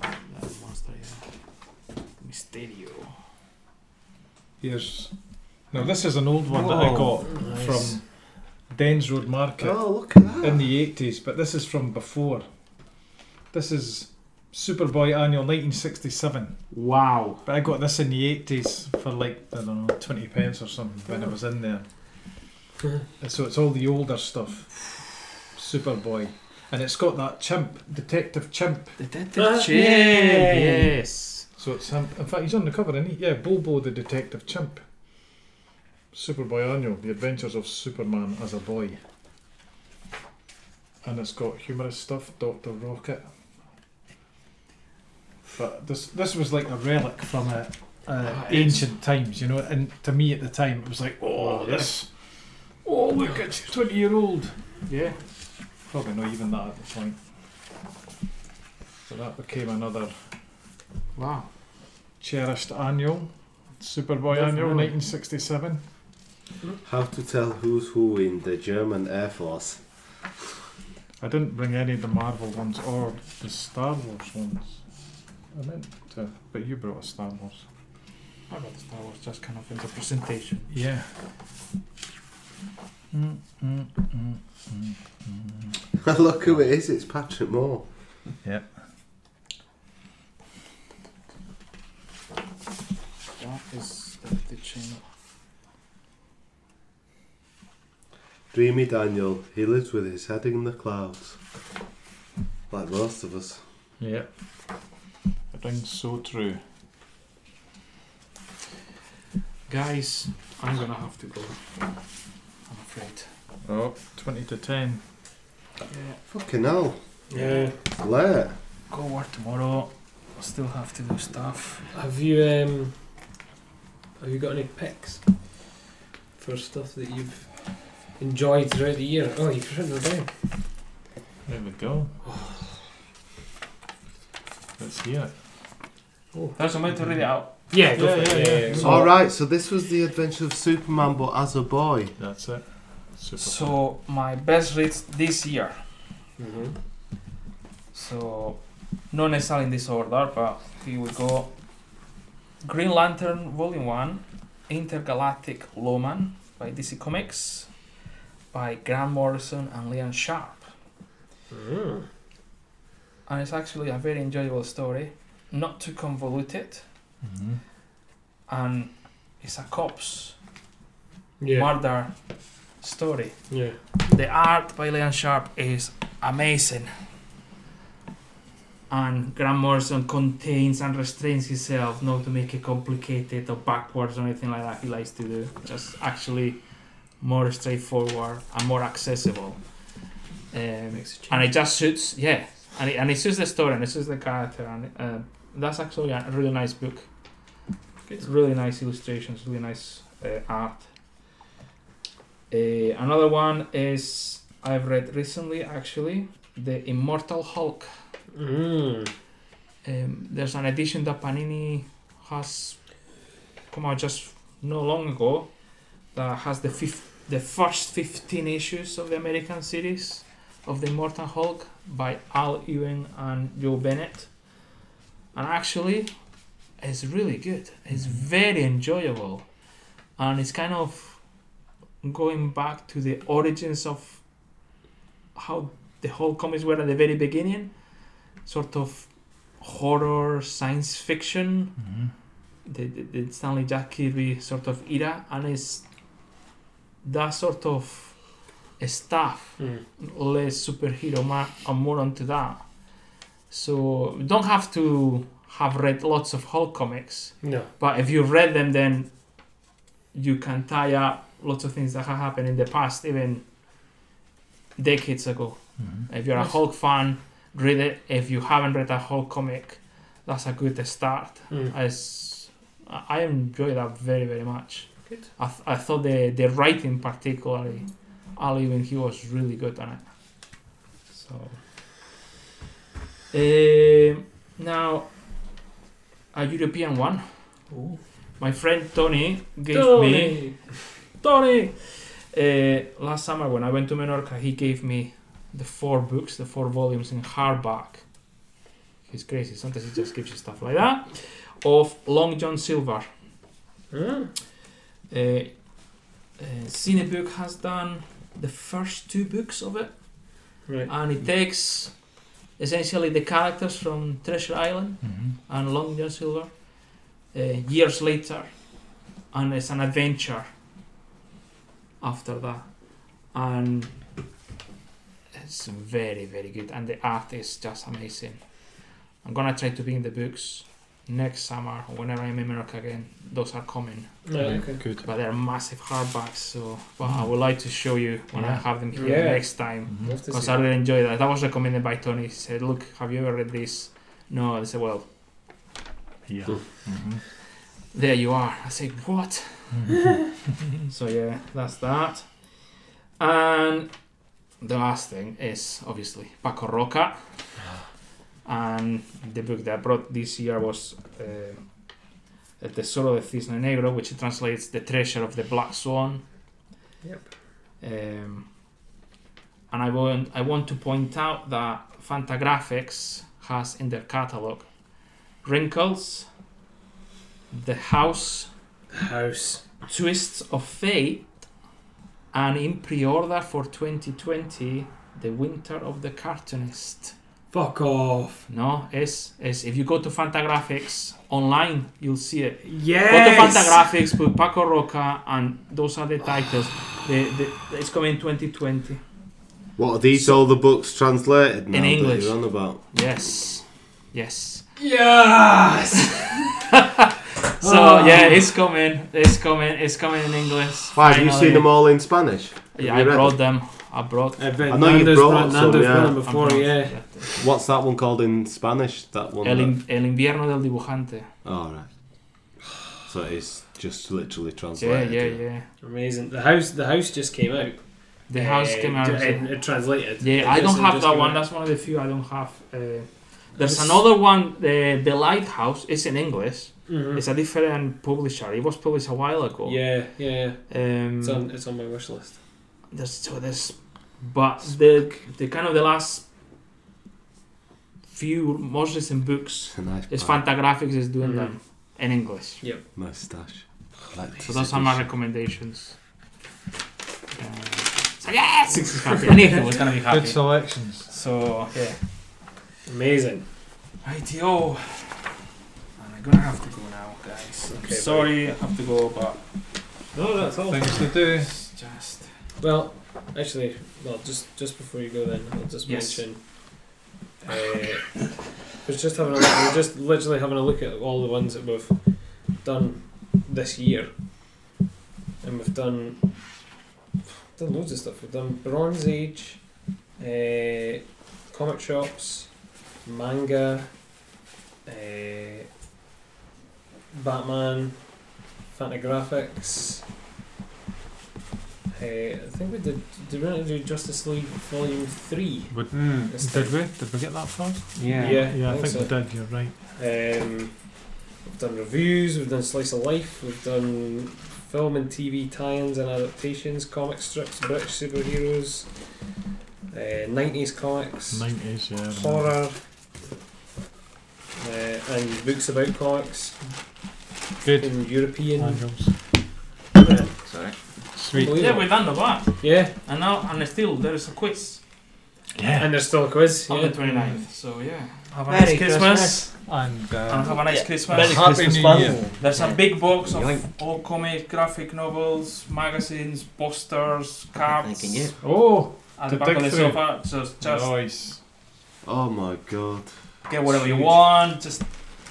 F: That monster, yeah. Mysterio.
B: Here's. Now, this is an old one that I
M: Whoa,
B: got from Dens Road Market
D: oh, look at that.
B: in the 80s, but this is from before. This is Superboy annual 1967.
F: Wow.
B: But I got this in the 80s for like, I don't know, 20 pence or something when I was in there. And so it's all the older stuff. Superboy. And it's got that chimp, Detective Chimp.
M: Detective Chimp.
B: Ah, yay.
M: Yes.
B: So it's him. In fact, he's on the cover, isn't he? Yeah, Bulbo the Detective Chimp. Superboy Annual, The Adventures of Superman as a Boy. And it's got humorous stuff, Dr. Rocket. But this this was like a relic from a, uh, ancient times, you know. And to me at the time, it was like, oh, this. Oh, look, it's 20 year old.
F: Yeah.
B: Probably not even that at the point. So that became another
F: Wow.
B: cherished annual, Superboy annual, 1967.
D: How to tell who's who in the German Air Force.
B: I didn't bring any of the Marvel ones or the Star Wars ones. I meant to, but you brought a Star Wars.
F: I got the Star Wars just kind of in the presentation.
B: Yeah.
D: Look who it is, it's Patrick Moore.
B: Yep.
F: That is that the chain.
D: Dreamy Daniel, he lives with his head in the clouds. Like most of us.
B: Yep. It rings so true.
F: Guys, I'm gonna have to go. I'm afraid.
B: Oh, 20 to 10.
D: Fucking hell,
A: Yeah.
D: late.
F: Go work tomorrow. I still have to do stuff.
A: Have you um have you got any picks for stuff that you've enjoyed throughout the year? Oh, you've written them down.
B: There we go. Let's hear it.
A: Oh.
F: There's a way to read it out.
A: Yeah,
B: go for it. Yeah, yeah, So-
D: Alright, so this was the adventure of Superman, but as a boy.
B: That's it. Super.
F: So my best reads this year.
A: Mm-hmm.
F: So not necessarily in this order, but here we go. Green Lantern Volume One, Intergalactic Lawman by DC Comics, by Grant Morrison and Leon Sharp.
A: Mm.
F: and it's actually a very enjoyable story, not too convoluted,
B: Mhm.
F: and it's a cops
A: Yeah.
F: murder story.
A: yeah.
F: The art by Leon Sharp is amazing, and Grant Morrison contains and restrains himself not to make it complicated or backwards or anything like that. He likes to do just actually more straightforward and more accessible. Um, and it just suits yeah and it, and it suits the story and it suits the character and uh, that's actually a really nice book it's really nice illustrations really nice uh, art uh, another one is i've read recently actually the immortal hulk
A: Mm.
F: um, there's an edition that panini has come out just no long ago that has the fif- the first 15 issues of the american series of the immortal hulk by Al Ewing and Joe Bennett. And actually, it's really good. It's very enjoyable. And it's kind of going back to the origins of how the whole comics were at the very beginning sort of horror, science fiction, the, the, the Stanley Jack Kirby sort of era. And it's that sort of stuff
A: Mm.
F: less superhero ma- and more onto that. So you don't have to have read lots of Hulk comics,
A: No.
F: but if you've read them, then you can tie up lots of things that have happened in the past, even decades ago.
B: Mm-hmm.
F: If you're a
A: Nice.
F: Hulk fan, read it. If you haven't read a Hulk comic, that's a good start.
A: Mm.
F: As I I enjoy that very very much.
A: Good.
F: I, th- I thought the the writing particularly, Ali when he was really good on it. So. Um now, a European one.
A: Ooh.
F: My friend Tony gave me
A: Tony.
F: Tony. Uh, last summer when I went to Menorca, he gave me the four books, the four volumes in hardback. He's crazy. Sometimes he just gives you stuff like that. Of Long John Silver.
A: Mm.
F: Uh, uh, Cinebook has done the first two books of it
A: Right.
F: and it takes essentially the characters from Treasure Island
T: Mhm.
B: Mm-hmm.
F: and Long John Silver uh, years later, and it's an adventure after that, and it's very very good, and the art is just amazing. I'm gonna try to be in the books next summer or whenever I'm in America again. Those are coming,
T: okay. Good.
F: but they're massive hardbacks. So, but I would like to show you when I
T: Yeah.
F: have them here
T: Yeah.
F: next time
D: Mm-hmm.
T: Mhm.
U: Love to
F: because
U: see
F: I
U: that.
F: really enjoyed that. That was recommended by Tony. He said, "Look, have you ever read this?" No, I said, "Well,
T: Yeah. hmm
F: there you are." I said, "What?"
B: Mm-hmm.
F: so yeah, that's that. And the last thing is obviously Paco Roca, and the book that I brought this year was uh, El Tesoro de Cisne Negro, which translates the Treasure of the Black Swan.
U: Yep.
F: Um, and I want I want to point out that Fantagraphics has in their catalog Wrinkles, The House,
A: House.
F: Twists of Fate, and in pre-order for 2020, The Winter of the Cartoonist.
A: Fuck off.
F: No, it's, it's if you go to Fantagraphics online, you'll see it. Go to
A: Yes.
F: Fantagraphics, put Paco Roca, and those are the titles. the, the, it's coming 2020.
D: What are these all the books translated now
F: In
D: that
F: English.
D: you're on about?
F: Yes. Yes.
A: Yes.
F: So
A: Ah.
F: yeah, it's coming. It's coming. It's coming in English.
D: Why, have you
F: finally.
D: seen them all in Spanish?
F: Yeah,
D: Have
F: I
D: you read
F: brought them. I brought.
A: I bet
D: I know you
A: Nando's
D: brought
A: brought-
D: some,
A: Nando's
D: yeah.
A: brought them
F: I
A: before,
F: brought-
A: yeah.
D: What's that one called in Spanish? That one.
F: El,
D: that-
F: in- El invierno del dibujante.
D: Oh, right. So it's just literally
F: Yeah,
D: translated.
F: yeah, yeah.
A: Amazing. The house. The house just came out.
F: The house
A: Uh,
F: came out.
A: d- and it translated.
F: Yeah,
A: It
F: I don't
A: just- it
F: have
A: just
F: that
A: came
F: one.
A: out.
F: That's one of the few I don't have. Uh, there's
A: It's-
F: another one. eh, The the lighthouse is in English.
A: Mhm.
F: It's a different publisher. It was published a while ago.
A: Yeah, yeah, yeah.
F: Um,
A: It's on. It's on my wish list.
F: there's so there's but the the kind of the last few most recent books
D: It's a nice
F: is
D: bag.
F: Fantagraphics is doing
A: Mhm.
F: them in English.
D: Nice stash. I like
F: So
D: this
F: those are my
D: edition.
F: recommendations. Uh, so yes, Six is happy. Nathan was gonna be
B: Good
F: happy.
B: selections.
F: So yeah,
A: Amazing.
F: ITO. And I'm gonna have to go now, guys. I'm
A: Okay,
F: sorry, I have to go, but
A: No, that's all.
B: Oh. Things to do.
F: it's just
A: Well, actually, well, just just before you go, then I'll just
F: Yes.
A: mention. Uh, we're just having a look, we're just literally having a look at all the ones that we've done this year, and we've done done loads of stuff. We've done Bronze Age, uh, comic shops, manga, uh, Batman, Fantagraphics. Hey, I think we did. Did we not do Justice League Volume Three? It's
B: Did we? Did we get that far?
V: Yeah.
A: Yeah,
B: Mm. Yeah, I think
A: so.
B: we did. You're right.
A: Um, we've done reviews. We've done slice of life. We've done film and TV tie-ins and adaptations, comic strips, British superheroes, uh, nineties comics,
B: Nineties. Yeah.
A: horror, uh, and books about comics
B: Good.
A: in European.
B: Angels.
E: Sorry.
B: Sweet.
F: yeah,
A: Unbelievable.
F: we've done the bar,
A: Yeah,
F: and now and still there is a quiz
B: Yeah.
A: and there's still a quiz.
F: on
A: yeah.
F: the 29th. So yeah, have a
V: Merry
F: nice Christmas.
V: Christmas.
B: And
F: And have
B: uh,
F: a nice
A: Yeah.
F: Christmas.
B: happy New Year.
F: There's a big box of
V: Yoink.
F: all comic, graphic novels, magazines, posters, cards.
V: Thanking you.
B: Oh,
F: At the
B: To
F: back of the
B: dig through.
F: sofa, so it's just
B: nice.
D: Oh my god.
F: get whatever you want. Just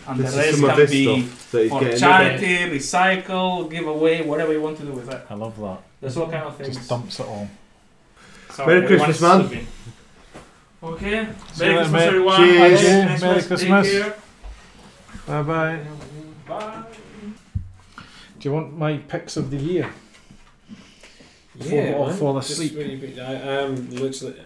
F: and
D: This
F: the
D: is
F: rest
D: some of
F: can
D: this
F: be
D: stuff that he's
F: for
D: getting.
F: charity, recycle, give away, whatever you want to do with it.
B: I love that.
F: There's all kind of things.
B: Just dumps it all.
F: So
D: Merry
F: everyone's
D: Christmas, man.
F: sleeping. Okay,
B: See
F: Merry
B: you later,
F: Christmas,
B: mate.
F: everyone.
D: Cheers.
F: Merry
B: Yeah,
F: Christmas.
B: Merry Christmas.
F: Take care.
B: Bye bye.
F: Bye.
B: Do you want my picks of the year?
A: Yeah,
B: Fall-
A: man.
B: fall
A: Just
B: asleep.
A: when you be- I I am Um, literally. I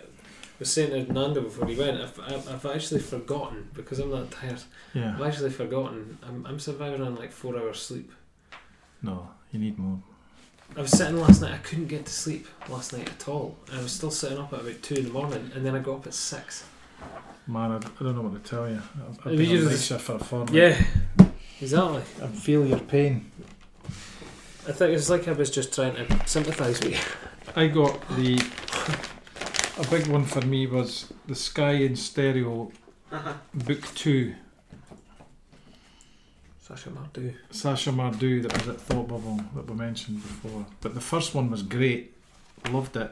A: was saying to Nando before he went, I've, I've I've actually forgotten because I'm that tired. I've
B: Yeah.
A: actually forgotten. I'm, I'm surviving on like four hours sleep.
B: No, you need more.
A: I was sitting last night. I couldn't get to sleep last night at all. I was still sitting up at about two in the morning, and then I got up at six.
B: Man, I, I don't know what to tell you. I've, I've
A: You
B: been on
A: just-
B: night shift for a fortnight.
A: Yeah, exactly.
B: I feel your pain.
A: I think it's like I was just trying to sympathise with you.
B: I got the a big one for me was the Sky in Stereo Book Two,
A: Sasha Mardu.
B: Sasha Mardu that was at Thought Bubble that we mentioned before. But the first one was great, loved it.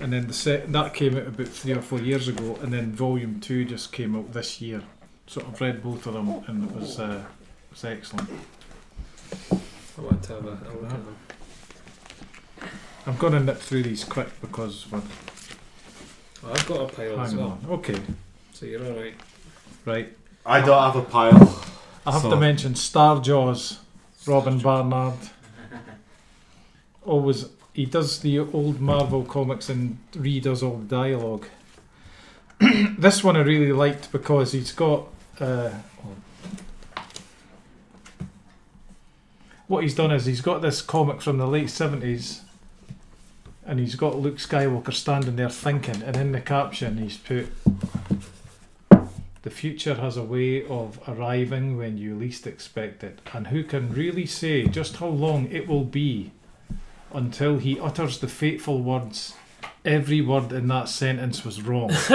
B: And then the set that came out about three or four years ago, and then Volume Two just came out this year. So I've read both of them, and it was uh, it was excellent.
A: I want to have a, a look at them.
B: I'm gonna nip through these quick because we're
A: Well, I've got a pile as
B: hanging
A: well,
B: on. Okay,
A: so you're alright.
B: right.
D: I don't have a pile.
B: I have to
D: So-
B: mention Star Jaws, Robin Barnard. Always, he does the old Marvel comics and redoes all the dialogue. this one I really liked because he's got. Uh, what he's done is he's got this comic from the late 70s and he's got Luke Skywalker standing there thinking, and in the caption he's put. The future has a way of arriving when you least expect it, and who can really say just how long it will be until he utters the fateful words, Every word in that sentence was wrong.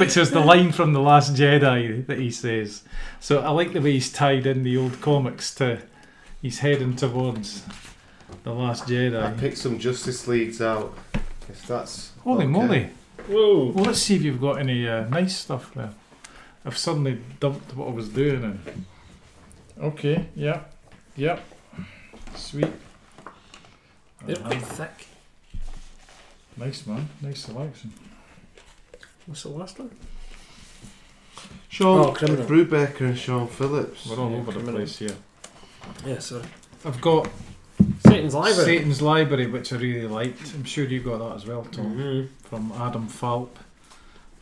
B: Which was the line from The Last Jedi that he says. So I like the way he's tied in the old comics to. He's heading towards The Last
D: I
B: Jedi.
D: picked some Justice Leagues out. If that's
B: Holy
D: okay.
B: moly!
A: Whoa!
B: Well, let's see if you've got any uh, nice stuff there. I've suddenly dumped what I was doing. And... Okay, yeah, yeah, sweet.
A: They're
B: Uh-huh.
A: quite thick.
B: Nice man, nice selection.
A: What's the last one?
D: Sean
A: Oh, criminal.
D: Brubaker and Sean Phillips.
B: We're all
A: Yeah,
B: over the
A: criminal.
B: place here.
A: Yeah, sorry.
B: I've got
A: Satan's Library.
B: Satan's Library, which I really liked. I'm sure you got that as well, Tom,
A: Mhm.
B: from Adam Falp.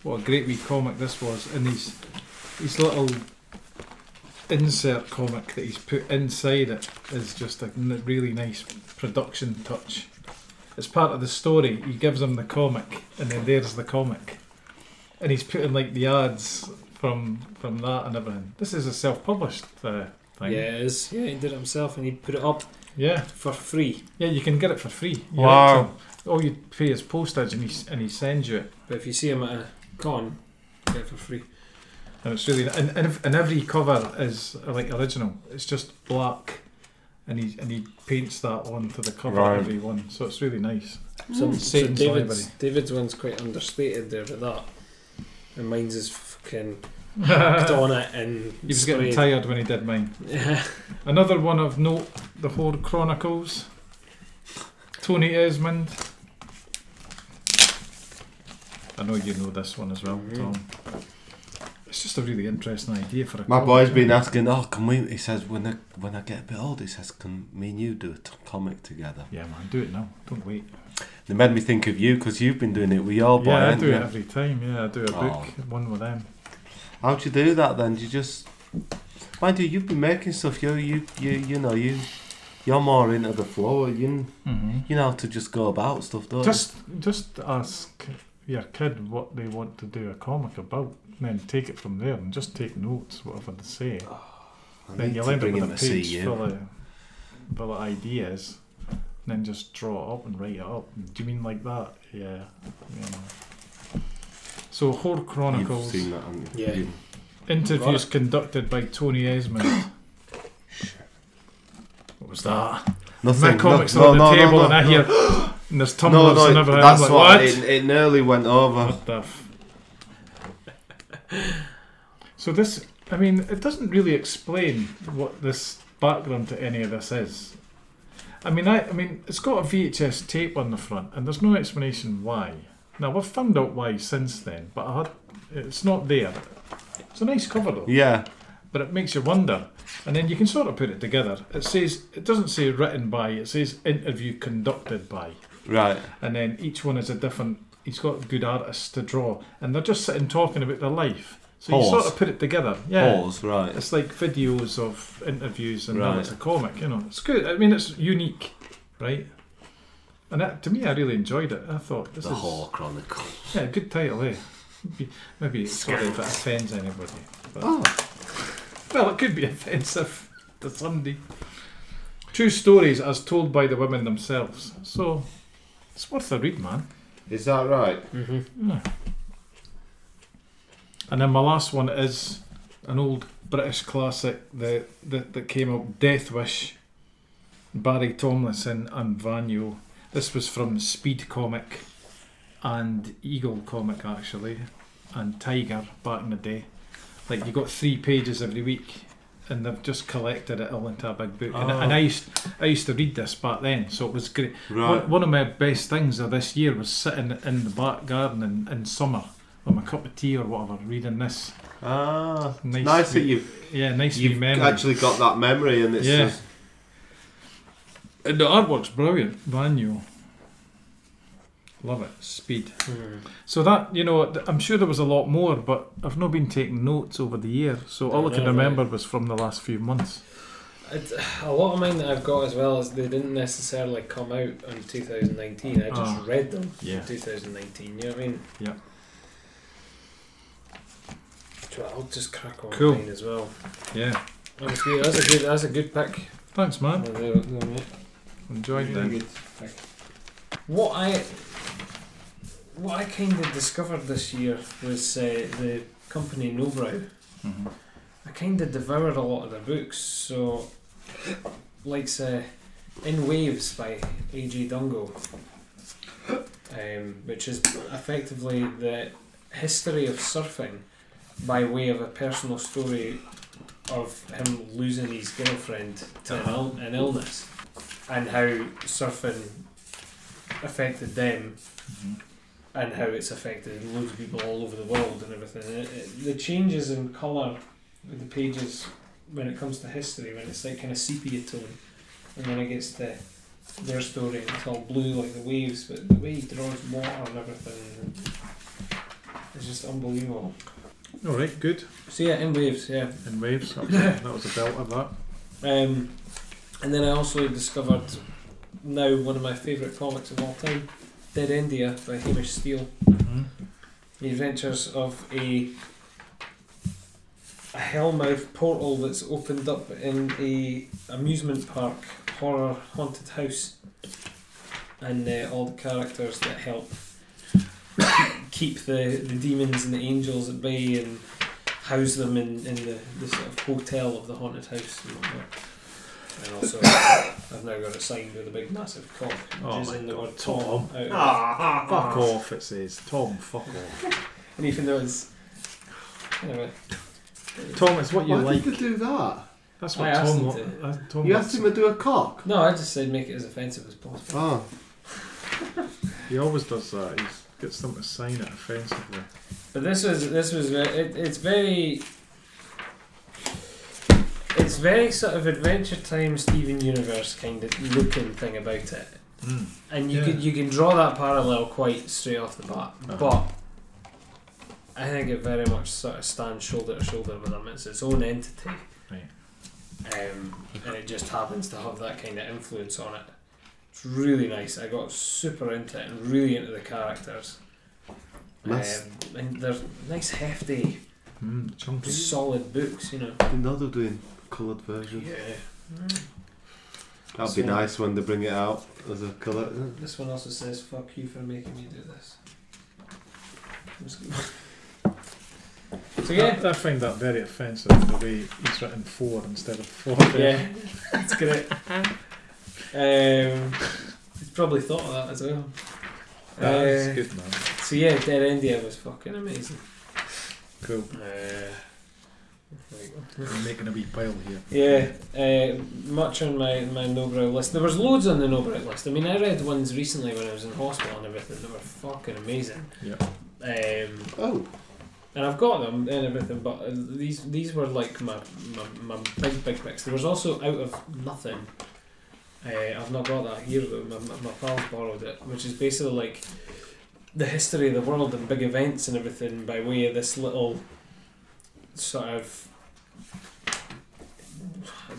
B: What a great wee comic this was, and his his little insert comic that he's put inside it is just a n- really nice production touch. It's part of the story. He gives him the comic, and then there's the comic, and he's putting like the ads from from that and everything. This is a self-published uh, thing.
A: Yeah, it is. Yeah, he did it himself and he put it up
B: Yeah.
A: for free.
B: Yeah, you can get it for free. You
D: Wow.
B: have to- all you pay is postage, and he s- and he sends you it,
A: But if you see him at a con, get it for free.
B: and it's really and and, ev- and every cover is uh, like original. It's just black, and he and he paints that onto the cover
D: Right.
B: of every one, so it's really nice.
A: Some, so
B: Mm. Satan's
A: David's, David's one's quite understated there with that. And mine's is fucking hacked
B: he
A: on it and
B: was getting
A: sprayed.
B: tired when he did mine.
A: Yeah.
B: Another one of note: the Horde Chronicles. Tony Esmond. I know you know this one as well,
A: Mhm.
B: Tom. It's just a really interesting idea for a
D: My
B: comic,
D: boy's
B: isn't
D: been
B: it?
D: asking, oh, can we? He says, when I when I get a bit old, he says, can me and you do a t- comic together?
B: Yeah, man, do it now. Don't wait.
D: They made me think of you because you've been doing it with your boy.
B: yeah, I
D: haven't
B: do it
D: you?
B: every time. Yeah, I do a
D: Oh.
B: book, one with them.
D: How'd you do that then? Do you just mind you, you've been making stuff. You you you you know you you're more into the flow. You
B: Mm-hmm.
D: you know how to just go about stuff, don't
B: Just, just ask your kid what they want to do a comic about, and then take it from there, and just take notes whatever they say.
D: you? Oh, I
B: then
D: need
B: you'll
D: to
B: end up
D: bring
B: with a
D: him to see
B: page
D: you.
B: full of, full of ideas, and then just draw it up and write it up. Do you mean like that? Yeah. yeah. So, Horde
D: You've
B: Chronicles.
D: seen that, haven't you?
A: Yeah.
D: You-
B: Interviews conducted by Tony Esmond. what was that?
D: Nothing.
B: My comics
D: no,
B: are on
D: no,
B: the
D: no,
B: table
D: no,
B: and I
D: no.
B: hear and there's
D: No,
B: tumblers
D: no,
B: and everything.
D: that's
B: I'm like,
D: what,
B: what?
D: It, it nearly went over.
B: What the f- so this, I mean, it doesn't really explain what this background to any of this is. I mean, I, I mean, it's got a VHS tape on the front, and there's no explanation why. Now we've found out why since then, but I had, it's not there. It's a nice cover though
D: Yeah,
B: but it makes you wonder. And then you can sort of put it together. It says it doesn't say written by, it says interview conducted by.
D: right.
B: And then each one is a different he's got good artists to draw and they're just sitting talking about their life. So you sort
D: Pause.
B: of put it together. Yeah.
D: Pause, right.
B: It's like videos of interviews and now
D: Right.
B: it's a comic, you know. It's good. I mean it's unique, right? And that, to me I really enjoyed it. I thought this
D: The
B: is
D: Whore Chronicle.
B: yeah, good title, eh? Maybe- Maybe it's sorry if it offends anybody. But...
D: Oh.
B: Well, it could be offensive to somebody. True stories as told by the women themselves. So, It's worth a read, man.
N: Is that right?
A: Mm-hmm.
B: And then my last one is an old British classic that that, that came up, Death Wish, Barry Tomlinson and Vanyo. This was from Speed Comic and Eagle Comic actually, and Tiger back in the day. Like you got three pages every week, and they've just collected it all into a big book. And, and I used I used to read this back then, so it was great. One, one of my best things of this year was sitting in the back garden in, in summer with my cup of tea or whatever, reading this.
D: Ah,
B: Nice
D: nice,
B: to-
D: that you've
B: Yeah, nice
D: you've
B: memory.
D: actually got that memory, and it's
B: Yeah.
D: just
B: And the artwork's brilliant. Manual. Love it. Speed.
A: Mm-hmm.
B: So that, you know, th- I'm sure there was a lot more, but I've not been taking notes over the year. So all I can
A: Yeah, right.
B: remember was from the last few months.
A: It's, a lot of mine that I've got as well is they didn't necessarily come out in 2019. I just
B: Ah.
A: read them
B: Yeah.
A: in 2019. You know what I mean?
B: Yeah.
A: So I'll just crack on
B: Cool.
A: cool. mine as well.
B: Yeah.
A: That was good. That's a good. That's a good pick.
B: Thanks, man.
A: Well, there- there, mate.
B: Enjoyed that.
A: What I what I kind of discovered this year was uh, the company Nobrow.
B: Mhm.
A: I kind of devoured a lot of their books. So, like say, In Waves by A.J. Dungo, um, which is effectively the history of surfing by way of a personal story of him losing his girlfriend to an, Ill- an illness and how surfing affected them and how it's affected loads of people all over the world and everything. And it- it- the changes in colour with the pages when it comes to history, when it's like kind of sepia tone, and then it gets to their story, and it's all blue like the waves, but the way he draws water and everything is just unbelievable.
B: All right, good.
A: So, yeah, in waves, yeah.
B: In waves. That was, a, that was a belt of that.
A: Um, and then I also discovered now one of my favourite comics of all time, Dead India by Hamish Steele.
B: Mm-hmm.
A: The adventures of a a hellmouth portal that's opened up in a amusement park horror haunted house, and uh, all the characters that help keep the, the demons and the angels at bay and house them in, in the, the sort of hotel of the haunted house and whatnot. And also, I've now got it signed with a big massive cock.
B: Oh
A: which is
B: my
A: in the
B: God,
A: word Tom.
B: Tom.
A: out of it.
E: Ah,
B: Fuck off, it says. Tom, fuck off.
A: And even though it's anyway,
B: Tom, it's what you
N: Why
B: like.
N: did they do that?
B: That's what
A: I asked
B: Tom,
A: him
B: wa-
A: to.
B: uh, Tom
N: You
B: wants.
N: asked him to do a cock.
A: no, I just said make it as offensive as possible.
D: Ah,
N: Oh,
B: He always does that. He gets them to sign it offensively.
A: But this was this was ve- it, it's very it's very sort of Adventure Time Steven Universe kind of looking thing about it,
B: Mm.
A: and you
B: Yeah.
A: can you can draw that parallel quite straight off the bat,
B: Uh-huh.
A: but. I think it very much sort of stands shoulder to shoulder with them. It's its own entity,
B: Right.
A: um, and it just happens to have that kind of influence on it. It's really nice. I got super into it and really into the characters.
N: Nice.
A: Um, and they're nice, hefty,
B: Mm, chunky.
A: solid books, you know. Mm.
N: I didn't know they were doing coloured versions. That'd be
A: So-
N: nice when they bring it out as a colour.
A: This one also says, fuck you for making me do this. I'm just gonna- so, yeah.
B: I, I find that very offensive the way he's written four instead of four.
A: Yeah, it's great. Um, he's probably thought of that as well.
B: That's
A: Uh,
B: good, man.
A: So, yeah, Dead India was fucking amazing.
B: Cool.
A: Uh,
B: I'm making a wee pile here.
A: Yeah, uh, much on my my no-brow list. There was loads on the no-brow list. I mean, I read ones recently when I was in hospital and everything. They were fucking amazing.
B: Yeah.
A: Um,
N: Oh,
A: and I've got them and everything, but uh, these these were like my my, my big big picks. There was also out of nothing. Uh, I've not got that here, but my, my my pals borrowed it, which is basically like the history of the world and big events and everything by way of this little sort of.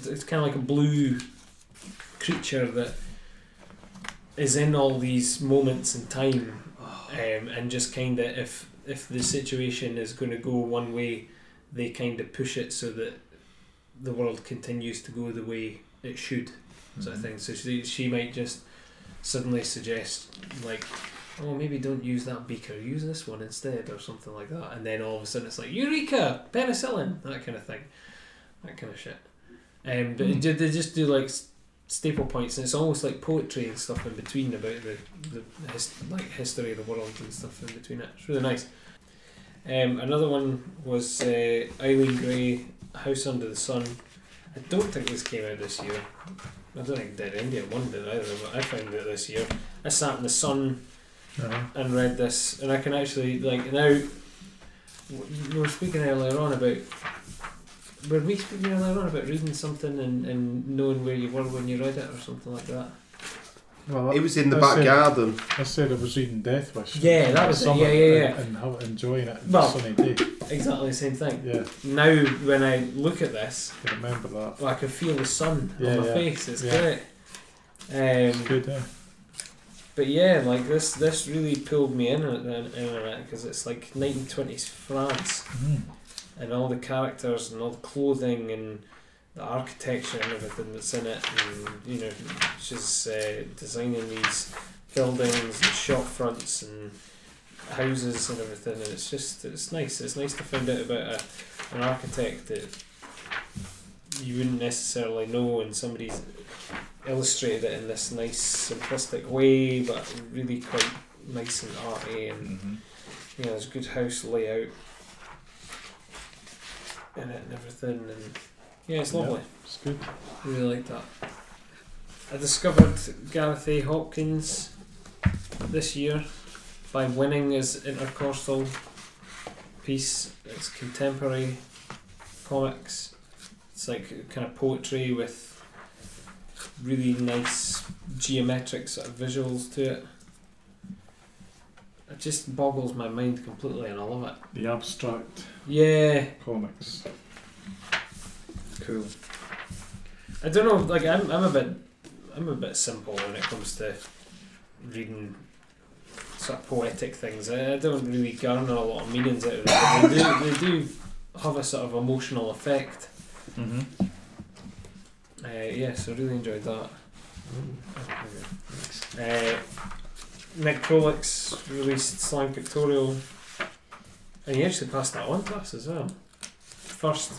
A: It's kind of like a blue creature that is in all these moments in time um, and just kind of if if the situation is going to go one way, they kind of push it so that
B: Hmm. Mm-hmm.
A: the world continues to go the way it should, sort of thing. So she she might just suddenly suggest like, oh maybe don't use that beaker, use this one instead or something like that, and then all of a sudden it's like eureka, penicillin, that kind of thing, that kind of shit. Um, but it ju- they just do like s- staple points, and it's almost like poetry and stuff in between about the the his, like history of the world and stuff in between it. It's really nice. Um, another one was uh, Eileen Gray, House Under the Sun. I don't think this came out this year. I don't think Dead Indian one did either, but I found it this year. I sat in the sun
B: Uh-huh.
A: and read this, and I can actually like now. w- We were speaking earlier on about. Were we speaking earlier on about reading something and, and knowing where you were when you read it or something like that?
B: Well,
D: It was in the
B: I
D: back
B: said-
D: garden.
B: I said I was reading Death Wish.
A: Yeah, that was it.
B: Summer
A: Yeah, yeah,
B: And, and how- enjoying it.
A: Well-
B: Well, sunny day.
A: Exactly the same thing.
B: Yeah,
A: Now when I look at this,
B: I can remember that.
A: I can feel the sun
B: Yeah,
A: on my
B: yeah.
A: face. It's
B: Yeah.
A: great. Um,
B: Good, eh?
A: But yeah, like this, this really pulled me in on in, in on it because it's like 1920s France
B: Mm.
A: Mm-hmm. and all the characters and all the clothing and the architecture and everything that's in it. And you know, she's uh, designing these buildings and shop fronts and houses and everything. And it's just, it's nice. It's nice to find out about a, an architect that you wouldn't necessarily know, and somebody's illustrated it in this nice, simplistic way, but really quite nice and arty and you know, there's a good house layout in it and everything, and yeah, it's
B: Yeah.
A: lovely.
B: It's good.
A: I really like that. I discovered Gareth A. Hopkins this year by winning his intercostal piece. It's contemporary comics. It's like kind of poetry with really nice geometric sort of visuals to it. It just boggles my mind completely, and I love it.
B: The abstract
A: Yeah.
B: comics.
A: Cool. I don't know. Like I'm, I'm a bit, I'm a bit simple when it comes to reading sort of poetic things. I, I don't really garner a lot of meanings out of it. They do, they do have a sort of emotional effect.
F: Mm-hmm.
A: Uh, yeah, so really enjoyed that. Uh, Nick Prolix released Slime Pictorial, and he actually passed that on to us as well. First,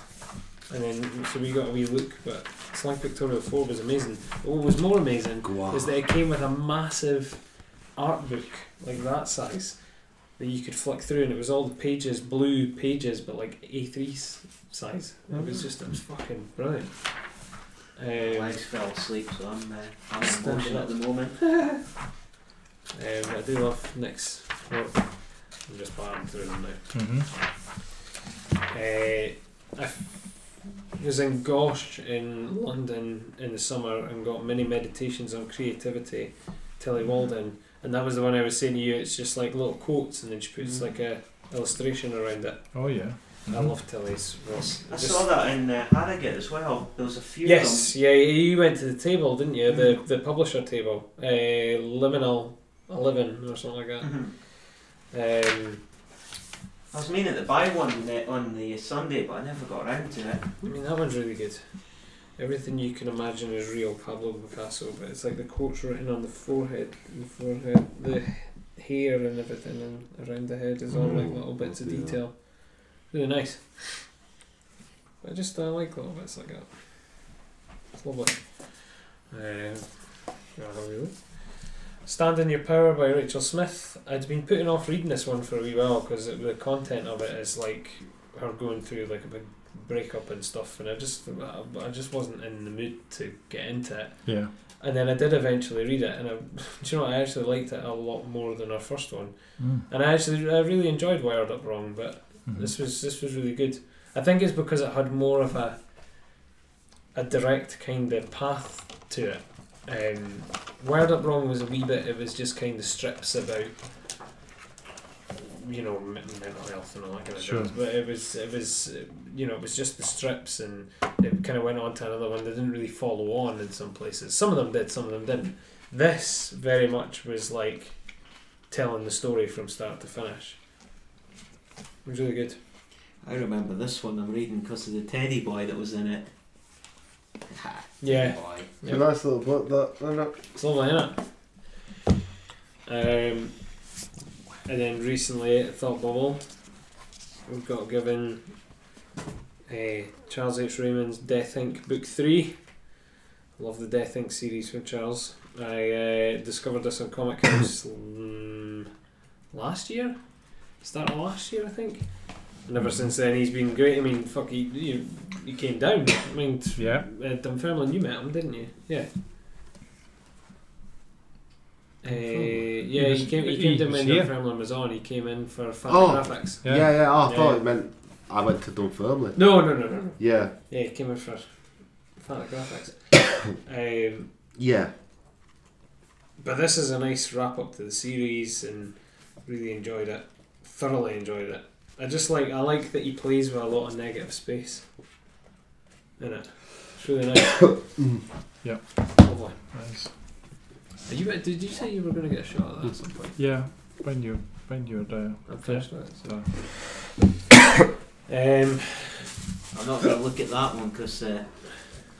A: and then so we got a wee look, but Slime Pictorial 4 was amazing. But what was more amazing is that it came with a massive art book, like that size, that you could flick through, and it was all the pages, blue pages, but like A3 s- size. It was just, it was fucking brilliant. Um,
E: legs fell asleep, so I'm, uh, I'm in
A: Standing
E: motion
A: up.
E: at the moment.
A: Um, I do love Nick's work. I'm just buying through them now.
B: Mm-hmm.
A: Uh, I f- was in Gosh in London in the summer and got many meditations on creativity, Tilly Walden, and that was the one I was saying to you. It's just like little quotes, and then she puts
E: Mhm.
A: like a illustration around it.
B: Oh, yeah.
A: I love Tilly's work.
E: I
A: Just-
E: saw that in uh, Harrogate as well. There was a few
A: Yes, yeah, yeah, you went to the table, didn't you? The the publisher table, uh, Liminal Eleven or something
E: of them.
A: like
E: Mhm.
A: that. Um,
E: I was meaning to buy one on the, on the Sunday, but I never got around to it.
A: I mean, that one's really good. Everything you can imagine is real, Pablo Picasso, but it's like the quotes written on the forehead, the forehead, the hair and everything and around the head is all like little bits of detail. Really nice. I just I like little bits like that. It's lovely. Um, yeah, there we go. Stand in Your Power by Rachel Smith. I'd been putting off reading this one for a wee while because the content of it is like her going through like a big breakup and stuff, and I just I, I just wasn't in the mood to get into it.
B: Yeah.
A: And then I did eventually read it, and I, do you know what, I actually liked it a lot more than our first one.
B: Mm.
A: And I actually I really enjoyed Wired Up Wrong, but
B: Mm-hmm.
A: this was this was really good. I think it's because it had more of a a direct kind of path to it. Um, Wired Up Wrong was a wee bit. It was just kind of strips about you know me- mental health and all that kind of
B: Sure.
A: stuff. But it was it was uh, you know it was just the strips and it kind of went on to another one. They didn't really follow on in some places. Some of them did, some of them didn't. This very much was like telling the story from start to finish. It was really good.
E: I remember this one I'm reading because of the teddy boy that was in it. Ha,
A: Yeah,
E: Boy.
A: Yeah.
D: nice little book, that. isn't it?
A: it's lovely, innit? Um, and then recently at Thought Bubble, we've got given uh, Charles H. Raymond's Death Inc. Book 3. Love the Death Inc. series from Charles. I uh, discovered this on Comic House mm, last year, start of last year, I think. And ever since then, he's been great. I mean, fuck, he, you, you came down. I mean, t-
B: Yeah.
A: uh, Dunfermline, you met him, didn't you? Yeah. Uh, yeah,
B: He
A: he,
B: was-
A: came. He
B: he
A: came down
B: was
A: when
B: here.
A: Dunfermline was on. He came in for
D: Oh.
A: Fantagraphics.
B: Yeah.
D: Yeah, yeah. oh, I
A: Yeah,
D: thought
A: yeah.
D: it meant I went to Dunfermline.
A: No, no, no, no, no.
D: Yeah,
A: Yeah, he came in for Fantagraphics. um,
D: yeah.
A: but this is a nice wrap up to the series and really enjoyed it thoroughly enjoyed it I just like I like that he plays with a lot of negative space in it it's really nice
B: Yeah.
A: lovely
B: Nice.
A: Are you, did you say you were going to get a shot at that at some point
B: Yeah, when you when you're there.
A: I'm finished with it
B: So.
A: um,
E: I'm not going to look at that one because uh,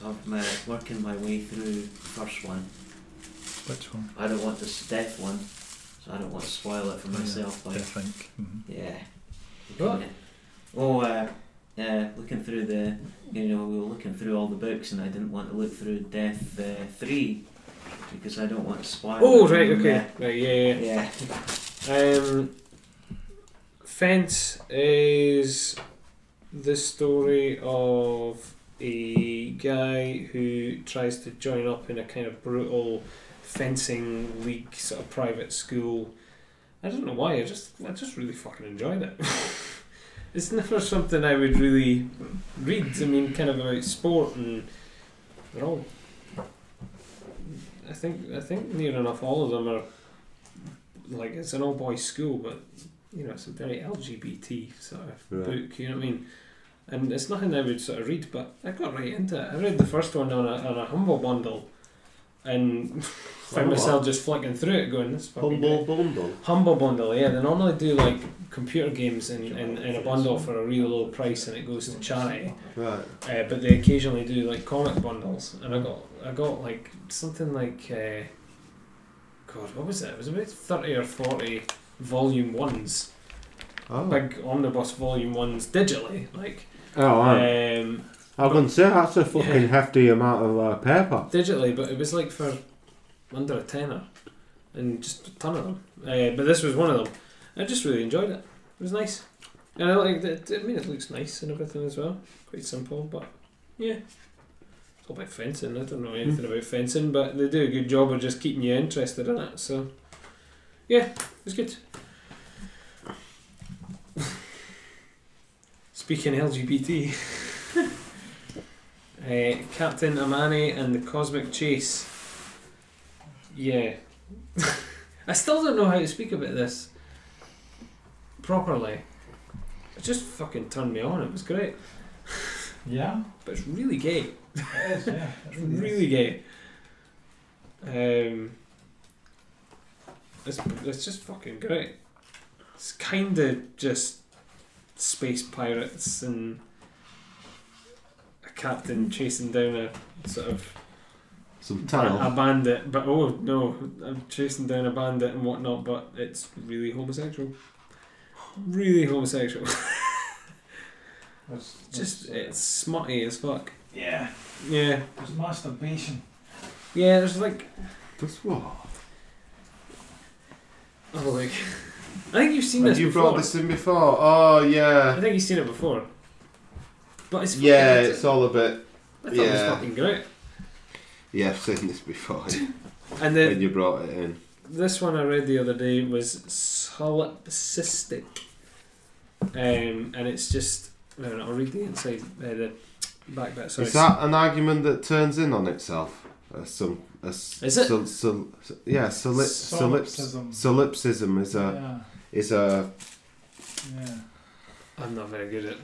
E: I'm uh, working my way through the first one.
B: Which one?
E: I don't want this death one, so I don't want to spoil it for myself.
B: I
E: Like,
B: think. Mhm.
E: yeah.
A: Good.
E: Oh, uh, uh, looking through the, you know, we were looking through all the books, and I didn't want to look through Death uh, Three because I don't want to spoil.
A: oh
E: it.
A: right
E: And,
A: okay right yeah yeah,
E: uh, yeah.
A: Um, Fence is the story of a guy who tries to join up in a kind of brutal fencing league, sort of private school. I don't know why. I just I just really fucking enjoyed it. it's never something I would really read. I mean, kind of about sport and they're all. I think I think near enough all of them are like it's an all boys school, but you know it's a very LGBT sort of
D: Right.
A: book. You know what I mean? And it's nothing I would sort of read, but I got right into it. I read the first one on a, on a humble bundle, and found
D: Humble?
A: myself just flicking through it, going, "This fucking
D: Humble bundle.
A: Humble Bundle, yeah. They normally do like computer games in, in, in a bundle for a real low price and it goes to charity.
D: Right.
A: Uh, but they occasionally do like comic bundles, and I got I got like something like uh, God, what was it? It was about thirty or forty volume ones,
D: Oh,
A: big omnibus volume ones, digitally. Like,
D: oh right.
A: um,
D: I was going to say, that's a fucking
A: Yeah.
D: hefty amount of uh, paper.
A: digitally, but it was like for under a tenner, and just a ton of them. Uh, but this was one of them. I just really enjoyed it. It was nice, and I like that. I mean, it looks nice and everything as well. Quite simple, but yeah, it's all about fencing. I don't know anything about fencing, but they do a good job of just keeping you interested in it. So yeah, it was good. Speaking LGBT. Uh, Captain Amani and the Cosmic Chase. Yeah. I still don't know how to speak about this properly. It just fucking turned me on. It was great.
F: Yeah.
A: But it's really gay.
F: It is, yeah.
A: It's really gay. Um, it's, it's just fucking great. It's kind of just space pirates and a captain chasing down a sort of
D: Some
A: a, a
D: tile.
A: bandit, but oh no, I'm chasing down a bandit and whatnot, but it's really homosexual. Really homosexual.
F: There's,
A: Just
F: there's, uh,
A: it's smutty as fuck.
F: yeah.
A: Yeah,
F: There's masturbation.
A: yeah. There's like
D: That's what?
A: oh like, I think you've seen
D: And
A: this.
D: you
A: before.
D: brought this in before? Oh,
A: I
D: yeah.
A: think you've seen it before. But it's fucking-
D: Yeah, it's all a bit.
A: I thought it was
D: yeah.
A: fucking great.
D: Yeah, I've seen this before.
A: And then
D: when you brought it in.
A: this one I read the other day was solipsistic, um, and it's just I don't know. I'll read the inside, uh, the back bit. Sorry.
D: Is that an argument that turns in on itself? Uh, some, a s-
A: Is it?
D: sol- sol- yeah, soli- solipsism.
F: Solipsism.
D: Solipsism is a
F: Yeah.
D: is a.
F: Yeah.
A: I'm not very good at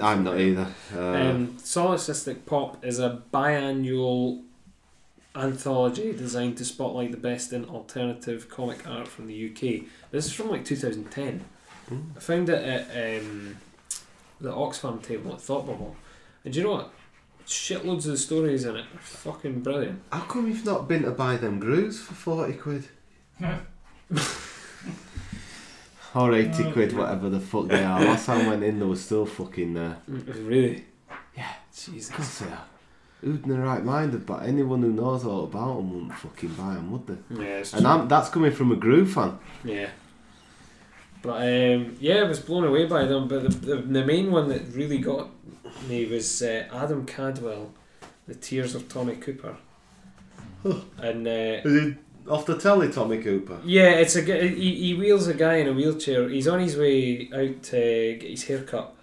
D: I'm not either. Uh,
A: Um, Solipsistic Pop is a biannual anthology designed to spotlight the best in alternative comic art from the UK. This is from like 2010.
D: Mm.
A: I found it at um, the Oxfam table at Thought Bubble. And do you know what? Shitloads of the stories in it are fucking brilliant.
D: How come you've not been to buy them grooves for forty quid? Or 80 quid, whatever the fuck they are. Last time I went in, they were still fucking uh, there.
A: Really?
D: Yeah.
A: Jesus.
D: God, they are. Who'd in their right mind would buy anyone who knows all about them wouldn't fucking buy them, would they?
A: Yeah, it's
D: And I'm, that's coming from a groove fan.
A: Yeah. But um, yeah, I was blown away by them. But the, the, the main one that really got me was uh, Adam Cadwell, The Tears of Tommy Cooper. and uh,
D: Is it off the telly, Tommy Cooper?
A: yeah, it's a gu- he, he wheels a guy in a wheelchair. He's on his way out to get his hair cut,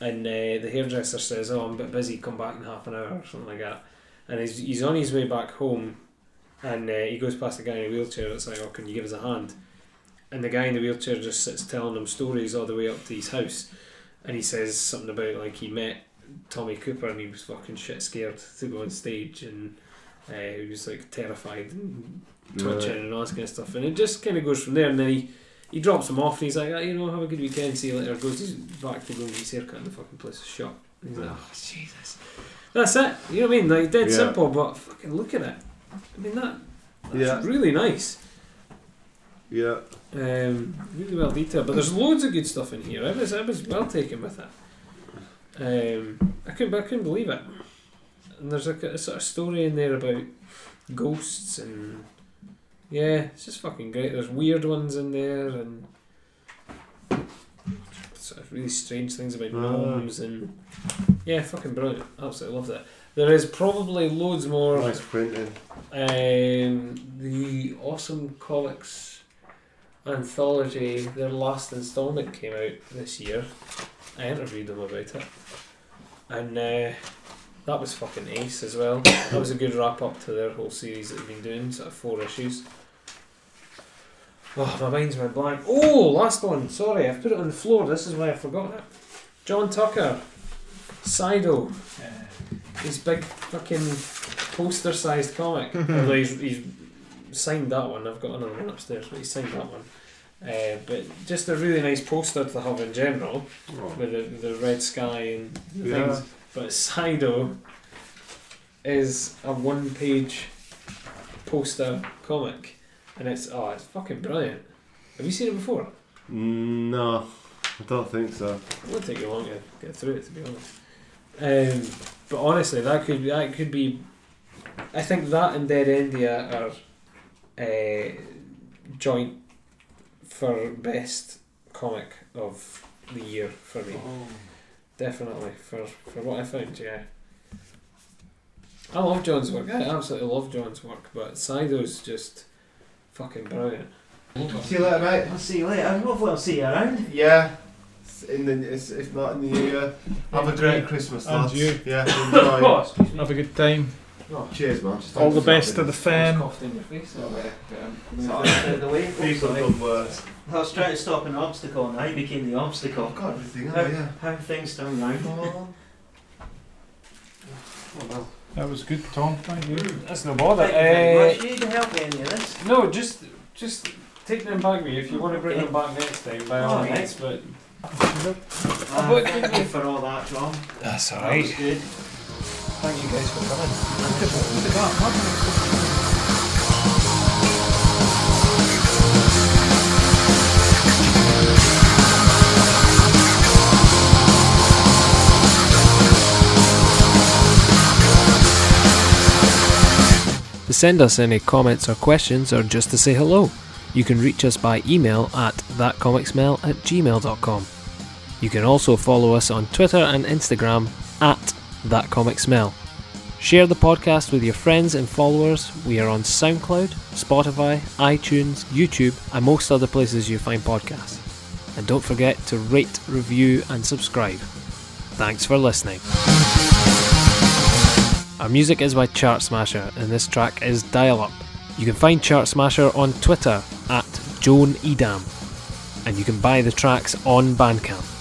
A: and uh, the hairdresser says, "Oh, I'm a bit busy. Come back in half an hour or something like that." And he's he's on his way back home, and uh, he goes past the guy in a wheelchair. It's like, "Oh, can you give us a hand?" And the guy in the wheelchair just sits telling him stories all the way up to his house, and he says something about like he met Tommy Cooper and he was fucking shit scared to go on stage and. Uh, he was like terrified and twitching and all this kind of stuff. And it just kind of goes from there. And then he, he drops him off and he's like, "Ah, you know, have a good weekend, see you later. Goes he's back to go and get his haircut and the fucking place is shut. And he's like, oh, Jesus. That's it. You know what I mean? Like, dead
D: Yeah.
A: simple, but fucking look at it. I mean, that, that's
D: Yeah.
A: really nice.
D: Yeah.
A: Um, really well detailed. But there's loads of good stuff in here. I was, I was well taken with it. Um, I couldn't, I couldn't believe it. And there's like a, sort of story in there about ghosts and yeah, it's just fucking great. There's weird ones in there and sort of really strange things about gnomes and yeah, fucking brilliant. Absolutely loved it. There is probably loads more.
D: Nice printing.
A: Um, the Awesome Comics anthology, their last installment came out this year. I interviewed them about it, and uh, that was fucking ace as well. That was a good wrap up to their whole series that they've been doing, sort of four issues. Oh, my mind's went blank. Oh, last one. Sorry, I've put it on the floor. This is why I forgot it. John Tucker, Sido, his big fucking poster sized comic. Although he's, he's signed that one. I've got another one upstairs, but he's signed that one. Uh, but just a really nice poster to have in general with the, with the red sky and the
D: Yeah.
A: things. But Sido is a one page poster comic, and it's oh, it's fucking brilliant. Have you seen it before?
D: Mm, No, I don't think so.
A: It won't take you long to get through it, to be honest. Um, but honestly, that could that could be. I think that and Dead India are uh, joint for best comic of the year for me. Definitely for for what I found, yeah. I love John's work. I absolutely love John's work, but Sido's just fucking brilliant.
F: See you later, mate.
E: I'll see you later. Hopefully, I'll see you around.
D: Yeah. It's In the, it's, if not in the new year, have a great Christmas,
B: And
D: lads.
B: you.
D: Yeah, enjoy.
B: Have a good time.
D: Oh, Cheers, man.
B: All the best to the
A: It's
B: fan.
A: coughed in your face.
F: Oh, yeah.
E: Sorry, out of the way.
D: These are
E: Sorry.
D: good words.
E: I was trying to stop an obstacle, and I became the obstacle.
D: I've got everything,
E: How,
D: haven't I?
E: how things turn round.
D: Oh.
B: That was good, Tom. Thank you.
A: That's no bother.
E: Thank you very
A: Uh,
E: much. You didn't help me any of this.
A: No, just just take them back with you if you want to bring them back next time. By all
E: Alright.
A: means, but
E: Ah,
A: but-
E: thank you for all that, Tom.
A: that's
E: That was good.
A: Thank you guys for coming.
W: To send us any comments or questions or just to say hello, you can reach us by email at thatcomicsmell at gmail.com. You can also follow us on Twitter and Instagram at thatcomicsmell. Share the podcast with your friends and followers. We are on SoundCloud, Spotify, iTunes, YouTube, and most other places you find podcasts. And don't forget to rate, review, and subscribe. Thanks for listening. Our music is by Chart Smasher, and this track is Dial Up. You can find Chart Smasher on Twitter at Joan Edam, and you can buy the tracks on Bandcamp.